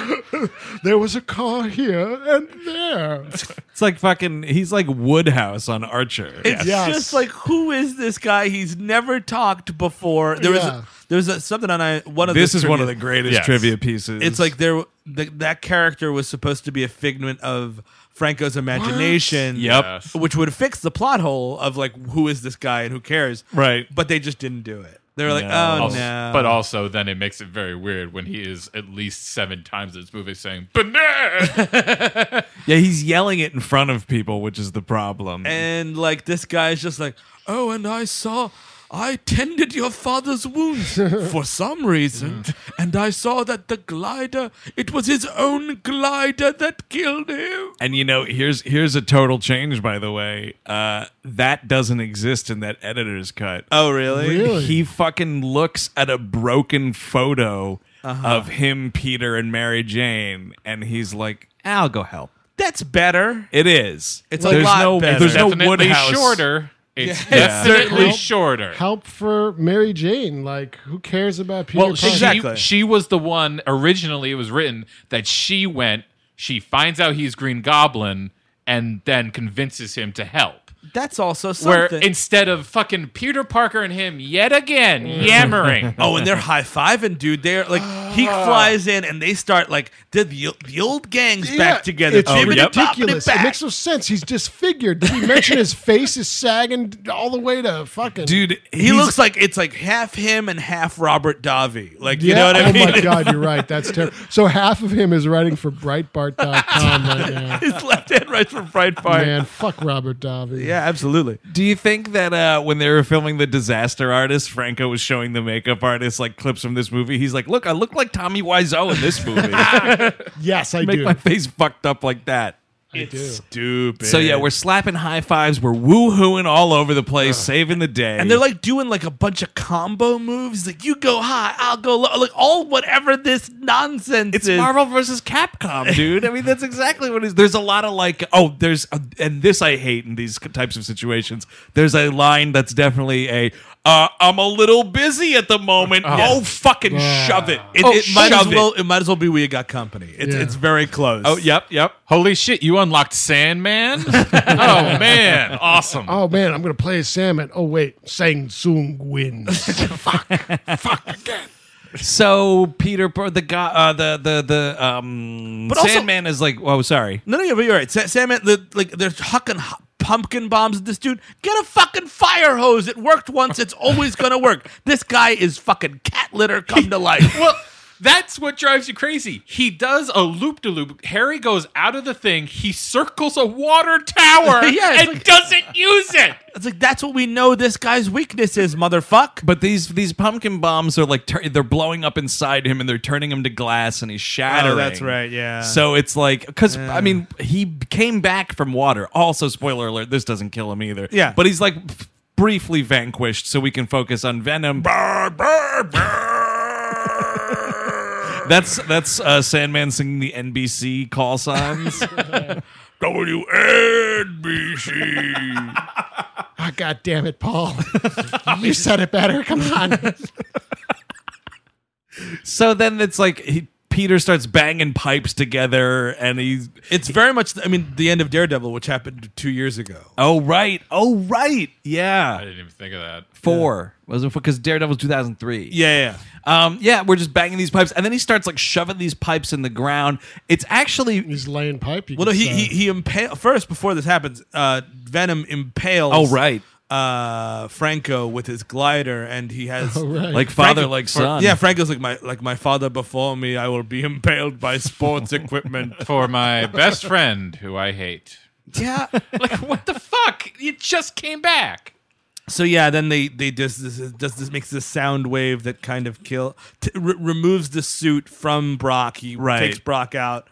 S6: there was a car here and there.
S3: It's like fucking. He's like Woodhouse on Archer.
S5: It's
S6: Yes.
S5: just like who is this guy? He's never talked before. There
S6: Yeah.
S5: was there was a, something on I one of
S3: This
S5: the
S3: is one of the
S5: trivia-
S3: greatest
S4: Yes.
S3: trivia pieces.
S5: It's like there the, that character was supposed to be a figment of Franco's imagination.
S3: Yep.
S4: Yes.
S5: which would fix the plot hole of like who is this guy and who cares.
S3: Right.
S5: But they just didn't do it. They were like,
S3: No.
S5: oh
S4: Also-
S5: no.
S4: But also, then it makes it very weird when he is at least seven times in this movie saying Bernard.
S3: yeah, he's yelling it in front of people, which is the problem.
S5: and like this guy is just like, oh, and I saw. I tended your father's wounds for some reason,
S3: Mm.
S5: and I saw that the glider, it was his own glider that killed him.
S3: And you know, here's here's a total change, by the way. Uh, that doesn't exist in that editor's cut.
S5: Oh, really?
S6: Really?
S3: He fucking looks at a broken photo
S5: Uh-huh.
S3: of him, Peter, and Mary Jane, and he's like, "I'll go help."
S5: That's better.
S3: It is.
S5: It's a lot
S3: no,
S5: better.
S3: There's no
S4: definitely
S3: Woodhouse.
S4: shorter. It's
S3: Yeah.
S4: definitely
S6: Help-
S4: shorter.
S6: Help for Mary Jane. Like, who cares about Peter
S4: Well,
S6: Parker?
S4: she,
S5: Exactly.
S4: she was the one originally. It was written that she went. She finds out he's Green Goblin, and then convinces him to help.
S5: That's also
S4: Where
S5: something.
S4: instead of fucking Peter Parker and him yet again
S8: Mm.
S4: yammering,
S5: Oh, and they're high fiving, dude. They're like he
S6: Ah.
S5: flies in, and they start like the the, the old gangs
S6: Yeah,
S5: back together.
S6: It's
S3: Oh,
S5: Bibbidi boppity
S6: ridiculous. It,
S5: back.
S6: makes no sense. He's disfigured. Did he mention his face is sagging all the way to fucking
S3: dude.
S5: he looks like it's like half him and half Robert Davi. Like you
S6: Yeah,
S5: know what I
S6: oh
S5: mean?
S6: my god, you're right. That's terrible. So half of him is writing for Breitbart.com right now.
S5: His left hand right from Breitbart.
S6: Man, fuck Robert Davi.
S5: Yeah, absolutely.
S3: Do you think that uh, when they were filming the Disaster Artist, Franco was showing the makeup artist like clips from this movie? He's like, "Look, I look like Tommy Wiseau in this movie.
S6: Yes, I
S3: Make
S6: do.
S3: my face fucked up like that."
S6: I do.
S5: Stupid.
S3: So yeah, we're slapping high fives, we're woo-hooing all over the place, saving the day.
S5: and they're like doing like a bunch of combo moves. Like you go high, I'll go low. Like all whatever this nonsense
S3: It's
S5: is.
S3: Marvel versus Capcom, dude. I mean, that's exactly what it is. There's a lot of like, oh, there's, a, and this I hate in these types of situations. There's a line that's definitely a, uh, I'm a little busy at the moment. Oh, fucking shove it. It,
S5: Oh,
S3: it
S5: might
S3: shove
S5: as well, it. might as well be we got company. It's
S6: Yeah.
S5: it's very close.
S3: Oh, yep, yep.
S4: holy shit, you unlocked Sandman! oh man, awesome.
S6: Oh man, I'm gonna play a salmon. Oh wait, Sang Soong wins.
S3: So Peter, Par- the guy, uh, the the the um,
S5: But also-
S3: Sandman is like, oh, sorry.
S5: No, no, yeah, but you're right. Sa- Sandman, the, like they're hucking hu- pumpkin bombs at this dude. Get a fucking fire hose. It worked once. It's always gonna work. This guy is fucking cat litter come to life.
S4: Well,
S8: That's what drives you crazy. He does a loop de loop. Harry goes out of the thing. He circles a water tower
S5: Yeah, it's
S8: and
S5: like-
S8: doesn't use it.
S5: It's like that's what we know this guy's weakness is, motherfuck.
S3: But these these pumpkin bombs are like tur- they're blowing up inside him and they're turning him to glass and he's shattering.
S5: Oh, that's right, yeah.
S3: So it's like because I mean he came back from water. Also, spoiler alert: this doesn't kill him either.
S5: Yeah.
S3: but he's like briefly vanquished, so we can focus on Venom. that's that's uh, Sandman singing the NBC call signs. WNBC.
S6: Ah, God damn it, Paul. you said it better. Come on.
S3: So then it's like he, Peter starts banging pipes together, and he's
S5: It's very much. I mean, the end of Daredevil, which happened two years ago.
S3: oh right, oh right, yeah,
S8: I didn't even think of that.
S3: four was it because Daredevil's two thousand three,
S5: Yeah,
S3: um, yeah, we're just banging these pipes, and then he starts like shoving these pipes in the ground. It's actually
S6: He's laying pipe. You
S5: Well, no,
S6: could
S5: he
S6: say.
S5: he, he impale first before this happens. Uh, Venom impales.
S3: oh right,
S5: Uh, Franco with his glider, and he has
S6: Oh, right.
S3: like father,
S5: Franco-
S3: like
S5: for-
S3: son,
S5: yeah, Franco's like my like my father before me. I will be impaled by sports equipment.
S8: For my best friend who I hate.
S5: Yeah.
S8: Like what the fuck? You just came back.
S5: So yeah, then they they does this does this makes this sound wave that kind of kill t- re- removes the suit from Brock. He
S3: Right.
S5: takes Brock out,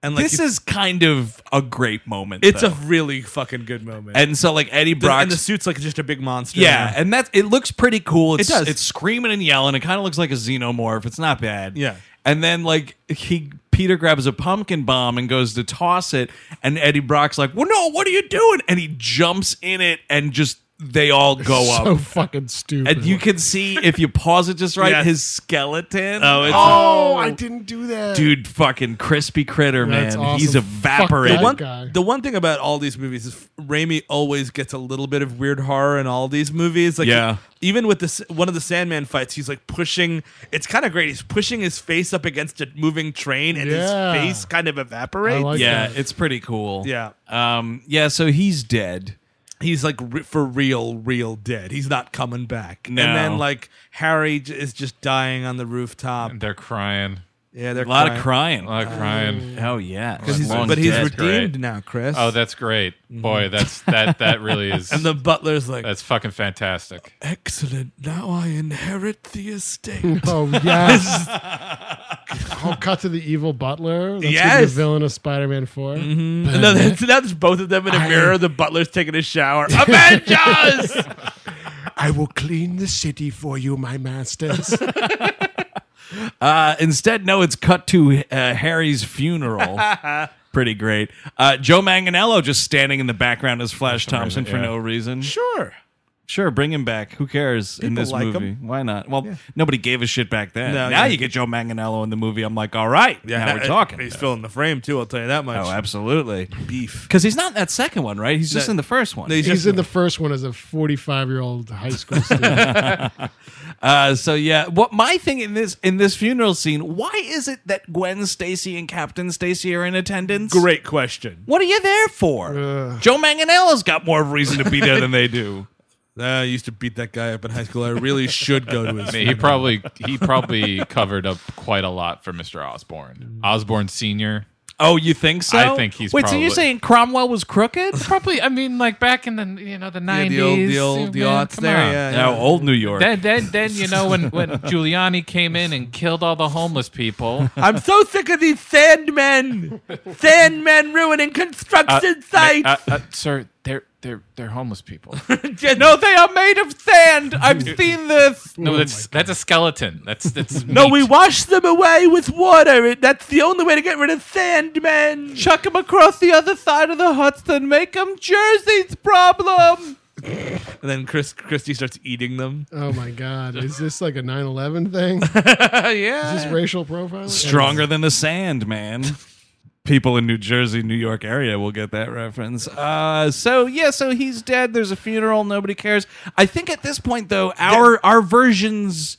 S5: and like
S3: This
S5: you-
S3: is kind of a great moment.
S5: it's
S3: though.
S5: a really fucking good moment.
S3: and so like Eddie
S5: the,
S3: Brock's
S5: and the suit's like just a big monster.
S3: Yeah,
S5: now.
S3: and that's it looks pretty cool. It's,
S5: It does.
S3: It's screaming and yelling. It kind of looks like a xenomorph. It's not bad.
S5: Yeah.
S3: And then like he Peter grabs a pumpkin bomb and goes to toss it, and Eddie Brock's like, "Well, no, what are you doing?" And he jumps in it, and just they all go up.
S6: so fucking stupid.
S3: and you can see if you pause it just right,
S5: Yes.
S3: his skeleton.
S5: Oh, it's-
S6: oh, I didn't do that.
S3: dude, fucking crispy critter, man.
S6: That's awesome.
S3: He's
S6: Fuck
S3: evaporated.
S6: that
S5: one,
S6: guy.
S5: the one thing about all these movies is Raimi always gets a little bit of weird horror in all these movies. Like
S3: Yeah.
S5: even with this one of the Sandman fights, he's like pushing. It's kind of great. He's pushing his face up against a moving train, and
S6: Yeah.
S5: his face kind of
S6: I
S5: evaporates.
S6: like
S3: yeah,
S6: that.
S3: it's pretty cool.
S5: Yeah.
S3: Um. Yeah. So he's dead.
S5: he's like re- for real, real dead. He's not coming back.
S3: No.
S5: And then like Harry j- is just dying on the rooftop.
S8: They're crying.
S5: Yeah, they're
S3: A lot of crying.
S8: A lot of crying.
S3: Oh yeah,
S5: He's-
S3: Long
S5: but he's
S3: dead.
S8: dead.
S5: redeemed
S8: Great.
S5: now, Chris.
S8: Oh, that's great. Boy, that's that that really is
S5: Mm-hmm. and the butler's like,
S8: that's fucking fantastic.
S5: excellent. Now I inherit the estate.
S6: Oh yes. oh, cut to the evil butler. That's gonna be the
S5: Yes. Mm-hmm.
S6: villain of Spider-Man 4
S5: no, that's, that's both of them in a mirror. The butler's taking a shower. Avengers!
S6: I will clean the city for you, my masters.
S3: Uh, instead, no, it's cut to uh, Harry's funeral. Pretty great. Uh, Joe Manganello just standing in the background as Flash Thompson for
S8: yeah.
S3: no reason.
S5: sure.
S3: Sure, bring him back. Who cares in
S5: People
S3: this
S5: like
S3: movie?
S5: him.
S3: Why not? Well, nobody gave a shit back then.
S5: No,
S3: now
S5: yeah.
S3: you get Joe Manganello in the movie. I'm like, all right, now we're talking.
S5: He's filling the frame too. I'll tell you that much.
S3: oh, absolutely.
S5: beef.
S3: Because he's not in that second one, right? He's just
S5: No.
S3: in the first one.
S5: He's
S6: He's
S5: just-
S6: in the first one as a 45-year-old high school student.
S3: Uh, so yeah, what my thing in this in this funeral scene? Why is it that Gwen Stacy and Captain Stacy are in attendance?
S5: Great question.
S3: What are you there for? Joe Manganello's got more of a reason to be there than they do.
S5: Uh, I used to beat that guy up in high school. I really should go to his.
S8: I mean, he probably he probably covered up quite a lot for Mr.
S5: Mm-hmm.
S8: Osborne. Osborne Senior.
S3: Oh, you think so?
S8: I think he's
S3: Wait, so you're
S8: probably-
S3: saying Cromwell was crooked?
S8: Probably, I mean, like back in the you know the
S5: Yeah,
S8: nineties,
S5: the old, the old, the aughts there. Yeah, yeah.
S3: No, old New York.
S8: Then, then, then you know when when Giuliani came in and killed all the homeless people.
S5: I'm so sick of these sandmen. sandmen ruining construction sites.
S8: Uh, uh, sir, they're they're they're homeless people.
S3: no, they are made of sand. I've seen this.
S8: No, that's that's a skeleton. That's that's
S5: Oh no,
S8: meat.
S5: we wash them away with water. It- That's the only way to get rid of sandmen.
S3: Chuck him across the other side of the Hudson. Make him Jersey's problem.
S5: And then Chris Christie starts eating them.
S6: oh my God! Is this like a 9/11 thing?
S5: yeah.
S6: Is this racial profiling?
S3: Stronger than the sand, man. People in New Jersey, New York area will get that reference. Uh, so yeah, so he's dead. There's a funeral. Nobody cares. I think at this point, though, our our versions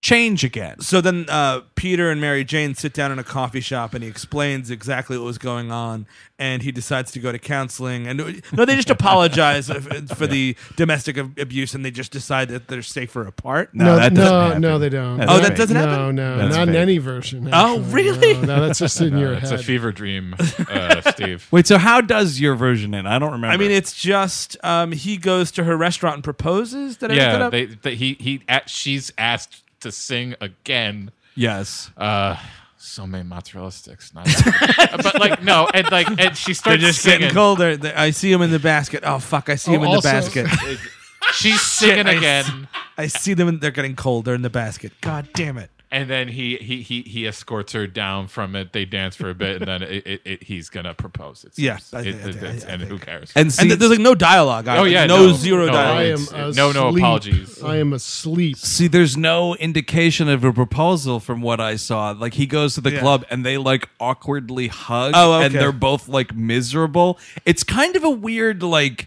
S3: change again.
S5: So then uh, Peter and Mary Jane sit down in a coffee shop and he explains exactly what was going on and he decides to go to counseling and uh, no they just apologize if- for the domestic ab- abuse and they just decide that they're safer apart.
S6: No, no, no, they don't.
S5: oh, that doesn't
S6: no,
S5: happen.
S6: No,
S5: That's
S6: not in
S5: fake.
S6: any version.
S5: Oh,
S6: actually.
S5: really?
S6: No, no, that's just in
S4: No,
S6: your
S4: it's
S6: head.
S4: a fever dream, uh, Steve.
S3: Wait, so how does your version end? I don't remember.
S5: I mean, it's just um, he goes to her restaurant and proposes. Did I make that
S4: yeah,
S5: up?
S4: they, they, he he a she's asked to sing again.
S3: yes.
S4: Uh, so many mozzarella sticks, not but like no, and like and she
S5: They're
S4: starts
S5: just
S4: singing.
S5: getting colder. They- I see him in the basket. Oh fuck! I see him
S6: Oh,
S5: in
S6: also-
S5: the basket.
S4: She's singing
S5: I
S4: again,
S5: I see them. In, they're getting colder in the basket. God damn it!
S4: and then he he he he escorts her down from it. They dance for a bit, and then it, it, it, he's gonna propose. It seems.
S5: Yeah, I
S4: It-
S5: think- I
S4: it-
S5: think- I
S4: it's-
S5: think-
S4: and
S5: I
S4: who cares?
S5: And, th- there's like no dialogue.
S4: Oh, yeah,
S5: no,
S4: no.
S5: zero
S4: No,
S5: dialogue.
S6: I am
S4: it's-
S6: asleep.
S4: no, no apologies.
S6: I am asleep.
S3: See, there's no indication of a proposal from what I saw. Like he goes to the
S5: Yeah.
S3: club and they like awkwardly hug
S5: Oh, okay.
S3: and they're both like miserable. It's kind of a weird like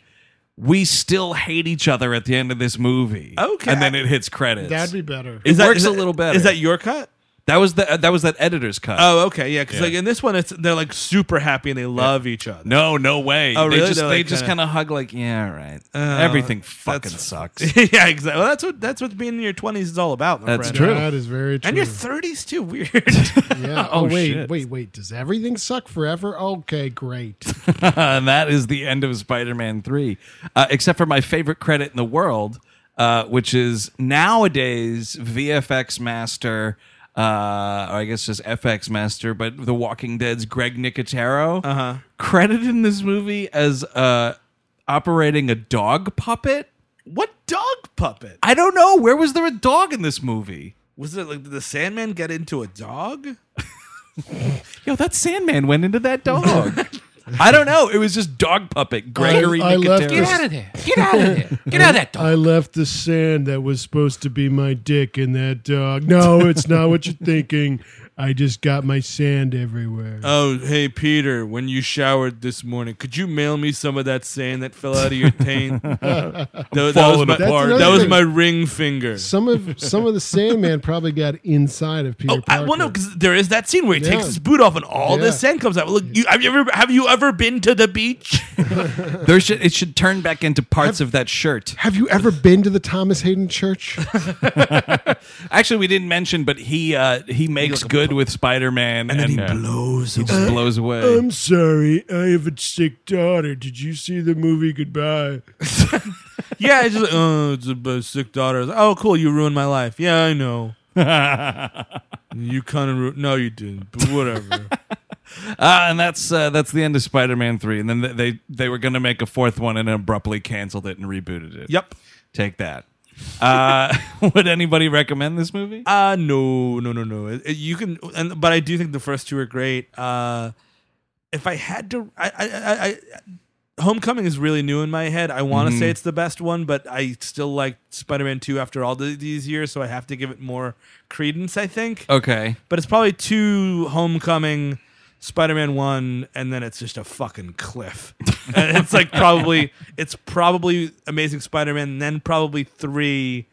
S3: we still hate each other at the end of this movie.
S5: Okay.
S3: And then it hits credits.
S6: That'd be better.
S3: it works a
S5: that,
S3: little better.
S5: Is that your cut?
S3: that was the uh, that was that editor's cut.
S5: Oh, okay, yeah. Because like in this one, it's they're like super happy and they love each other.
S3: no, no way.
S5: Oh,
S3: They
S5: really?
S3: just,
S5: They're,
S3: they
S5: like,
S3: just kind
S5: kinda-
S3: of hug like, yeah, all right.
S5: Uh,
S3: Everything
S5: that's-
S3: fucking sucks.
S5: yeah, exactly. Well, that's what that's what being in your twenties is all about. My
S3: That's
S5: friend.
S3: true.
S6: That is very true.
S5: And your thirties too. Weird.
S6: yeah. Oh, wait,
S3: shit.
S6: wait, wait. Does everything suck forever? Okay, great.
S3: Uh, and that is the end of Spider-Man Three, uh, except for my favorite credit in the world, uh, which is nowadays VFX master. Uh, or I guess just FX master, but The Walking Dead's Greg Nicotero uh-huh. credited in this movie as uh, operating a dog puppet.
S5: what dog puppet?
S3: I don't know where was there a dog in this movie.
S5: Was it like did the Sandman get into a dog?
S3: Yo, that Sandman went into that dog. I don't know. It was just dog puppet Gregory
S6: I
S3: Nicotero.
S6: left this-
S7: of there. Get out of there. Get out of that dog.
S6: I left the sand that was supposed to be my dick in that dog. No, it's not what you're thinking. I just got my sand everywhere.
S5: Oh, hey Peter, when you showered this morning, could you mail me some of that sand that fell out of your taint? that, that was
S3: falling
S5: my,
S6: apart.
S5: that was
S6: That's
S5: my ring finger.
S6: some of some of the Sandman probably got inside of Peter
S5: Oh, I,
S6: Parker.
S5: well, no, because there is that scene where he takes
S6: Yeah.
S5: his boot off and all the
S6: Yeah.
S5: sand comes out. Look, you, have you ever have you ever been to the beach?
S3: There should it should turn back into parts of that shirt.
S6: Have you ever been to the Thomas Hayden Church?
S3: Actually, we didn't mention, but he uh, he makes good with Spider Man, and,
S5: he
S3: uh,
S5: blows.
S3: he
S5: away.
S3: just blows away.
S6: I'm sorry, I have a sick daughter. Did you see the movie Goodbye?
S5: yeah, it's just like, oh, it's about sick daughter. It's like, oh, cool, you ruined my life. Yeah, I know. you kind of ru- no, you didn't, but whatever.
S3: uh, and that's uh, that's the end of Spider Man three. And then th- they they were going to make a fourth one and abruptly canceled it and rebooted it.
S5: yep.
S3: take that. Uh, would anybody recommend this movie?
S5: Uh no, no, no, no. It- it- you can, and, but I do think the first two are great. Uh, if I had to, I, I, I, I Homecoming is really new in my head. I want to say it's the best one, but I still like Spider-Man Two after all the, these years, so I have to give it more credence. I think,
S3: okay,
S5: but it's probably two Homecoming, Spider-Man One, and then it's just a fucking cliff. And it's like probably it's probably Amazing Spider-Man, and then probably three,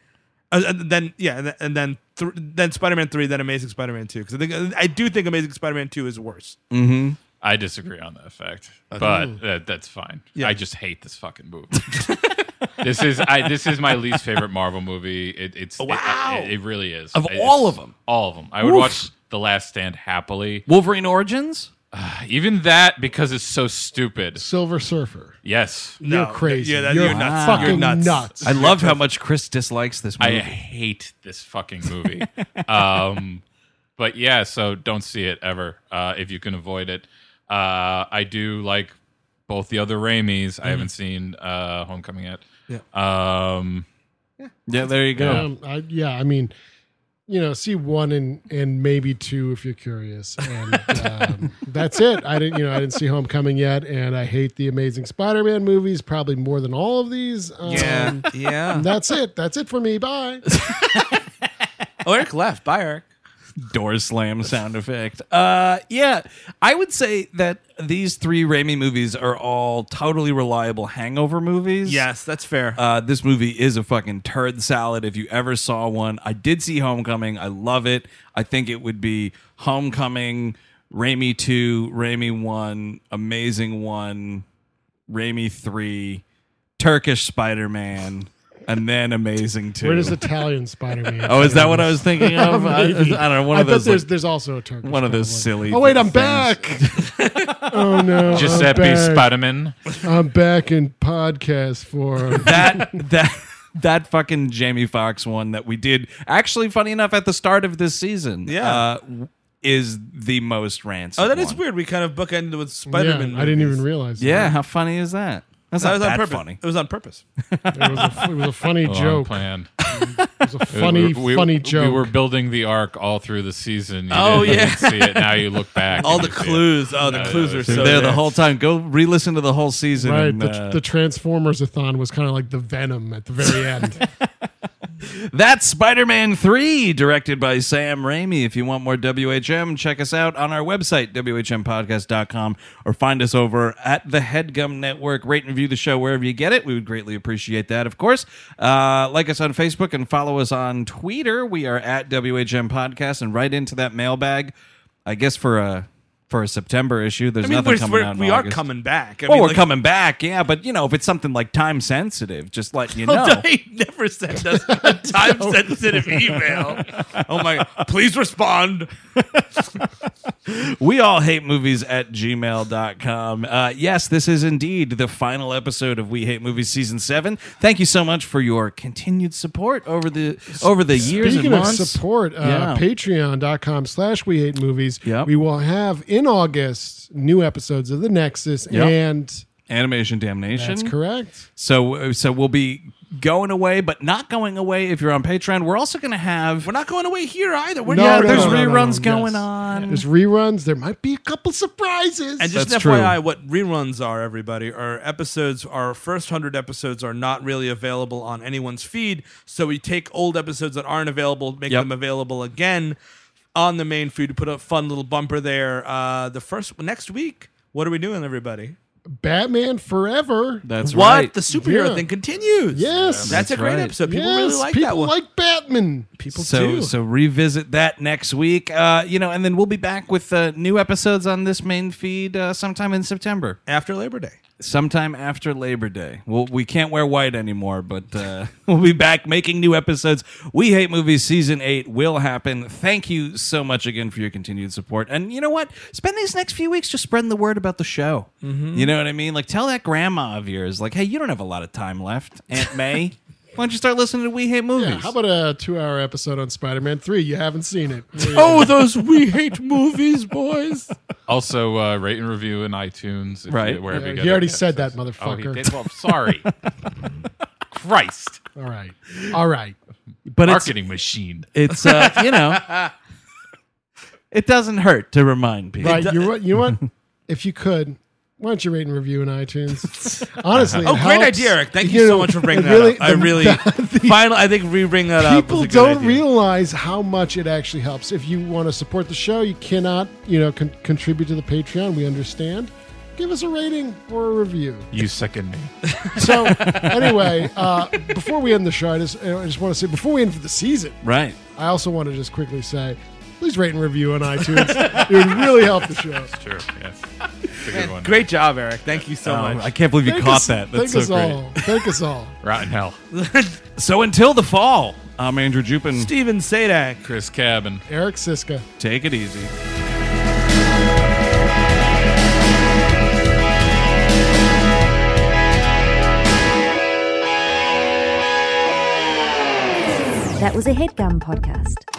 S5: uh, and then yeah, and then and then, th- then Spider-Man Three, then Amazing Spider-Man Two. Because I think I do think Amazing Spider-Man Two is worse.
S4: I disagree on that fact, but that, that's fine.
S5: Yeah.
S4: I just hate this fucking movie. this is I, this is my least favorite Marvel movie. It, it's it-
S3: Wow.
S4: It, it really is
S3: Of
S4: It's-
S3: all of 'em?
S4: All of them. I would
S3: Oof.
S4: watch The Last Stand happily.
S3: Wolverine Origins.
S4: Even that because it's so stupid.
S6: Silver Surfer.
S4: Yes,
S6: You're crazy.
S5: Yeah, that-
S6: you're,
S5: you're nuts.
S6: fucking
S5: You're nuts.
S6: nuts.
S3: I love how much Chris dislikes this
S4: I
S3: movie.
S4: hate this fucking movie. um, but yeah, so don't see it ever uh, if you can avoid it. Uh, I do like both the other Raimis.
S6: Mm.
S4: I haven't seen uh, Homecoming yet. Yeah. Um,
S3: yeah, there you go.
S6: Um, I, yeah, I mean, you know, see one and and maybe two if you're curious, and um, that's it. I didn't, you know, I didn't see Homecoming yet, and I hate the Amazing Spider-Man movies probably more than all of these. Um,
S5: yeah.
S6: That's it. That's it for me. Bye.
S5: Oh, Eric left. Bye, Eric.
S3: door slam sound effect. Uh, yeah, I would say that these three Raimi movies are all totally reliable hangover movies.
S5: Yes, that's fair.
S3: Uh, this movie is a fucking turd salad if you ever saw one. I did see Homecoming. I love it. I think it would be Homecoming, Raimi 2, Raimi 1, Amazing 1, Raimi 3, Turkish Spider Man, and then Amazing 2.
S6: Where does Italian Spider Man?
S3: Oh, is that what I was thinking of? I, I don't
S6: Maybe.
S3: know. One
S6: I
S3: of
S6: bet
S3: those.
S6: There's,
S3: like,
S6: there's also a Turkish.
S3: one of those
S6: Spider-Man.
S3: silly.
S6: Oh wait, I'm
S3: things.
S6: back. oh no,
S7: Giuseppe
S6: I'm back.
S7: Spiderman.
S6: I'm back in podcast form.
S3: that that that fucking Jamie Foxx one that we did actually funny enough at the start of this season
S5: Yeah.
S3: uh, is the most rancid
S5: oh, that is
S3: one.
S5: weird. We kind of bookended with
S6: yeah,
S5: Spider-Man.
S6: I didn't
S5: movies.
S6: even realize. that.
S3: yeah how funny is that that's
S5: That
S3: not
S5: was on
S3: that
S5: purpose.
S3: funny
S5: It was on purpose.
S6: it was a, it was a funny joke. It
S8: plan.
S6: was a funny,
S8: we,
S6: funny joke.
S8: We were building the arc all through the season. You
S5: Oh,
S8: didn't- you
S5: yeah.
S8: didn't see it. Now you look back.
S5: All
S8: and
S5: the
S8: you see it.
S5: clues. Oh, the
S8: Yeah,
S5: clues
S8: yeah,
S5: are
S8: yeah.
S5: so
S3: there
S5: there.
S3: the whole time go re-listen to the whole season
S6: right,
S3: and,
S6: the,
S3: uh,
S6: the Transformers a thon was kind of like the Venom at the very end.
S3: That's Spider Man 3, directed by Sam Raimi. If you want more WHM, check us out on our website, WHMPodcast.com, or find us over at the Headgum Network. Rate and view the show wherever you get it. We would greatly appreciate that, of course. Uh, like us on Facebook and follow us on Twitter. We are at WHM Podcast and right into that mailbag. I guess for a for a September issue, there's
S5: I mean,
S3: nothing
S5: we're,
S3: coming
S5: we're,
S3: out. in
S5: we are
S3: August.
S5: coming back. I
S3: Well,
S5: mean,
S3: we're
S5: like,
S3: coming back, yeah. But you know, if it's something like time sensitive, just letting you know.
S5: No. They never send us a time sensitive email. Oh my! Please respond.
S3: we all hate movies at gmail.com uh, yes this is indeed the final episode of we hate movies season 7 thank you so much for your continued support over the over the years
S6: Speaking
S3: and
S6: of
S3: months
S6: support,
S3: Yeah.
S6: uh, patreon.com slash we hate movies.
S3: Yep.
S6: We will have in August new episodes of The Nexus
S3: Yep.
S6: and
S3: animation damnation
S6: that's correct.
S3: so so we'll be going away but not going away if you're on patreon we're also going to have
S5: We're not going away here either. We're
S6: No,
S5: not-
S6: no,
S3: there's
S6: no, no, no,
S3: reruns
S6: no,
S3: going
S6: yes.
S3: on
S6: There's reruns. There might be a couple surprises.
S5: And just
S3: That's
S5: FYI, what reruns are, everybody, are episodes, our first 100 episodes are not really available on anyone's feed. So we take old episodes that aren't available, make
S3: Yep.
S5: them available again on the main feed. We put a fun little bumper there. Uh, the first, next week, what are we doing, everybody?
S6: Batman Forever.
S3: that's
S5: what?
S3: right
S5: The superhero
S6: Yeah.
S5: thing continues.
S6: Yes.
S5: That's,
S6: That's
S5: a great
S3: right.
S5: episode. People
S6: yes,
S5: really like
S6: people
S5: that one.
S6: like Batman.
S5: people
S3: so
S5: do.
S3: so revisit that next week uh you know and then we'll be back with uh, new episodes on this main feed uh, sometime in september
S5: After Labor Day.
S3: sometime after Labor Day. Well, we can't wear white anymore, but uh, we'll be back making new episodes. We Hate Movies Season 8 will happen. Thank you so much again for your continued support. And you know what? Spend these next few weeks just spreading the word about the show.
S6: Mm-hmm.
S3: You know what I mean? Like, tell that grandma of yours, like, hey, you don't have a lot of time left, Aunt May. Why don't you start listening to We Hate Movies?
S6: Yeah, how about a two-hour episode on Spider-Man Three? You haven't seen it.
S5: Oh, those we hate movies, boys.
S8: Also, uh, rate and review in iTunes. If
S3: Right.
S8: You, wherever you
S6: Yeah,
S8: get
S6: he already
S8: it.
S6: said that,
S8: Oh, he
S6: motherfucker.
S8: did? Well, sorry. Christ.
S6: All right, all right.
S3: but it's,
S8: Marketing machine.
S3: it's uh, you know, it doesn't hurt to remind people.
S6: Right, you're, right- you know what? If you could, why don't you rate and review in iTunes? Honestly,
S5: Oh,
S6: it
S5: great
S6: helps.
S5: idea, Eric. Thank you, so
S6: know,
S5: much for bringing
S6: it
S5: that
S6: really-
S5: up. I
S6: the-
S5: really, finally, I think re bring that up. was
S6: People
S5: a good
S6: don't
S5: idea.
S6: realize how much it actually helps. If you want to support the show, you cannot, you know, con- contribute to the Patreon. We understand. Give us a rating or a review.
S8: You second me.
S6: So, anyway, uh, before we end the show, I just, I just want to say before we end for the season,
S3: right.
S6: I also want to just quickly say, please rate and review on iTunes. it would really help the show.
S8: Sure. Yes. It's a good one.
S5: Great job, Eric. Thank you so
S3: Oh,
S5: much.
S3: I can't believe you
S6: Thank
S3: caught
S6: us-
S3: that. That's
S6: thank us
S3: so great.
S6: all. Thank us all.
S8: Rotten hell.
S3: So until the fall, I'm Andrew Jupin.
S5: Steven Sadak.
S8: Chris Cabin.
S6: Eric Siska.
S3: Take it easy.
S11: That was a headgum podcast.